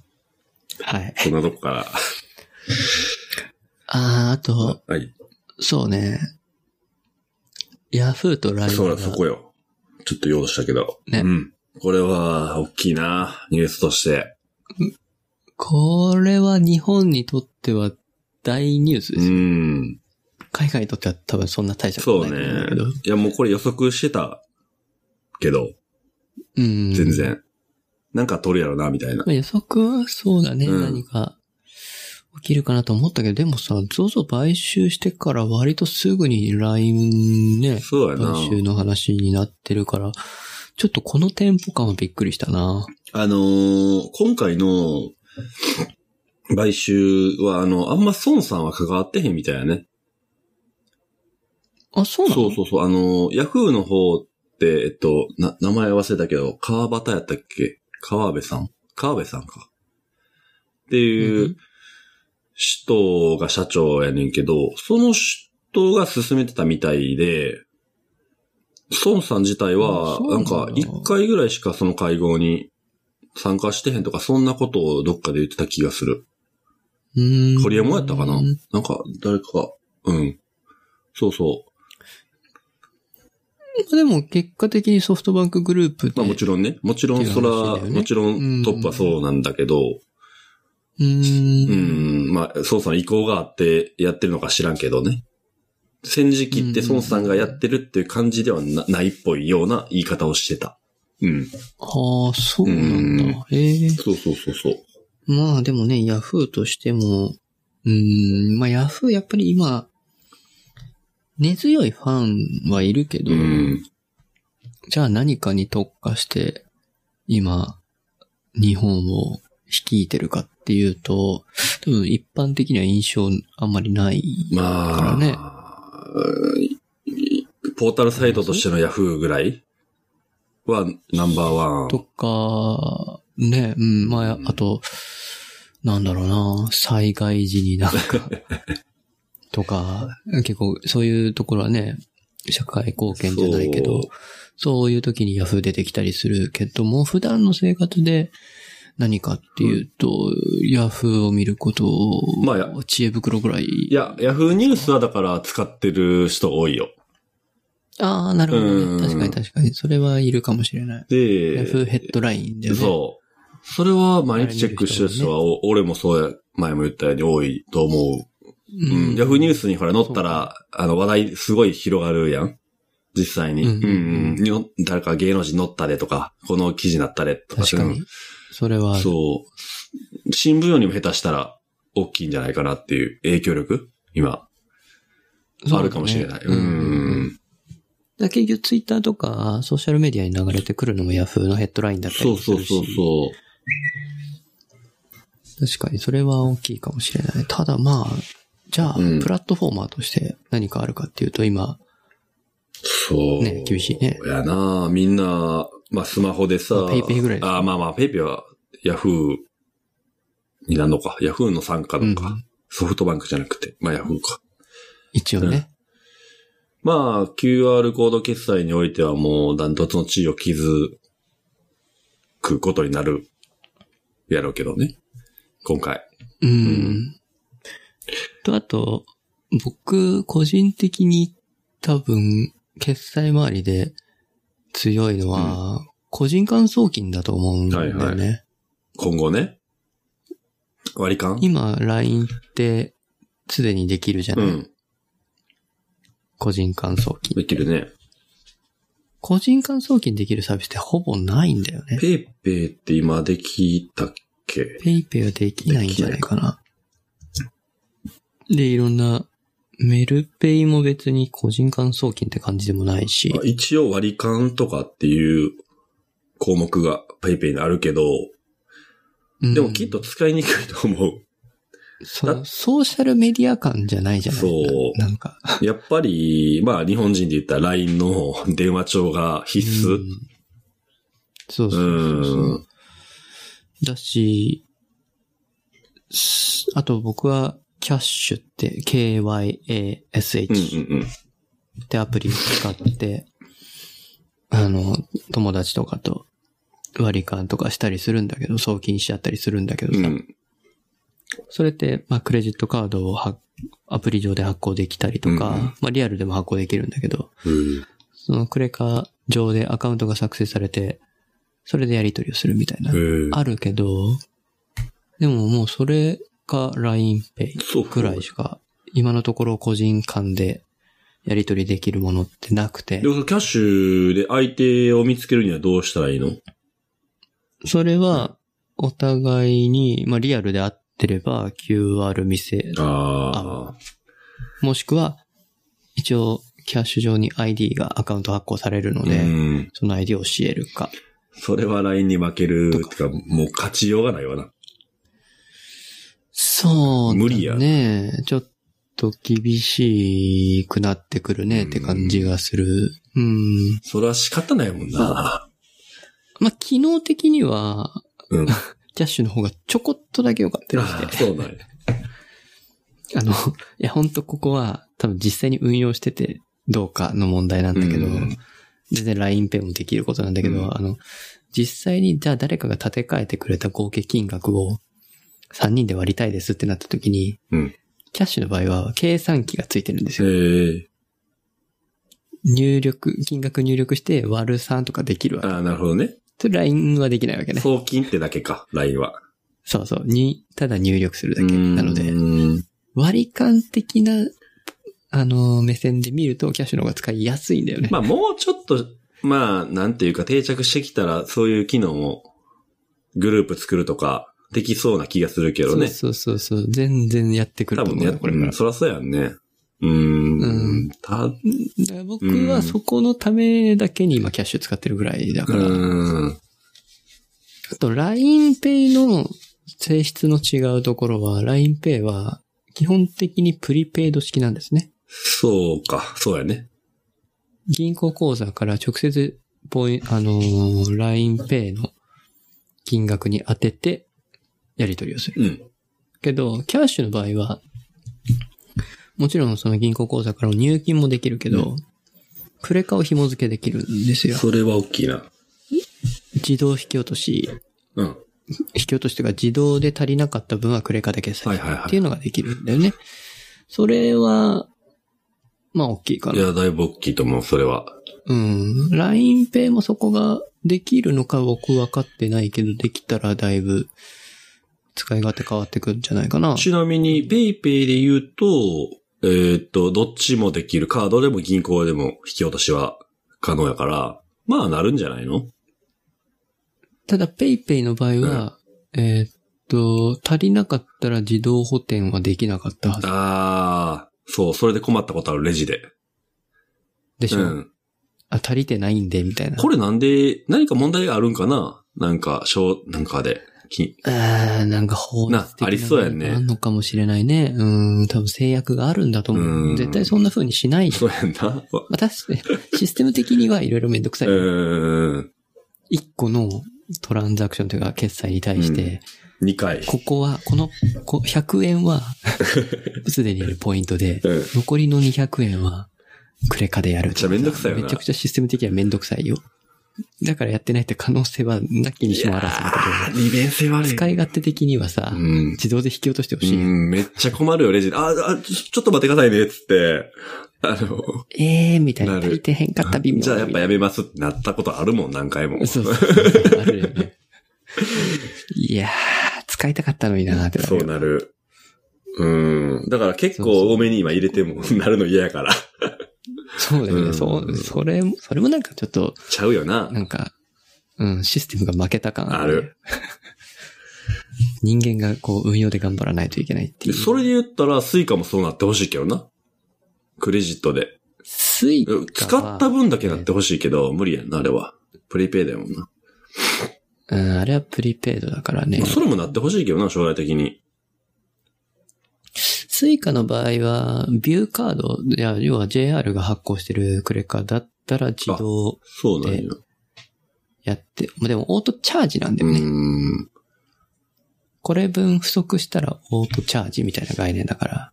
Speaker 2: はい。
Speaker 1: こんなとこから。
Speaker 2: あー、あと、
Speaker 1: はい。
Speaker 2: そうね。ヤフーとライブ
Speaker 1: そう
Speaker 2: が
Speaker 1: だ、そこよ。ちょっと用意したけど。
Speaker 2: ね
Speaker 1: うん。これは、大きいな。ニュースとして。
Speaker 2: これは日本にとっては大ニュースで
Speaker 1: う
Speaker 2: すよ。
Speaker 1: ん。
Speaker 2: 海外にとっては多分そんな大したこ
Speaker 1: そ
Speaker 2: と
Speaker 1: う
Speaker 2: ない
Speaker 1: ね
Speaker 2: と思うんだけど。。
Speaker 1: いや、もうこれ予測してたけど、
Speaker 2: うん。
Speaker 1: 全。然。なんか取るやろな、みたいな
Speaker 2: ま。あ、予測はそうだね、
Speaker 1: うん
Speaker 2: 何か起きるかなと思ったけど、でもさ、ZOZO 買収してから割とすぐに LINE ね、
Speaker 1: そうやな。
Speaker 2: 買収の話になってるから、ちょっとこのテンポ感はびっくりしたな。
Speaker 1: あのー今回の買収は、あの、あんま孫さんは関わってへんみたいやね。
Speaker 2: あ、そうなの
Speaker 1: そうそうそう。あのー、ヤフーの方って、えっと、な、名前忘れたけど、川端やったっけ川辺さん川辺さんか。っていう、
Speaker 2: うん
Speaker 1: 人が社長やねんけど、その人が進めてたみたいで、孫さん自体
Speaker 2: あ
Speaker 1: は、
Speaker 2: そうな
Speaker 1: なんん
Speaker 2: だ
Speaker 1: か、一回ぐらいしかその会合に参加してへんとか、そんなことをどっかで言ってた気がする。
Speaker 2: うーん。
Speaker 1: ホリエモンやったかな
Speaker 2: うん
Speaker 1: なんか、誰かが、うん。そうそ
Speaker 2: でも結果的にソフトバンクグループ
Speaker 1: う。まあもち
Speaker 2: ろ
Speaker 1: ろんね、もちろんそれ
Speaker 2: っていう話だ
Speaker 1: は、
Speaker 2: よね
Speaker 1: もちろんトップはそうなんだけど、
Speaker 2: ん。うーん。
Speaker 1: うん、まあ、孫さん意向があってやってるのか知らんけどね。戦時期って孫さんがやってるっていう感じではなないっぽいような言い方をしてた。うん。
Speaker 2: ああ、そうなんだ。
Speaker 1: うん
Speaker 2: へえ。
Speaker 1: そうそうそうそう。
Speaker 2: まあでもね、ヤフーとしても、うーん、まあヤフーやっぱり今、根強いファンはいるけど、
Speaker 1: うん。
Speaker 2: じゃあ何かに特化して、今、日本を率いてるかっていうと、多分一般的には印象あんまりない。
Speaker 1: まあ、
Speaker 2: からね
Speaker 1: うんポータルサイトとしてのヤフーぐらいはナンバーワン。
Speaker 2: とか、ね、うん、まあ
Speaker 1: う、ん
Speaker 2: あと、なんだろうな、災害時になん か、とか、結構そういうところはね、社会貢献じゃないけど
Speaker 1: そう、
Speaker 2: そういう時にヤフー出てきたりするけども、普段の生活で何かっていうと、ヤフーを見ることを、
Speaker 1: まあや
Speaker 2: 知恵袋ぐらい。
Speaker 1: いや、ヤフーニュースはだから使ってる人多いよ。
Speaker 2: ああ、なるほど、
Speaker 1: うん
Speaker 2: ね。確かに確かに。それはいるかもしれない。
Speaker 1: で、
Speaker 2: ヤフーヘッドラインでね。
Speaker 1: そう。それは毎日チェックしてる人は、お俺もそうや、前も言ったように多いと思
Speaker 2: う
Speaker 1: う。
Speaker 2: ん。
Speaker 1: うん。ヤフーニュースにほら載ったら、あの話題すごい広がるやん。実際に。
Speaker 2: う
Speaker 1: うんん、うんの誰か芸能人載ったでとか、この記事になったでとか。
Speaker 2: 確かに。それ
Speaker 1: う
Speaker 2: は
Speaker 1: ん。そう。新聞よりも下手したら大きいんじゃないかなっていう影響力今、あるかもしれない。
Speaker 2: そうだ
Speaker 1: う
Speaker 2: ねだか
Speaker 1: ん。
Speaker 2: ら結局ツイッターとかソーシャルメディアに流れてくるのも Yahoo のヘッドラインだったり
Speaker 1: そう
Speaker 2: もす
Speaker 1: そう
Speaker 2: るし。
Speaker 1: そうそう。
Speaker 2: 確かにそれは大きいかもしれない。ただまあ、じゃあ、
Speaker 1: うん
Speaker 2: プラットフォーマーとして何かあるかっていうと今、
Speaker 1: そう。
Speaker 2: ね厳しいね
Speaker 1: やなみんな、まあスマホでさ
Speaker 2: まあ、ペイペイぐらいです
Speaker 1: あーまあまあ、ペイペイはヤフーになるのか。ヤフーの参加のか。
Speaker 2: うん
Speaker 1: ソフトバンクじゃなくて、まあヤフーか。
Speaker 2: 一応ね。
Speaker 1: まあ、QR コード決済においてはもう断トツの地位を築くことになるやろうけどね。今回。
Speaker 2: うん。
Speaker 1: ん
Speaker 2: と、あと、僕、個人的に多分、決済周りで強いのは、個人間送金だと思うんだよね。
Speaker 1: はいは今後ね。割り勘
Speaker 2: 今、LINE って、すでにできるじゃな
Speaker 1: う
Speaker 2: い、
Speaker 1: ん。
Speaker 2: 個人間送金。
Speaker 1: できるね。
Speaker 2: 個人間送金できるサービスってほぼないんだよね。
Speaker 1: ペイペイって今できたっけ
Speaker 2: ペイペイはできないんじゃないかな。で、いろんな、メルペイも別に個人間送金って感じでもないし
Speaker 1: まあ、一応割り勘とかっていう項目がペイペイにあるけど、でもきっと使いにくいと思 う。
Speaker 2: うんその、ソーシャルメディア感じゃないじゃない
Speaker 1: そう
Speaker 2: ななんか。
Speaker 1: やっぱり、まあ日本人で言ったら LINE の電話帳が必須。
Speaker 2: うんそう
Speaker 1: う
Speaker 2: そうそうそう。
Speaker 1: ん。
Speaker 2: だし、すあと僕は、キャッシュって、
Speaker 1: うん
Speaker 2: KYASH
Speaker 1: うんうん。
Speaker 2: ってアプリを使って、あの、友達とかと割り勘とかしたりするんだけど、送金しちゃったりするんだけどさ、
Speaker 1: うん。
Speaker 2: それって、まあ、クレジットカードをはアプリ上で発行できたりとか、
Speaker 1: うんうん
Speaker 2: まあ、リアルでも発行できるんだけど、
Speaker 1: うん
Speaker 2: そのクレカ上でアカウントが作成されて、それでやり取りをするみたいな。
Speaker 1: うん
Speaker 2: あるけど、でももうそれか LINEPay
Speaker 1: そう
Speaker 2: くらいしか、今のところ個人間でやり取りできるものってなくて
Speaker 1: で、もそのキャッシュで相手を見つけるにはどうしたらいいの
Speaker 2: それはお互いに、まあ、リアルで会ってれば QR 見せ、
Speaker 1: ああ。
Speaker 2: もしくは一応キャッシュ上に ID がアカウント発行されるの
Speaker 1: う
Speaker 2: で、
Speaker 1: ん。
Speaker 2: その ID を教えるか。
Speaker 1: それは LINE に負ける。てか、もう勝ちようがないわな。
Speaker 2: そう、
Speaker 1: 無理や
Speaker 2: ねちょっと厳しくなってくるねって感じがする。うん。
Speaker 1: それは仕方ないもんな。
Speaker 2: まあ、機能的には、
Speaker 1: うん。あ
Speaker 2: キャッシュの方がちょこっとだけ良かったりし
Speaker 1: ーそう なんや。
Speaker 2: て。あの、い や、ほんとここは、多分実際に運用しててどうかの問題なんだけど、
Speaker 1: うん
Speaker 2: 全然 LINEPay もできることなんだけど、
Speaker 1: うん
Speaker 2: あの、実際にじゃあ誰かが立て替えてくれた合計金額を3人で割りたいですってなった時に、
Speaker 1: うん
Speaker 2: キャッシュの場合は計算機がついてるんですよ。
Speaker 1: へえ。
Speaker 2: 入力、金額入力して割る3とかできるわけ。
Speaker 1: ああ、なるほどね。
Speaker 2: それ LINE はできないわけね。そう
Speaker 1: 送金ってだけか、LINE は。
Speaker 2: そうに、ただ入力するだけ。なので
Speaker 1: う、ーん
Speaker 2: 割り勘的な、あの、目線で見ると、キャッシュの方が使いやすいんだよね。
Speaker 1: まあ、もうちょっと、まあ、なんていうか定着してきたら、そういう機能も、グループ作るとか、できそうな気がするけどね。
Speaker 2: そうそうそうそう。全然やってくる
Speaker 1: 多
Speaker 2: と
Speaker 1: 分
Speaker 2: 思うよ、
Speaker 1: ね、
Speaker 2: これか
Speaker 1: う
Speaker 2: ら
Speaker 1: ん。そらそうやんね。うーん。
Speaker 2: うん
Speaker 1: ん、た、う
Speaker 2: だから僕はそこのためだけに今キャッシュ使ってるぐらいだから。
Speaker 1: ーん。
Speaker 2: あと、LINEPay の性質の違うところは、LINEPay は基本的にプリペイド式なんですね。
Speaker 1: そうか、そうやね。
Speaker 2: 銀行口座から直接ポイン、あのー、LINEPay の金額に当てて、やり取りをする。
Speaker 1: うん。
Speaker 2: けど、キャッシュの場合は、もちろんその銀行口座からの入金もできるけど、
Speaker 1: う
Speaker 2: クレカを紐付けできるんですよ。
Speaker 1: それは大きいな。
Speaker 2: 自動引き落とし、
Speaker 1: うん。
Speaker 2: 引き落としというか自動で足りなかった分はクレカで決
Speaker 1: は
Speaker 2: 済
Speaker 1: い
Speaker 2: す
Speaker 1: はい
Speaker 2: る
Speaker 1: はい
Speaker 2: っていうのができるんだよね。それは、まあ大きいか
Speaker 1: い
Speaker 2: な。
Speaker 1: や、だいぶ大きいと思う、それは。
Speaker 2: うん。LINEPay もそこができるのか僕分かってないけど、できたらだいぶ使い勝手変わってくるんじゃないかな。
Speaker 1: ちなみに、ペイペイで言うと、えーっと、どっちもできる。カードでも銀行でも引き落としは可能やから、まあなるんじゃないの
Speaker 2: ただ、ペイペイの場合は、えーっと、足りなかったら自動補填はできなかったはず
Speaker 1: ああ、そう、それで困ったことある、レジで。
Speaker 2: でし
Speaker 1: う
Speaker 2: ょ、
Speaker 1: ん。
Speaker 2: あ、足りてないんで、みたいな。
Speaker 1: これなんで、何か問題があるんかななんか、小、なんかで。き
Speaker 2: あーなんか法律的な
Speaker 1: なありそうやね
Speaker 2: あんのかもしれないね。うん、多分制約があるんだと思
Speaker 1: う
Speaker 2: う。
Speaker 1: ん
Speaker 2: 絶対そんな風にしないし。
Speaker 1: そうやんな。
Speaker 2: まあ、確かに、システム的にはいろいろめんどくさい。
Speaker 1: うーん。
Speaker 2: 一個のトランザクションというか決済に対して、
Speaker 1: 2回。
Speaker 2: ここは、この、こ100 円は、すでにあるポイントで、
Speaker 1: うん。
Speaker 2: 残りの200円は、クレカでやる。め
Speaker 1: っちゃめんどくさいよな
Speaker 2: めちゃくちゃシステム的にはめんどくさいよ。だからやってないって可能性はなきにしもあらずのこ
Speaker 1: あー利便性悪
Speaker 2: と
Speaker 1: い。
Speaker 2: で。使い勝手的にはさ
Speaker 1: う、ん。
Speaker 2: 自動で引き落としてほ
Speaker 1: う
Speaker 2: しい。
Speaker 1: ん、めっちゃ困るよ、レジ。あ、あ、ちょちょっと待ってくださいね、つって。あの、
Speaker 2: ええー、みたいな。
Speaker 1: なる
Speaker 2: 足りてへんかった微妙
Speaker 1: じゃあやっぱや
Speaker 2: め
Speaker 1: めますってなったことあるもん、何回も。
Speaker 2: そうそうそう。あるよね。いやー、使いたかったのになーってなる
Speaker 1: そう
Speaker 2: よ。
Speaker 1: なる。うん。だから結
Speaker 2: そうそ
Speaker 1: 構多めに今入れてもなるの嫌やから。
Speaker 2: そうだよ
Speaker 1: う
Speaker 2: ね。
Speaker 1: ん
Speaker 2: そう、それも、それもなんかちょっと、
Speaker 1: ちゃうよな。
Speaker 2: なんか、うん、システムが負けた感
Speaker 1: ある。
Speaker 2: 人間がこう運用で頑張らないといけないってい
Speaker 1: で
Speaker 2: う。
Speaker 1: それで言ったら、スイカもそうなってほしいけどな。クレジットで。
Speaker 2: スイカは
Speaker 1: 使った分だけなってほしいけど、無理やんな、あれは。プリペイだもんな。
Speaker 2: うん、あれはプリペイドだからね
Speaker 1: まあ。それもなってほしいけどな、将来的に。
Speaker 2: スイカの場合は、ビューカード、いや、要は JR が発行してるクレカだったら自動
Speaker 1: そうなんや。
Speaker 2: やって、でもオートチャージなんだ
Speaker 1: う
Speaker 2: よね。
Speaker 1: ん。
Speaker 2: これ分不足したらオートチャージみたいな概念だから。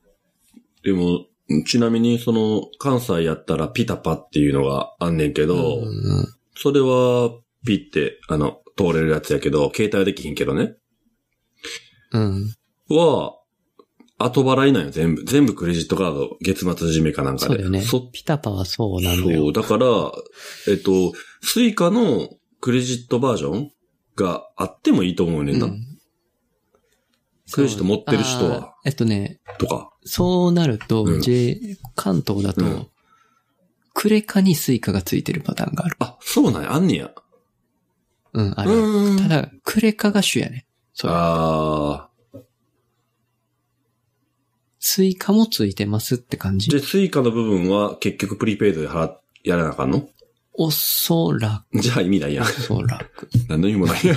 Speaker 1: でも、ちなみに、その、関西やったらピタパっていうのがあんねんけど、
Speaker 2: うん
Speaker 1: それは、ピって、あの、通れるやつやけど、携帯はできひんけどね。
Speaker 2: うん。
Speaker 1: は、後払いなんよ、全部。全部クレジットカード、月末締めかなんかで。
Speaker 2: そうだよね
Speaker 1: そ。
Speaker 2: ピタパはそうなんだ
Speaker 1: そう。
Speaker 2: よ。
Speaker 1: だから、えっと、スイカのクレジットバージョンがあってもいいと思うねんな。
Speaker 2: うん
Speaker 1: クレジット持ってる人は。
Speaker 2: あーえっとね、
Speaker 1: とか。
Speaker 2: そうなると、
Speaker 1: うん
Speaker 2: J、関東だと、
Speaker 1: うん
Speaker 2: クレカにスイカがついてるパターンがある。
Speaker 1: あ、そうなんや、あんねや。
Speaker 2: うん、あ
Speaker 1: う
Speaker 2: る。
Speaker 1: ーん。
Speaker 2: ただ、クレカが主やね。そう。
Speaker 1: あー
Speaker 2: スイカもついてますって感じ
Speaker 1: で、。スイカの部分は結局プリペイドで払っ、やらなあかんの
Speaker 2: おそら
Speaker 1: じゃあ意味ないや
Speaker 2: く、
Speaker 1: ん
Speaker 2: お。そら く。
Speaker 1: 何の意味もないやん。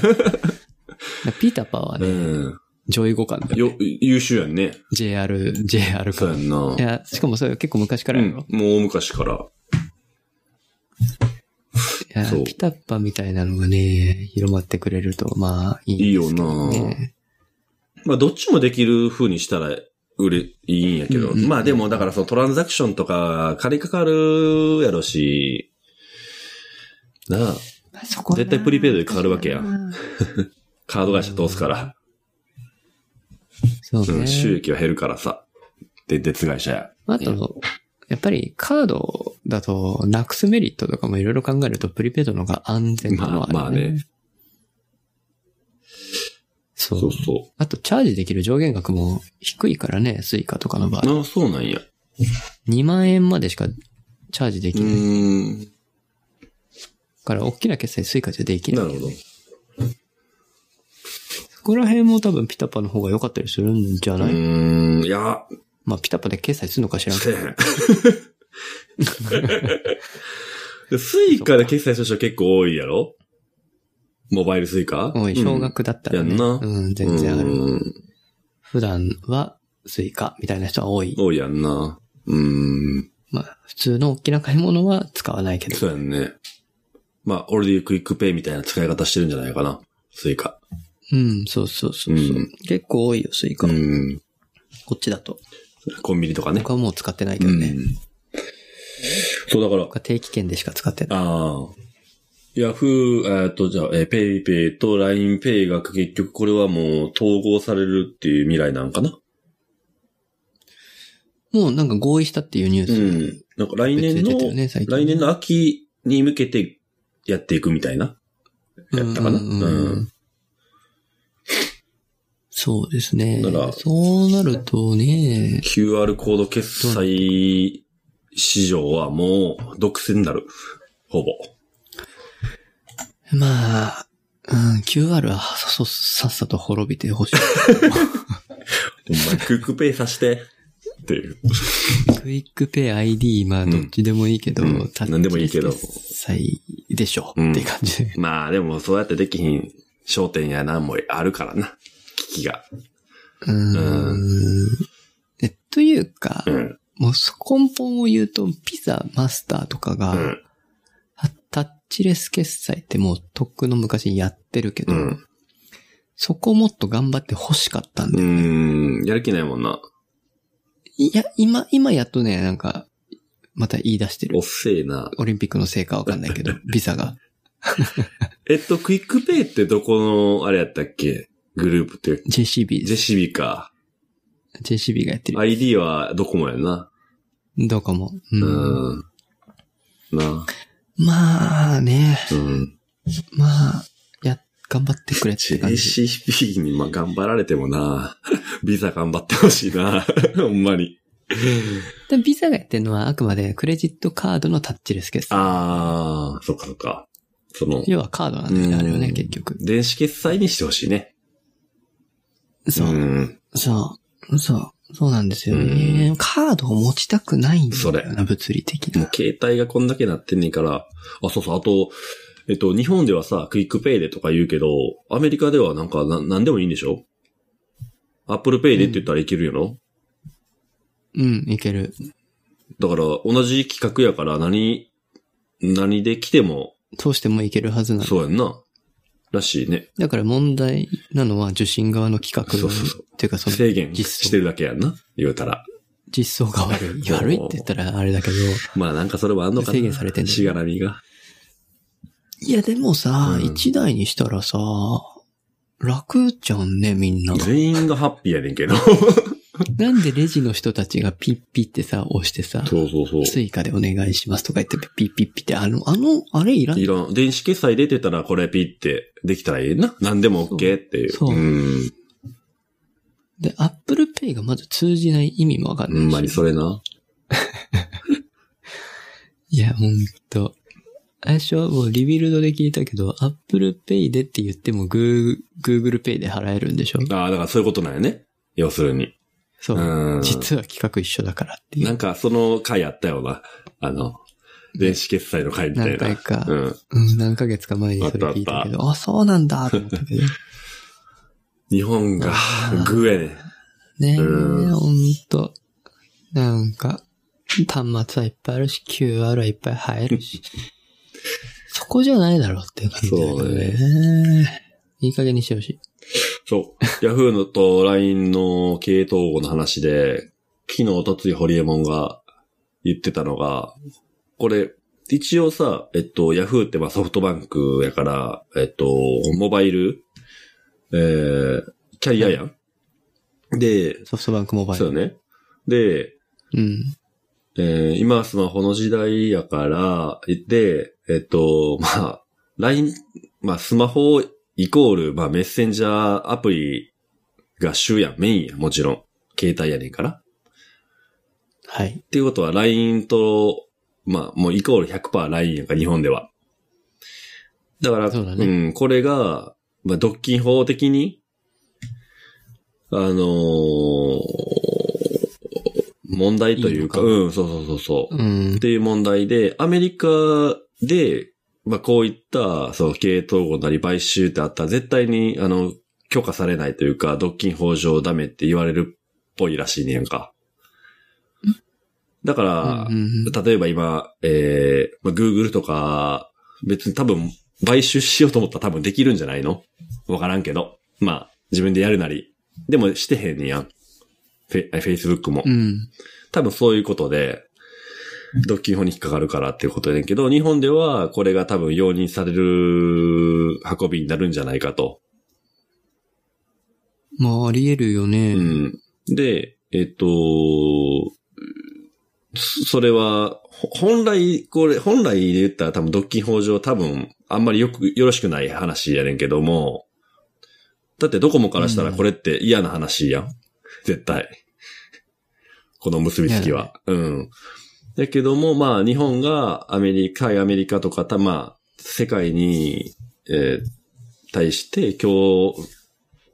Speaker 2: ピタパは
Speaker 1: う
Speaker 2: ね、
Speaker 1: ん。
Speaker 2: 上位互換だよ。
Speaker 1: よ、優秀やんね。
Speaker 2: JR、JR
Speaker 1: そう
Speaker 2: か
Speaker 1: や。んな。
Speaker 2: いや、しかもそれ結構昔からやろ。
Speaker 1: うん、もう大昔から。
Speaker 2: いや
Speaker 1: そう
Speaker 2: ピタッパみたいなのがね、広まってくれると、まあ、
Speaker 1: い
Speaker 2: い
Speaker 1: い
Speaker 2: いんで
Speaker 1: よ
Speaker 2: すけど
Speaker 1: な
Speaker 2: ね。
Speaker 1: まあ、どっちもできる風にしたら、うれ、いいんやけど。
Speaker 2: うんうんうん
Speaker 1: まあ、でも、だから、そのトランザクションとか、金かかるやろし、なあ、
Speaker 2: まあそこはな
Speaker 1: 絶対プリペイドでかかるわけや
Speaker 2: うん
Speaker 1: カード会社通すから、
Speaker 2: そう
Speaker 1: うん
Speaker 2: ね。
Speaker 1: 収益は減るからさ。で、別会社や。
Speaker 2: あと、やっぱりカードだと、なくすメリットとかもいろいろ考えると、プリペイドの方が安全なのはある、ね。
Speaker 1: まあまあね。
Speaker 2: そう。
Speaker 1: そうそ
Speaker 2: あと、チャージできる上限額も低いからね、スイカとかの場
Speaker 1: う。
Speaker 2: 合。
Speaker 1: ああ、そうなんや。
Speaker 2: 2万円までしかチャージで
Speaker 1: う
Speaker 2: きない
Speaker 1: ーん。
Speaker 2: から、大きな決済スイカじゃできない
Speaker 1: な。るほど。
Speaker 2: そこら辺も多分ピタパの方が良かったりするんじゃ
Speaker 1: う
Speaker 2: ない、
Speaker 1: ーん、いや、
Speaker 2: まあ、ピタパで決済するのか知らんけ
Speaker 1: せえ
Speaker 2: ど。
Speaker 1: へん でスイカで決済する人結構多いやろモバイルスイカ
Speaker 2: おい、少額だったらね。
Speaker 1: やんな
Speaker 2: うん、
Speaker 1: うん
Speaker 2: 全然ある。
Speaker 1: うん
Speaker 2: 普段はスイカみたいな人は多い。
Speaker 1: 多いやんな。うん。
Speaker 2: まあ、普通の大きな買い物は使わないけど。
Speaker 1: そうやんね。まあ、俺で言うクイックペイみたいな使い方してるんじゃないかな。スイカ。
Speaker 2: うん、そうそうそうそう、
Speaker 1: うん
Speaker 2: 結構多いよ、スイカ。
Speaker 1: うん。
Speaker 2: こっちだと。
Speaker 1: コンビニとかね
Speaker 2: 僕。はもう使ってないけ
Speaker 1: う
Speaker 2: ど
Speaker 1: ん
Speaker 2: ね。。
Speaker 1: そう、だから
Speaker 2: 僕、は定期券でしか使ってない。
Speaker 1: ああ。ヤフー、えーっと、じゃあ、えー、ペイペイと LINE ペイが結局これはもう統合されるっていう未来なんかな
Speaker 2: もうなんか合意したっていうニュー
Speaker 1: う
Speaker 2: ス。
Speaker 1: ん。なんか来年
Speaker 2: 別に出
Speaker 1: の
Speaker 2: て、るね最近
Speaker 1: 来年の秋に向けてやっていくみたいな。やったかな。
Speaker 2: う
Speaker 1: うんん
Speaker 2: うんうんそうですね
Speaker 1: だから。
Speaker 2: そうなるとね、
Speaker 1: QR コード決済市場はもう独占になる。ほぼ。
Speaker 2: まあ、うん、QR はそさっさと滅びてほ しい。
Speaker 1: お前、 クイックペイさして。っていう。
Speaker 2: クイックペイ ID、まあ、
Speaker 1: うん
Speaker 2: どっちでもいいけど、
Speaker 1: うん何でもいいけど
Speaker 2: 最でしょ、
Speaker 1: うん
Speaker 2: っていう感じで。
Speaker 1: まあでもそうやってできひん商店やなんもあるからな。危機が。
Speaker 2: うーん。えというか、
Speaker 1: うん。
Speaker 2: もう根本を言うと、ピザマスターとか
Speaker 1: う
Speaker 2: が
Speaker 1: ん。
Speaker 2: 発タッチレス決済ってもうとっくの昔にやってるけど、
Speaker 1: うん
Speaker 2: そこもっと頑張って欲しかったん
Speaker 1: う
Speaker 2: だよ。
Speaker 1: ーん、やる気ないもんな。
Speaker 2: いや、今、今やっとね、なんか、また言い出してる
Speaker 1: おっ。せえな。
Speaker 2: オリンピックのせいかわかんない けど、ビザが。
Speaker 1: えっと、クイックペイってどこの、あれやったっけグループって、
Speaker 2: JCB
Speaker 1: ジ
Speaker 2: で
Speaker 1: ェ
Speaker 2: す。
Speaker 1: シビか。
Speaker 2: JCB がやってる。
Speaker 1: ID はどこもやな。
Speaker 2: どこも。う
Speaker 1: うんん。な
Speaker 2: まあね、
Speaker 1: うん。
Speaker 2: まあ、や、頑張ってくれって感じ。
Speaker 1: JCB に、まあ、頑張られてもな、ビザ頑張ってほしいな。 ほんまに。
Speaker 2: でビザがやってるのはあくまでクレジットカードのタッチレス決済。
Speaker 1: あー、そっかそっか。その、
Speaker 2: 要はカードなんだよね、
Speaker 1: うん
Speaker 2: あれはね、結局。
Speaker 1: 電子決済にしてほしいね。
Speaker 2: そうう、
Speaker 1: ん。
Speaker 2: そう、そう、そうなんですよね。カードを持ちたくないんだ
Speaker 1: それ
Speaker 2: よな、物理的
Speaker 1: もう
Speaker 2: な。
Speaker 1: 携帯がこんだけなってんねんから、あ、そうそう、あと、えっと、日本ではさ、クイックペイでとか言うけど、アメリカではなんか、な、なんでもいいんでしょアップルペイでって言ったらいけるよな、
Speaker 2: うん、いける。
Speaker 1: だから、同じ企画やから、何、何で来ても、
Speaker 2: 通してもいけるはずなの。
Speaker 1: そうやんな。らしいね。
Speaker 2: だから問題なのは受信側の企画
Speaker 1: そ
Speaker 2: の
Speaker 1: うそうそう
Speaker 2: っていうかその
Speaker 1: 制限
Speaker 2: 実
Speaker 1: して
Speaker 2: 装
Speaker 1: るだけやんな。言うたら。
Speaker 2: 実装が悪い。悪いって言ったらあれだけど。
Speaker 1: まあなんかそれはあんのかな。
Speaker 2: 制限されてんね
Speaker 1: しがらみが。
Speaker 2: いやでも
Speaker 1: う
Speaker 2: さ、
Speaker 1: ん
Speaker 2: 一、台にしたらさ、楽じゃんね、みんな。
Speaker 1: 全員がハッピーやねんけ ど。
Speaker 2: なんでレジの人たちがピッピってさ、押してさ、
Speaker 1: そうそうそう。
Speaker 2: スイカでお願いしますとか言ってピッピッピって、あの、あの、あれいらん
Speaker 1: いらん。電子決済出てたらこれピッてできたらええな。何でも OK っていう。。
Speaker 2: そうそうんで、アップルペイがまず通じない意味もわかん
Speaker 1: ほ
Speaker 2: ないし。
Speaker 1: んまにそれな。
Speaker 2: いや、ほんと。最初はもうリビルドで聞いたけど、アップルペイでって言ってもグー、グーグルペイで払えるんでしょ
Speaker 1: ああ、だからそういうことなんやね。要するに。
Speaker 2: そう。
Speaker 1: うん
Speaker 2: 実は企画一緒だからってい
Speaker 1: な
Speaker 2: う。
Speaker 1: んかその回あったよな。あの、電子決済の回みたいな。
Speaker 2: 何回か
Speaker 1: うん。
Speaker 2: うん、何ヶ月か前にそれ聞い
Speaker 1: あったたあ
Speaker 2: け
Speaker 1: っ
Speaker 2: ど、あ、そうなんだと思ったけど。
Speaker 1: 日本が
Speaker 2: あ、ー
Speaker 1: グーやね。
Speaker 2: ね え、
Speaker 1: うん
Speaker 2: ほんと。なんか、端末はいっぱいあるし、QR はいっぱい入るし。そこじゃないだろうっていう感じだけどね。いい加減にしてほしい。
Speaker 1: そう。ヤフーのと LINE の経営統合の話で、昨日、おとつい、ホリエモンが言ってたのが、これ、一応さ、えっと、ヤフーってまあソフトバンクやから、えっと、モバイル、えー、キャリアやん。で、
Speaker 2: ソフトバンクモバイ
Speaker 1: そう
Speaker 2: ル。
Speaker 1: よね。で、
Speaker 2: うん。
Speaker 1: えー今はスマホの時代やから、で、えっと、まあ、LINE、まあ、スマホイコール、まあ、メッセンジャーアプリが主やん、メインやん、もちろん。携帯やねんから。っ
Speaker 2: はい。
Speaker 1: ていうことは、LINE と、まあ、もうイコール 100%LINE やんか、日本では。だから、
Speaker 2: そうだね
Speaker 1: ん、これが、まあ、独禁法的に、あのー問題というか、
Speaker 2: いいの
Speaker 1: うん、そうそうそうそう。
Speaker 2: うん
Speaker 1: っ。ていう問題で、アメリカで、まあこういった、そう、経営統合なり買収ってあったら、絶対に、あの、許可されないというか、独禁法上ダメって言われるっぽいらしいねやんか。だから、
Speaker 2: うんうんうん
Speaker 1: 例えば今、えー、まあ、Google とか、別に多分、買収しようと思ったら多分できるんじゃないのわからんけど。まあ、自分でやるなり。でもしてへんねやん。フェ Facebook も。
Speaker 2: うん。
Speaker 1: 多分そういうことで、ドッキン法に引っかかるからっていうことやねんけど、日本ではこれが多分容認される運びになるんじゃないかと。
Speaker 2: まあ、あり得るよね。
Speaker 1: うん。で、えっと、そそれは、ほ本来、これ、本来で言ったら多分ドッキン法上多分あんまりよく、よろしくない話やねんけども、だってドコモからしたらこれって嫌な話やん。絶対。この結びつきは。うん。だけども、まあ、日本がアメリカ、アメリカとか、た、まあ、世界に、えー対して競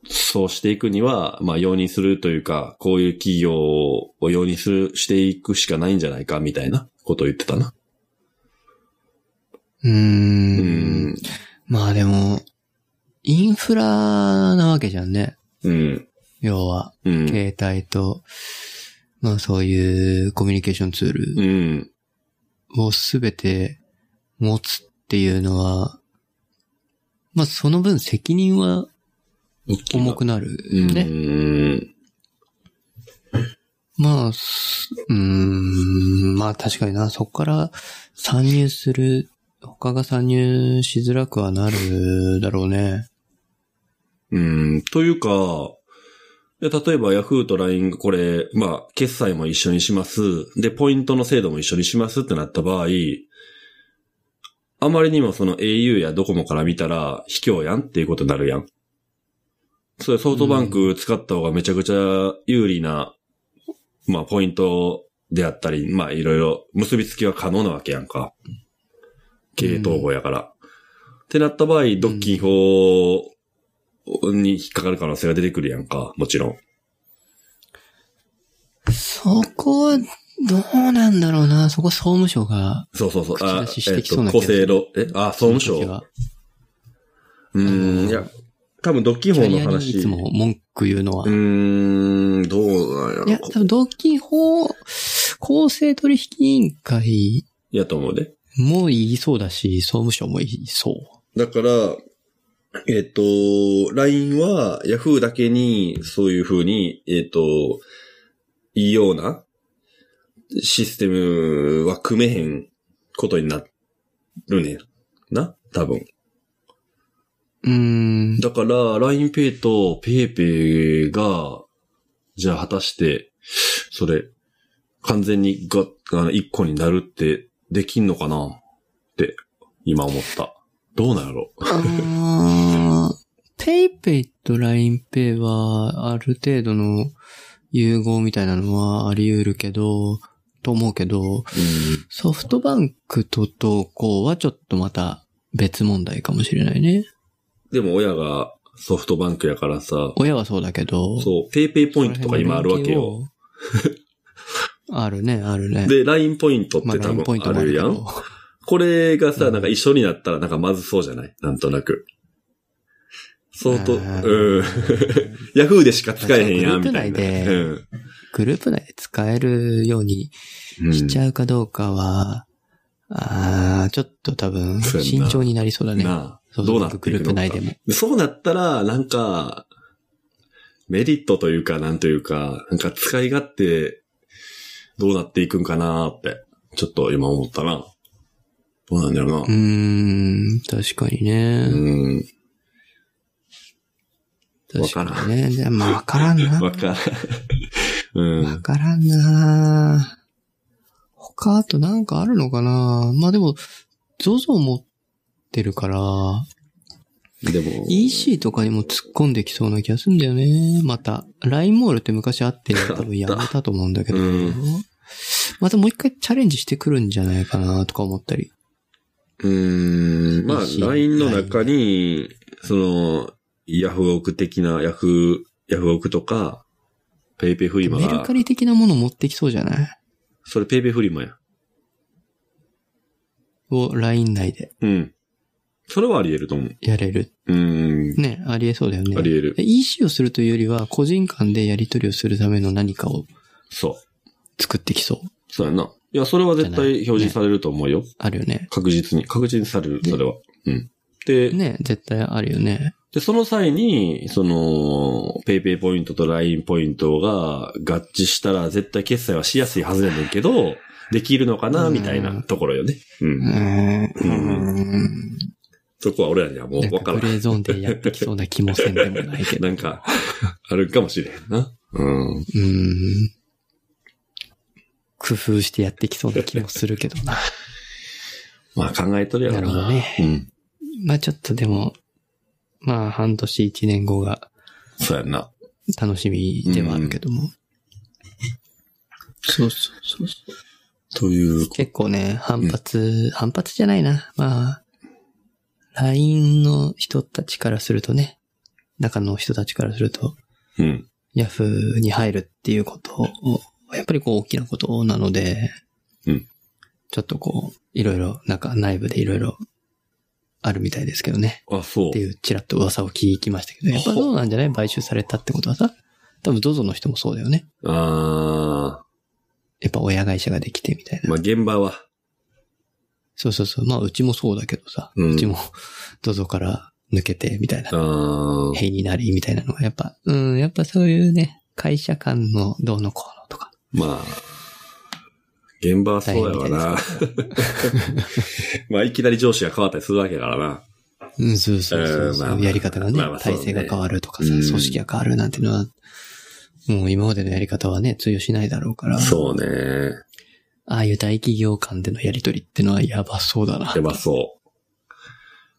Speaker 1: 争していくには、まあ、容認するというか、こういう企業を容認する、していくしかないんじゃないか、みたいなことを言ってたな。
Speaker 2: うー。
Speaker 1: うんん。
Speaker 2: まあでも、インフラなわけじゃんね。
Speaker 1: うん。
Speaker 2: 要は、
Speaker 1: うん。
Speaker 2: 携帯と、まあそういうコミュニケーションツール
Speaker 1: うん。
Speaker 2: をすべて持つっっていうのは、まあその分責任は重くなるね。
Speaker 1: うん。
Speaker 2: まあ、すうーん、まあ確かにな、そこから参入する、他が参入しづらくはなるだろうね。
Speaker 1: うん。というか、いや例えば Yahoo と LINE がこれ、まあ、決済も一緒にします。で、ポイントの制度も一緒にしますってなった場合、あまりにもその au やドコモから見たら卑怯やんっていうことになるやん。それソフトバンク使った方がめちゃくちゃ有利な、まあ、ポイントであったり、まあ、いろいろ結びつきは可能なわけやんか。経営統合やから。ってなった場合、ドッキン法に引っかかる可能性が出てくるやんか、もちろん。
Speaker 2: そこは、どうなんだろうな。そこ総務省が、
Speaker 1: そうそうそう。あ
Speaker 2: 口出ししてきそうな
Speaker 1: えっと
Speaker 2: 気
Speaker 1: 厚
Speaker 2: がす
Speaker 1: 生
Speaker 2: る
Speaker 1: 労、え、あ、総務省
Speaker 2: そ。の時は
Speaker 1: うーん、いや、多分ドッキン
Speaker 2: キ
Speaker 1: 法
Speaker 2: ャリ
Speaker 1: の
Speaker 2: アに
Speaker 1: 話。
Speaker 2: いつも文句言うのは。
Speaker 1: うーん、どうなんやろ
Speaker 2: いや、多分、同期法、公正取引委員会
Speaker 1: やと思うで。
Speaker 2: も言いそうだし、総務省も言いそ
Speaker 1: だから、えっ、と、LINE は Yahoo だけにそういう風に、えっ、と、いいようなシステムは組めへんことになるねん。な多分。
Speaker 2: う。うーん。
Speaker 1: だから LINEPay と PayPay が、じゃあ果たして、それ、完全にが、あの、一個になるってできんのかなって、今思った。どうなんやろ
Speaker 2: あー、ペイペイと LINEPay は、ある程度の融合みたいなのはあり得るけど、と思うけど、ソフトバンクと投稿はちょっとまた別問題かもしれないね。
Speaker 1: でも親がソフトバンクやからさ、
Speaker 2: 親はそうだけど、
Speaker 1: そう、PayPay ポイントとか今あるわけよ。
Speaker 2: あるね、あるね。
Speaker 1: で、LINE ポイントっ
Speaker 2: まあ、
Speaker 1: て多
Speaker 2: LINE ポイン
Speaker 1: 分
Speaker 2: トも
Speaker 1: あ
Speaker 2: ある
Speaker 1: る
Speaker 2: け
Speaker 1: やん、
Speaker 2: ど。
Speaker 1: これがさ、
Speaker 2: うん
Speaker 1: なんか一緒になったらなんかまずそうじゃないなんとなく。相当、う
Speaker 2: あー
Speaker 1: ん。 ヤフーでしか使えへんやん、みたいな。
Speaker 2: グループ内で
Speaker 1: うん
Speaker 2: グループ内で使えるように
Speaker 1: うん。
Speaker 2: しちゃうかどうかは、ああちょっと多分、
Speaker 1: そうやんな
Speaker 2: 慎重になりそうだね。
Speaker 1: なあ、
Speaker 2: そう
Speaker 1: どうなっていく
Speaker 2: グ
Speaker 1: の
Speaker 2: ル
Speaker 1: か
Speaker 2: ープ内でも。
Speaker 1: でそうなったら、なんか、メリットというか、なんというか、なんか使い勝手、どうなっていくんかなーって、ちょっと今思ったな。どうなんだろ
Speaker 2: う
Speaker 1: うな。
Speaker 2: ーん、確かにね。
Speaker 1: うん。
Speaker 2: 確かにね。でもわからんな。
Speaker 1: わ
Speaker 2: わ
Speaker 1: かうん。
Speaker 2: からんな。他、あとなんかあるのかなまあでも、ZOZO 持ってるから、
Speaker 1: でも、
Speaker 2: EC とかにも突っ込んできそうな気がするんだよね。また、LINE モールって昔 あって、多分やめたと思うんだけど、
Speaker 1: うん
Speaker 2: またもう一回チャレンジしてくるんじゃないかなとか思ったり。
Speaker 1: うーん。まあ、
Speaker 2: いいし
Speaker 1: LINE の中に、その、ヤフオク的な、ヤフー、ヤフオクとか、ペイペイフリマ
Speaker 2: メル
Speaker 1: が
Speaker 2: カ、リ的なもの持ってきそうじゃない
Speaker 1: それペイペイフリマや。
Speaker 2: を LINE 内で
Speaker 1: うん。それはあり得ると思う。
Speaker 2: やれる。
Speaker 1: うん。
Speaker 2: ね、ありえそうだよね。
Speaker 1: あり得る。
Speaker 2: で EC をするというよりは、個人間でやり取りをするための何かを
Speaker 1: そう。
Speaker 2: 作ってきそう。
Speaker 1: そうやな。いや、それは絶対表示されると思うよ。
Speaker 2: あるよね。
Speaker 1: 確実に。確実にされる、
Speaker 2: で
Speaker 1: それは。うん。で、
Speaker 2: ね、絶対あるよね。
Speaker 1: でその際に、その、ペイペイポイントと LINE ポイントが合致したら絶対決済はしやすいはずやねんけど、できるのかな、
Speaker 2: うん
Speaker 1: みたいなところよね。う。
Speaker 2: うんーん。
Speaker 1: うん
Speaker 2: うん
Speaker 1: そこは俺らにはもう
Speaker 2: なん
Speaker 1: 分
Speaker 2: か
Speaker 1: か
Speaker 2: グ
Speaker 1: ら
Speaker 2: レ
Speaker 1: ん。
Speaker 2: ーゾーンでやってきそうな気もせんでもないけど。
Speaker 1: なん か、あるかもしれんな。うん。
Speaker 2: うーん。工夫してやってきそうな気もするけどな。
Speaker 1: まあ考えとるやろ
Speaker 2: なるほ
Speaker 1: な。
Speaker 2: どね
Speaker 1: うん。
Speaker 2: まあちょっとでも、まあ半年一年後が
Speaker 1: そうやんな。
Speaker 2: 楽しみではあるけども。そうそうそうそう。
Speaker 1: というこ
Speaker 2: 結構ね、反発、反発じゃないな。まあ、LINE の人たちからするとね、中の人たちからすると、
Speaker 1: と。うん。
Speaker 2: Yahoo に入るっていうことを、やっぱりこう大きなことなので、
Speaker 1: うん
Speaker 2: ちょっとこう、いろいろ、なんか内部でいろいろあるみたいですけどね。
Speaker 1: あ、そう
Speaker 2: って。いうちらっと噂を聞きましたけど、やっぱどうなんじゃない買収されたってことはさ、多分 ZOZO の人もそうだよね。
Speaker 1: あ
Speaker 2: やっぱ親会社ができてみたい
Speaker 1: ー、
Speaker 2: な。
Speaker 1: まあ現場は。
Speaker 2: そうそうそう。まあ、うちもそうだけどさ。
Speaker 1: うん
Speaker 2: うちも、どぞから抜けて、みたいな。
Speaker 1: あー
Speaker 2: 塀になり、みたいなのが、やっぱ、うん、やっぱそういうね、会社間のどうのこうのとか。
Speaker 1: まあ、現場はそうやわな。 まあ、いきなり上司が変わったりするわけやからな。
Speaker 2: うん、そうそうそう
Speaker 1: うん
Speaker 2: そう
Speaker 1: まあまあ
Speaker 2: やり方がね、
Speaker 1: まあまあそう
Speaker 2: 体
Speaker 1: ね
Speaker 2: 制が変わるとかさ、
Speaker 1: うん
Speaker 2: 組織が変わるなんてのは、もう今までのやり方はね、通用しないだろうから、
Speaker 1: そうね。
Speaker 2: ああいう大企業間でのやりとりってのはやばそうだな
Speaker 1: や。ばそ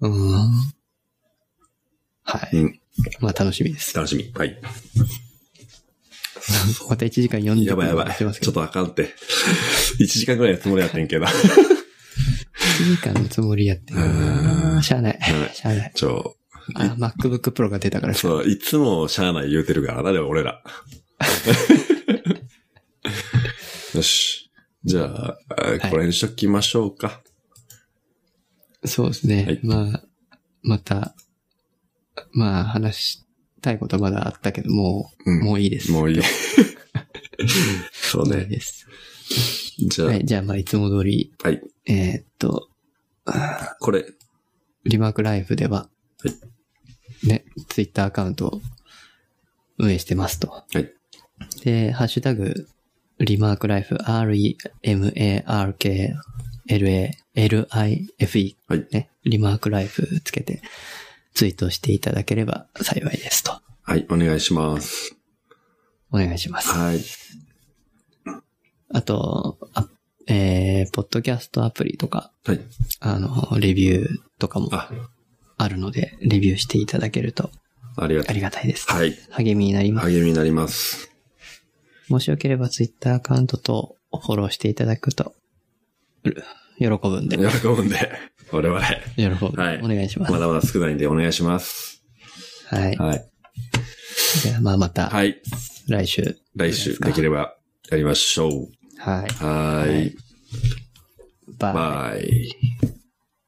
Speaker 2: うん。はい。
Speaker 1: うん
Speaker 2: まあ楽しみで
Speaker 1: う。
Speaker 2: す。
Speaker 1: 楽しみ。はい。
Speaker 2: また1時間40分
Speaker 1: やばいやばい。
Speaker 2: って
Speaker 1: ちょ
Speaker 2: ま
Speaker 1: っ
Speaker 2: すけど、
Speaker 1: とあかんって。1時間ぐらいのつもりやってんけど。
Speaker 2: 1時間のつもりやってる
Speaker 1: う
Speaker 2: な。
Speaker 1: ん
Speaker 2: しゃあない
Speaker 1: は。い
Speaker 2: しゃあない。
Speaker 1: ちょ、
Speaker 2: あ、MacBook Pro が出たから、
Speaker 1: そう、いつもしゃあない言うてるからな、でも俺ら。 よし。じゃあ、あこれにしときましょうか。
Speaker 2: そうですね。
Speaker 1: はい
Speaker 2: まあ、また、まあ話したいことはまだあったけど、もう、
Speaker 1: うん
Speaker 2: もういいです。
Speaker 1: もういい。 そう
Speaker 2: もういい
Speaker 1: ね。
Speaker 2: です。
Speaker 1: じゃあ、
Speaker 2: は、
Speaker 1: はいい。
Speaker 2: じゃあまあいつも通り、えーっと、あ
Speaker 1: これ、
Speaker 2: ーリマークライフで
Speaker 1: は。
Speaker 2: は、ね、ツイッターアカウントを運営してますと。はいで、ハッシュタグ、リマークライフ、R-E-M-A-R-K-L-A-L-I-F-E
Speaker 1: はい。
Speaker 2: ね、リマークライフつけて、ツイートしていただければ幸いですと。
Speaker 1: はい、お願いします。
Speaker 2: お願いします。
Speaker 1: はい。
Speaker 2: あと、あえー、ポッドキャストアプリとか、
Speaker 1: はい。
Speaker 2: あの、レビューとかも
Speaker 1: あ、
Speaker 2: あるので、レビューしていただけると
Speaker 1: ありが
Speaker 2: あ
Speaker 1: とう
Speaker 2: り。がたいです。
Speaker 1: はい。
Speaker 2: 励みになります。
Speaker 1: 励みになります。
Speaker 2: もしよければツイッターアカウントとフォローしていただくと、うる喜ぶんで。
Speaker 1: 喜
Speaker 2: 喜
Speaker 1: ぶんで、我々。
Speaker 2: ぶんで。
Speaker 1: はい
Speaker 2: お願いします。
Speaker 1: まだまだ少ないんでお願いします。
Speaker 2: はい。
Speaker 1: はい。
Speaker 2: じゃあ、まあまた、
Speaker 1: はい。
Speaker 2: 来週。
Speaker 1: 来週
Speaker 2: どうですか
Speaker 1: できればやりましょう。
Speaker 2: はい。
Speaker 1: はい。
Speaker 2: バイ。
Speaker 1: バイ。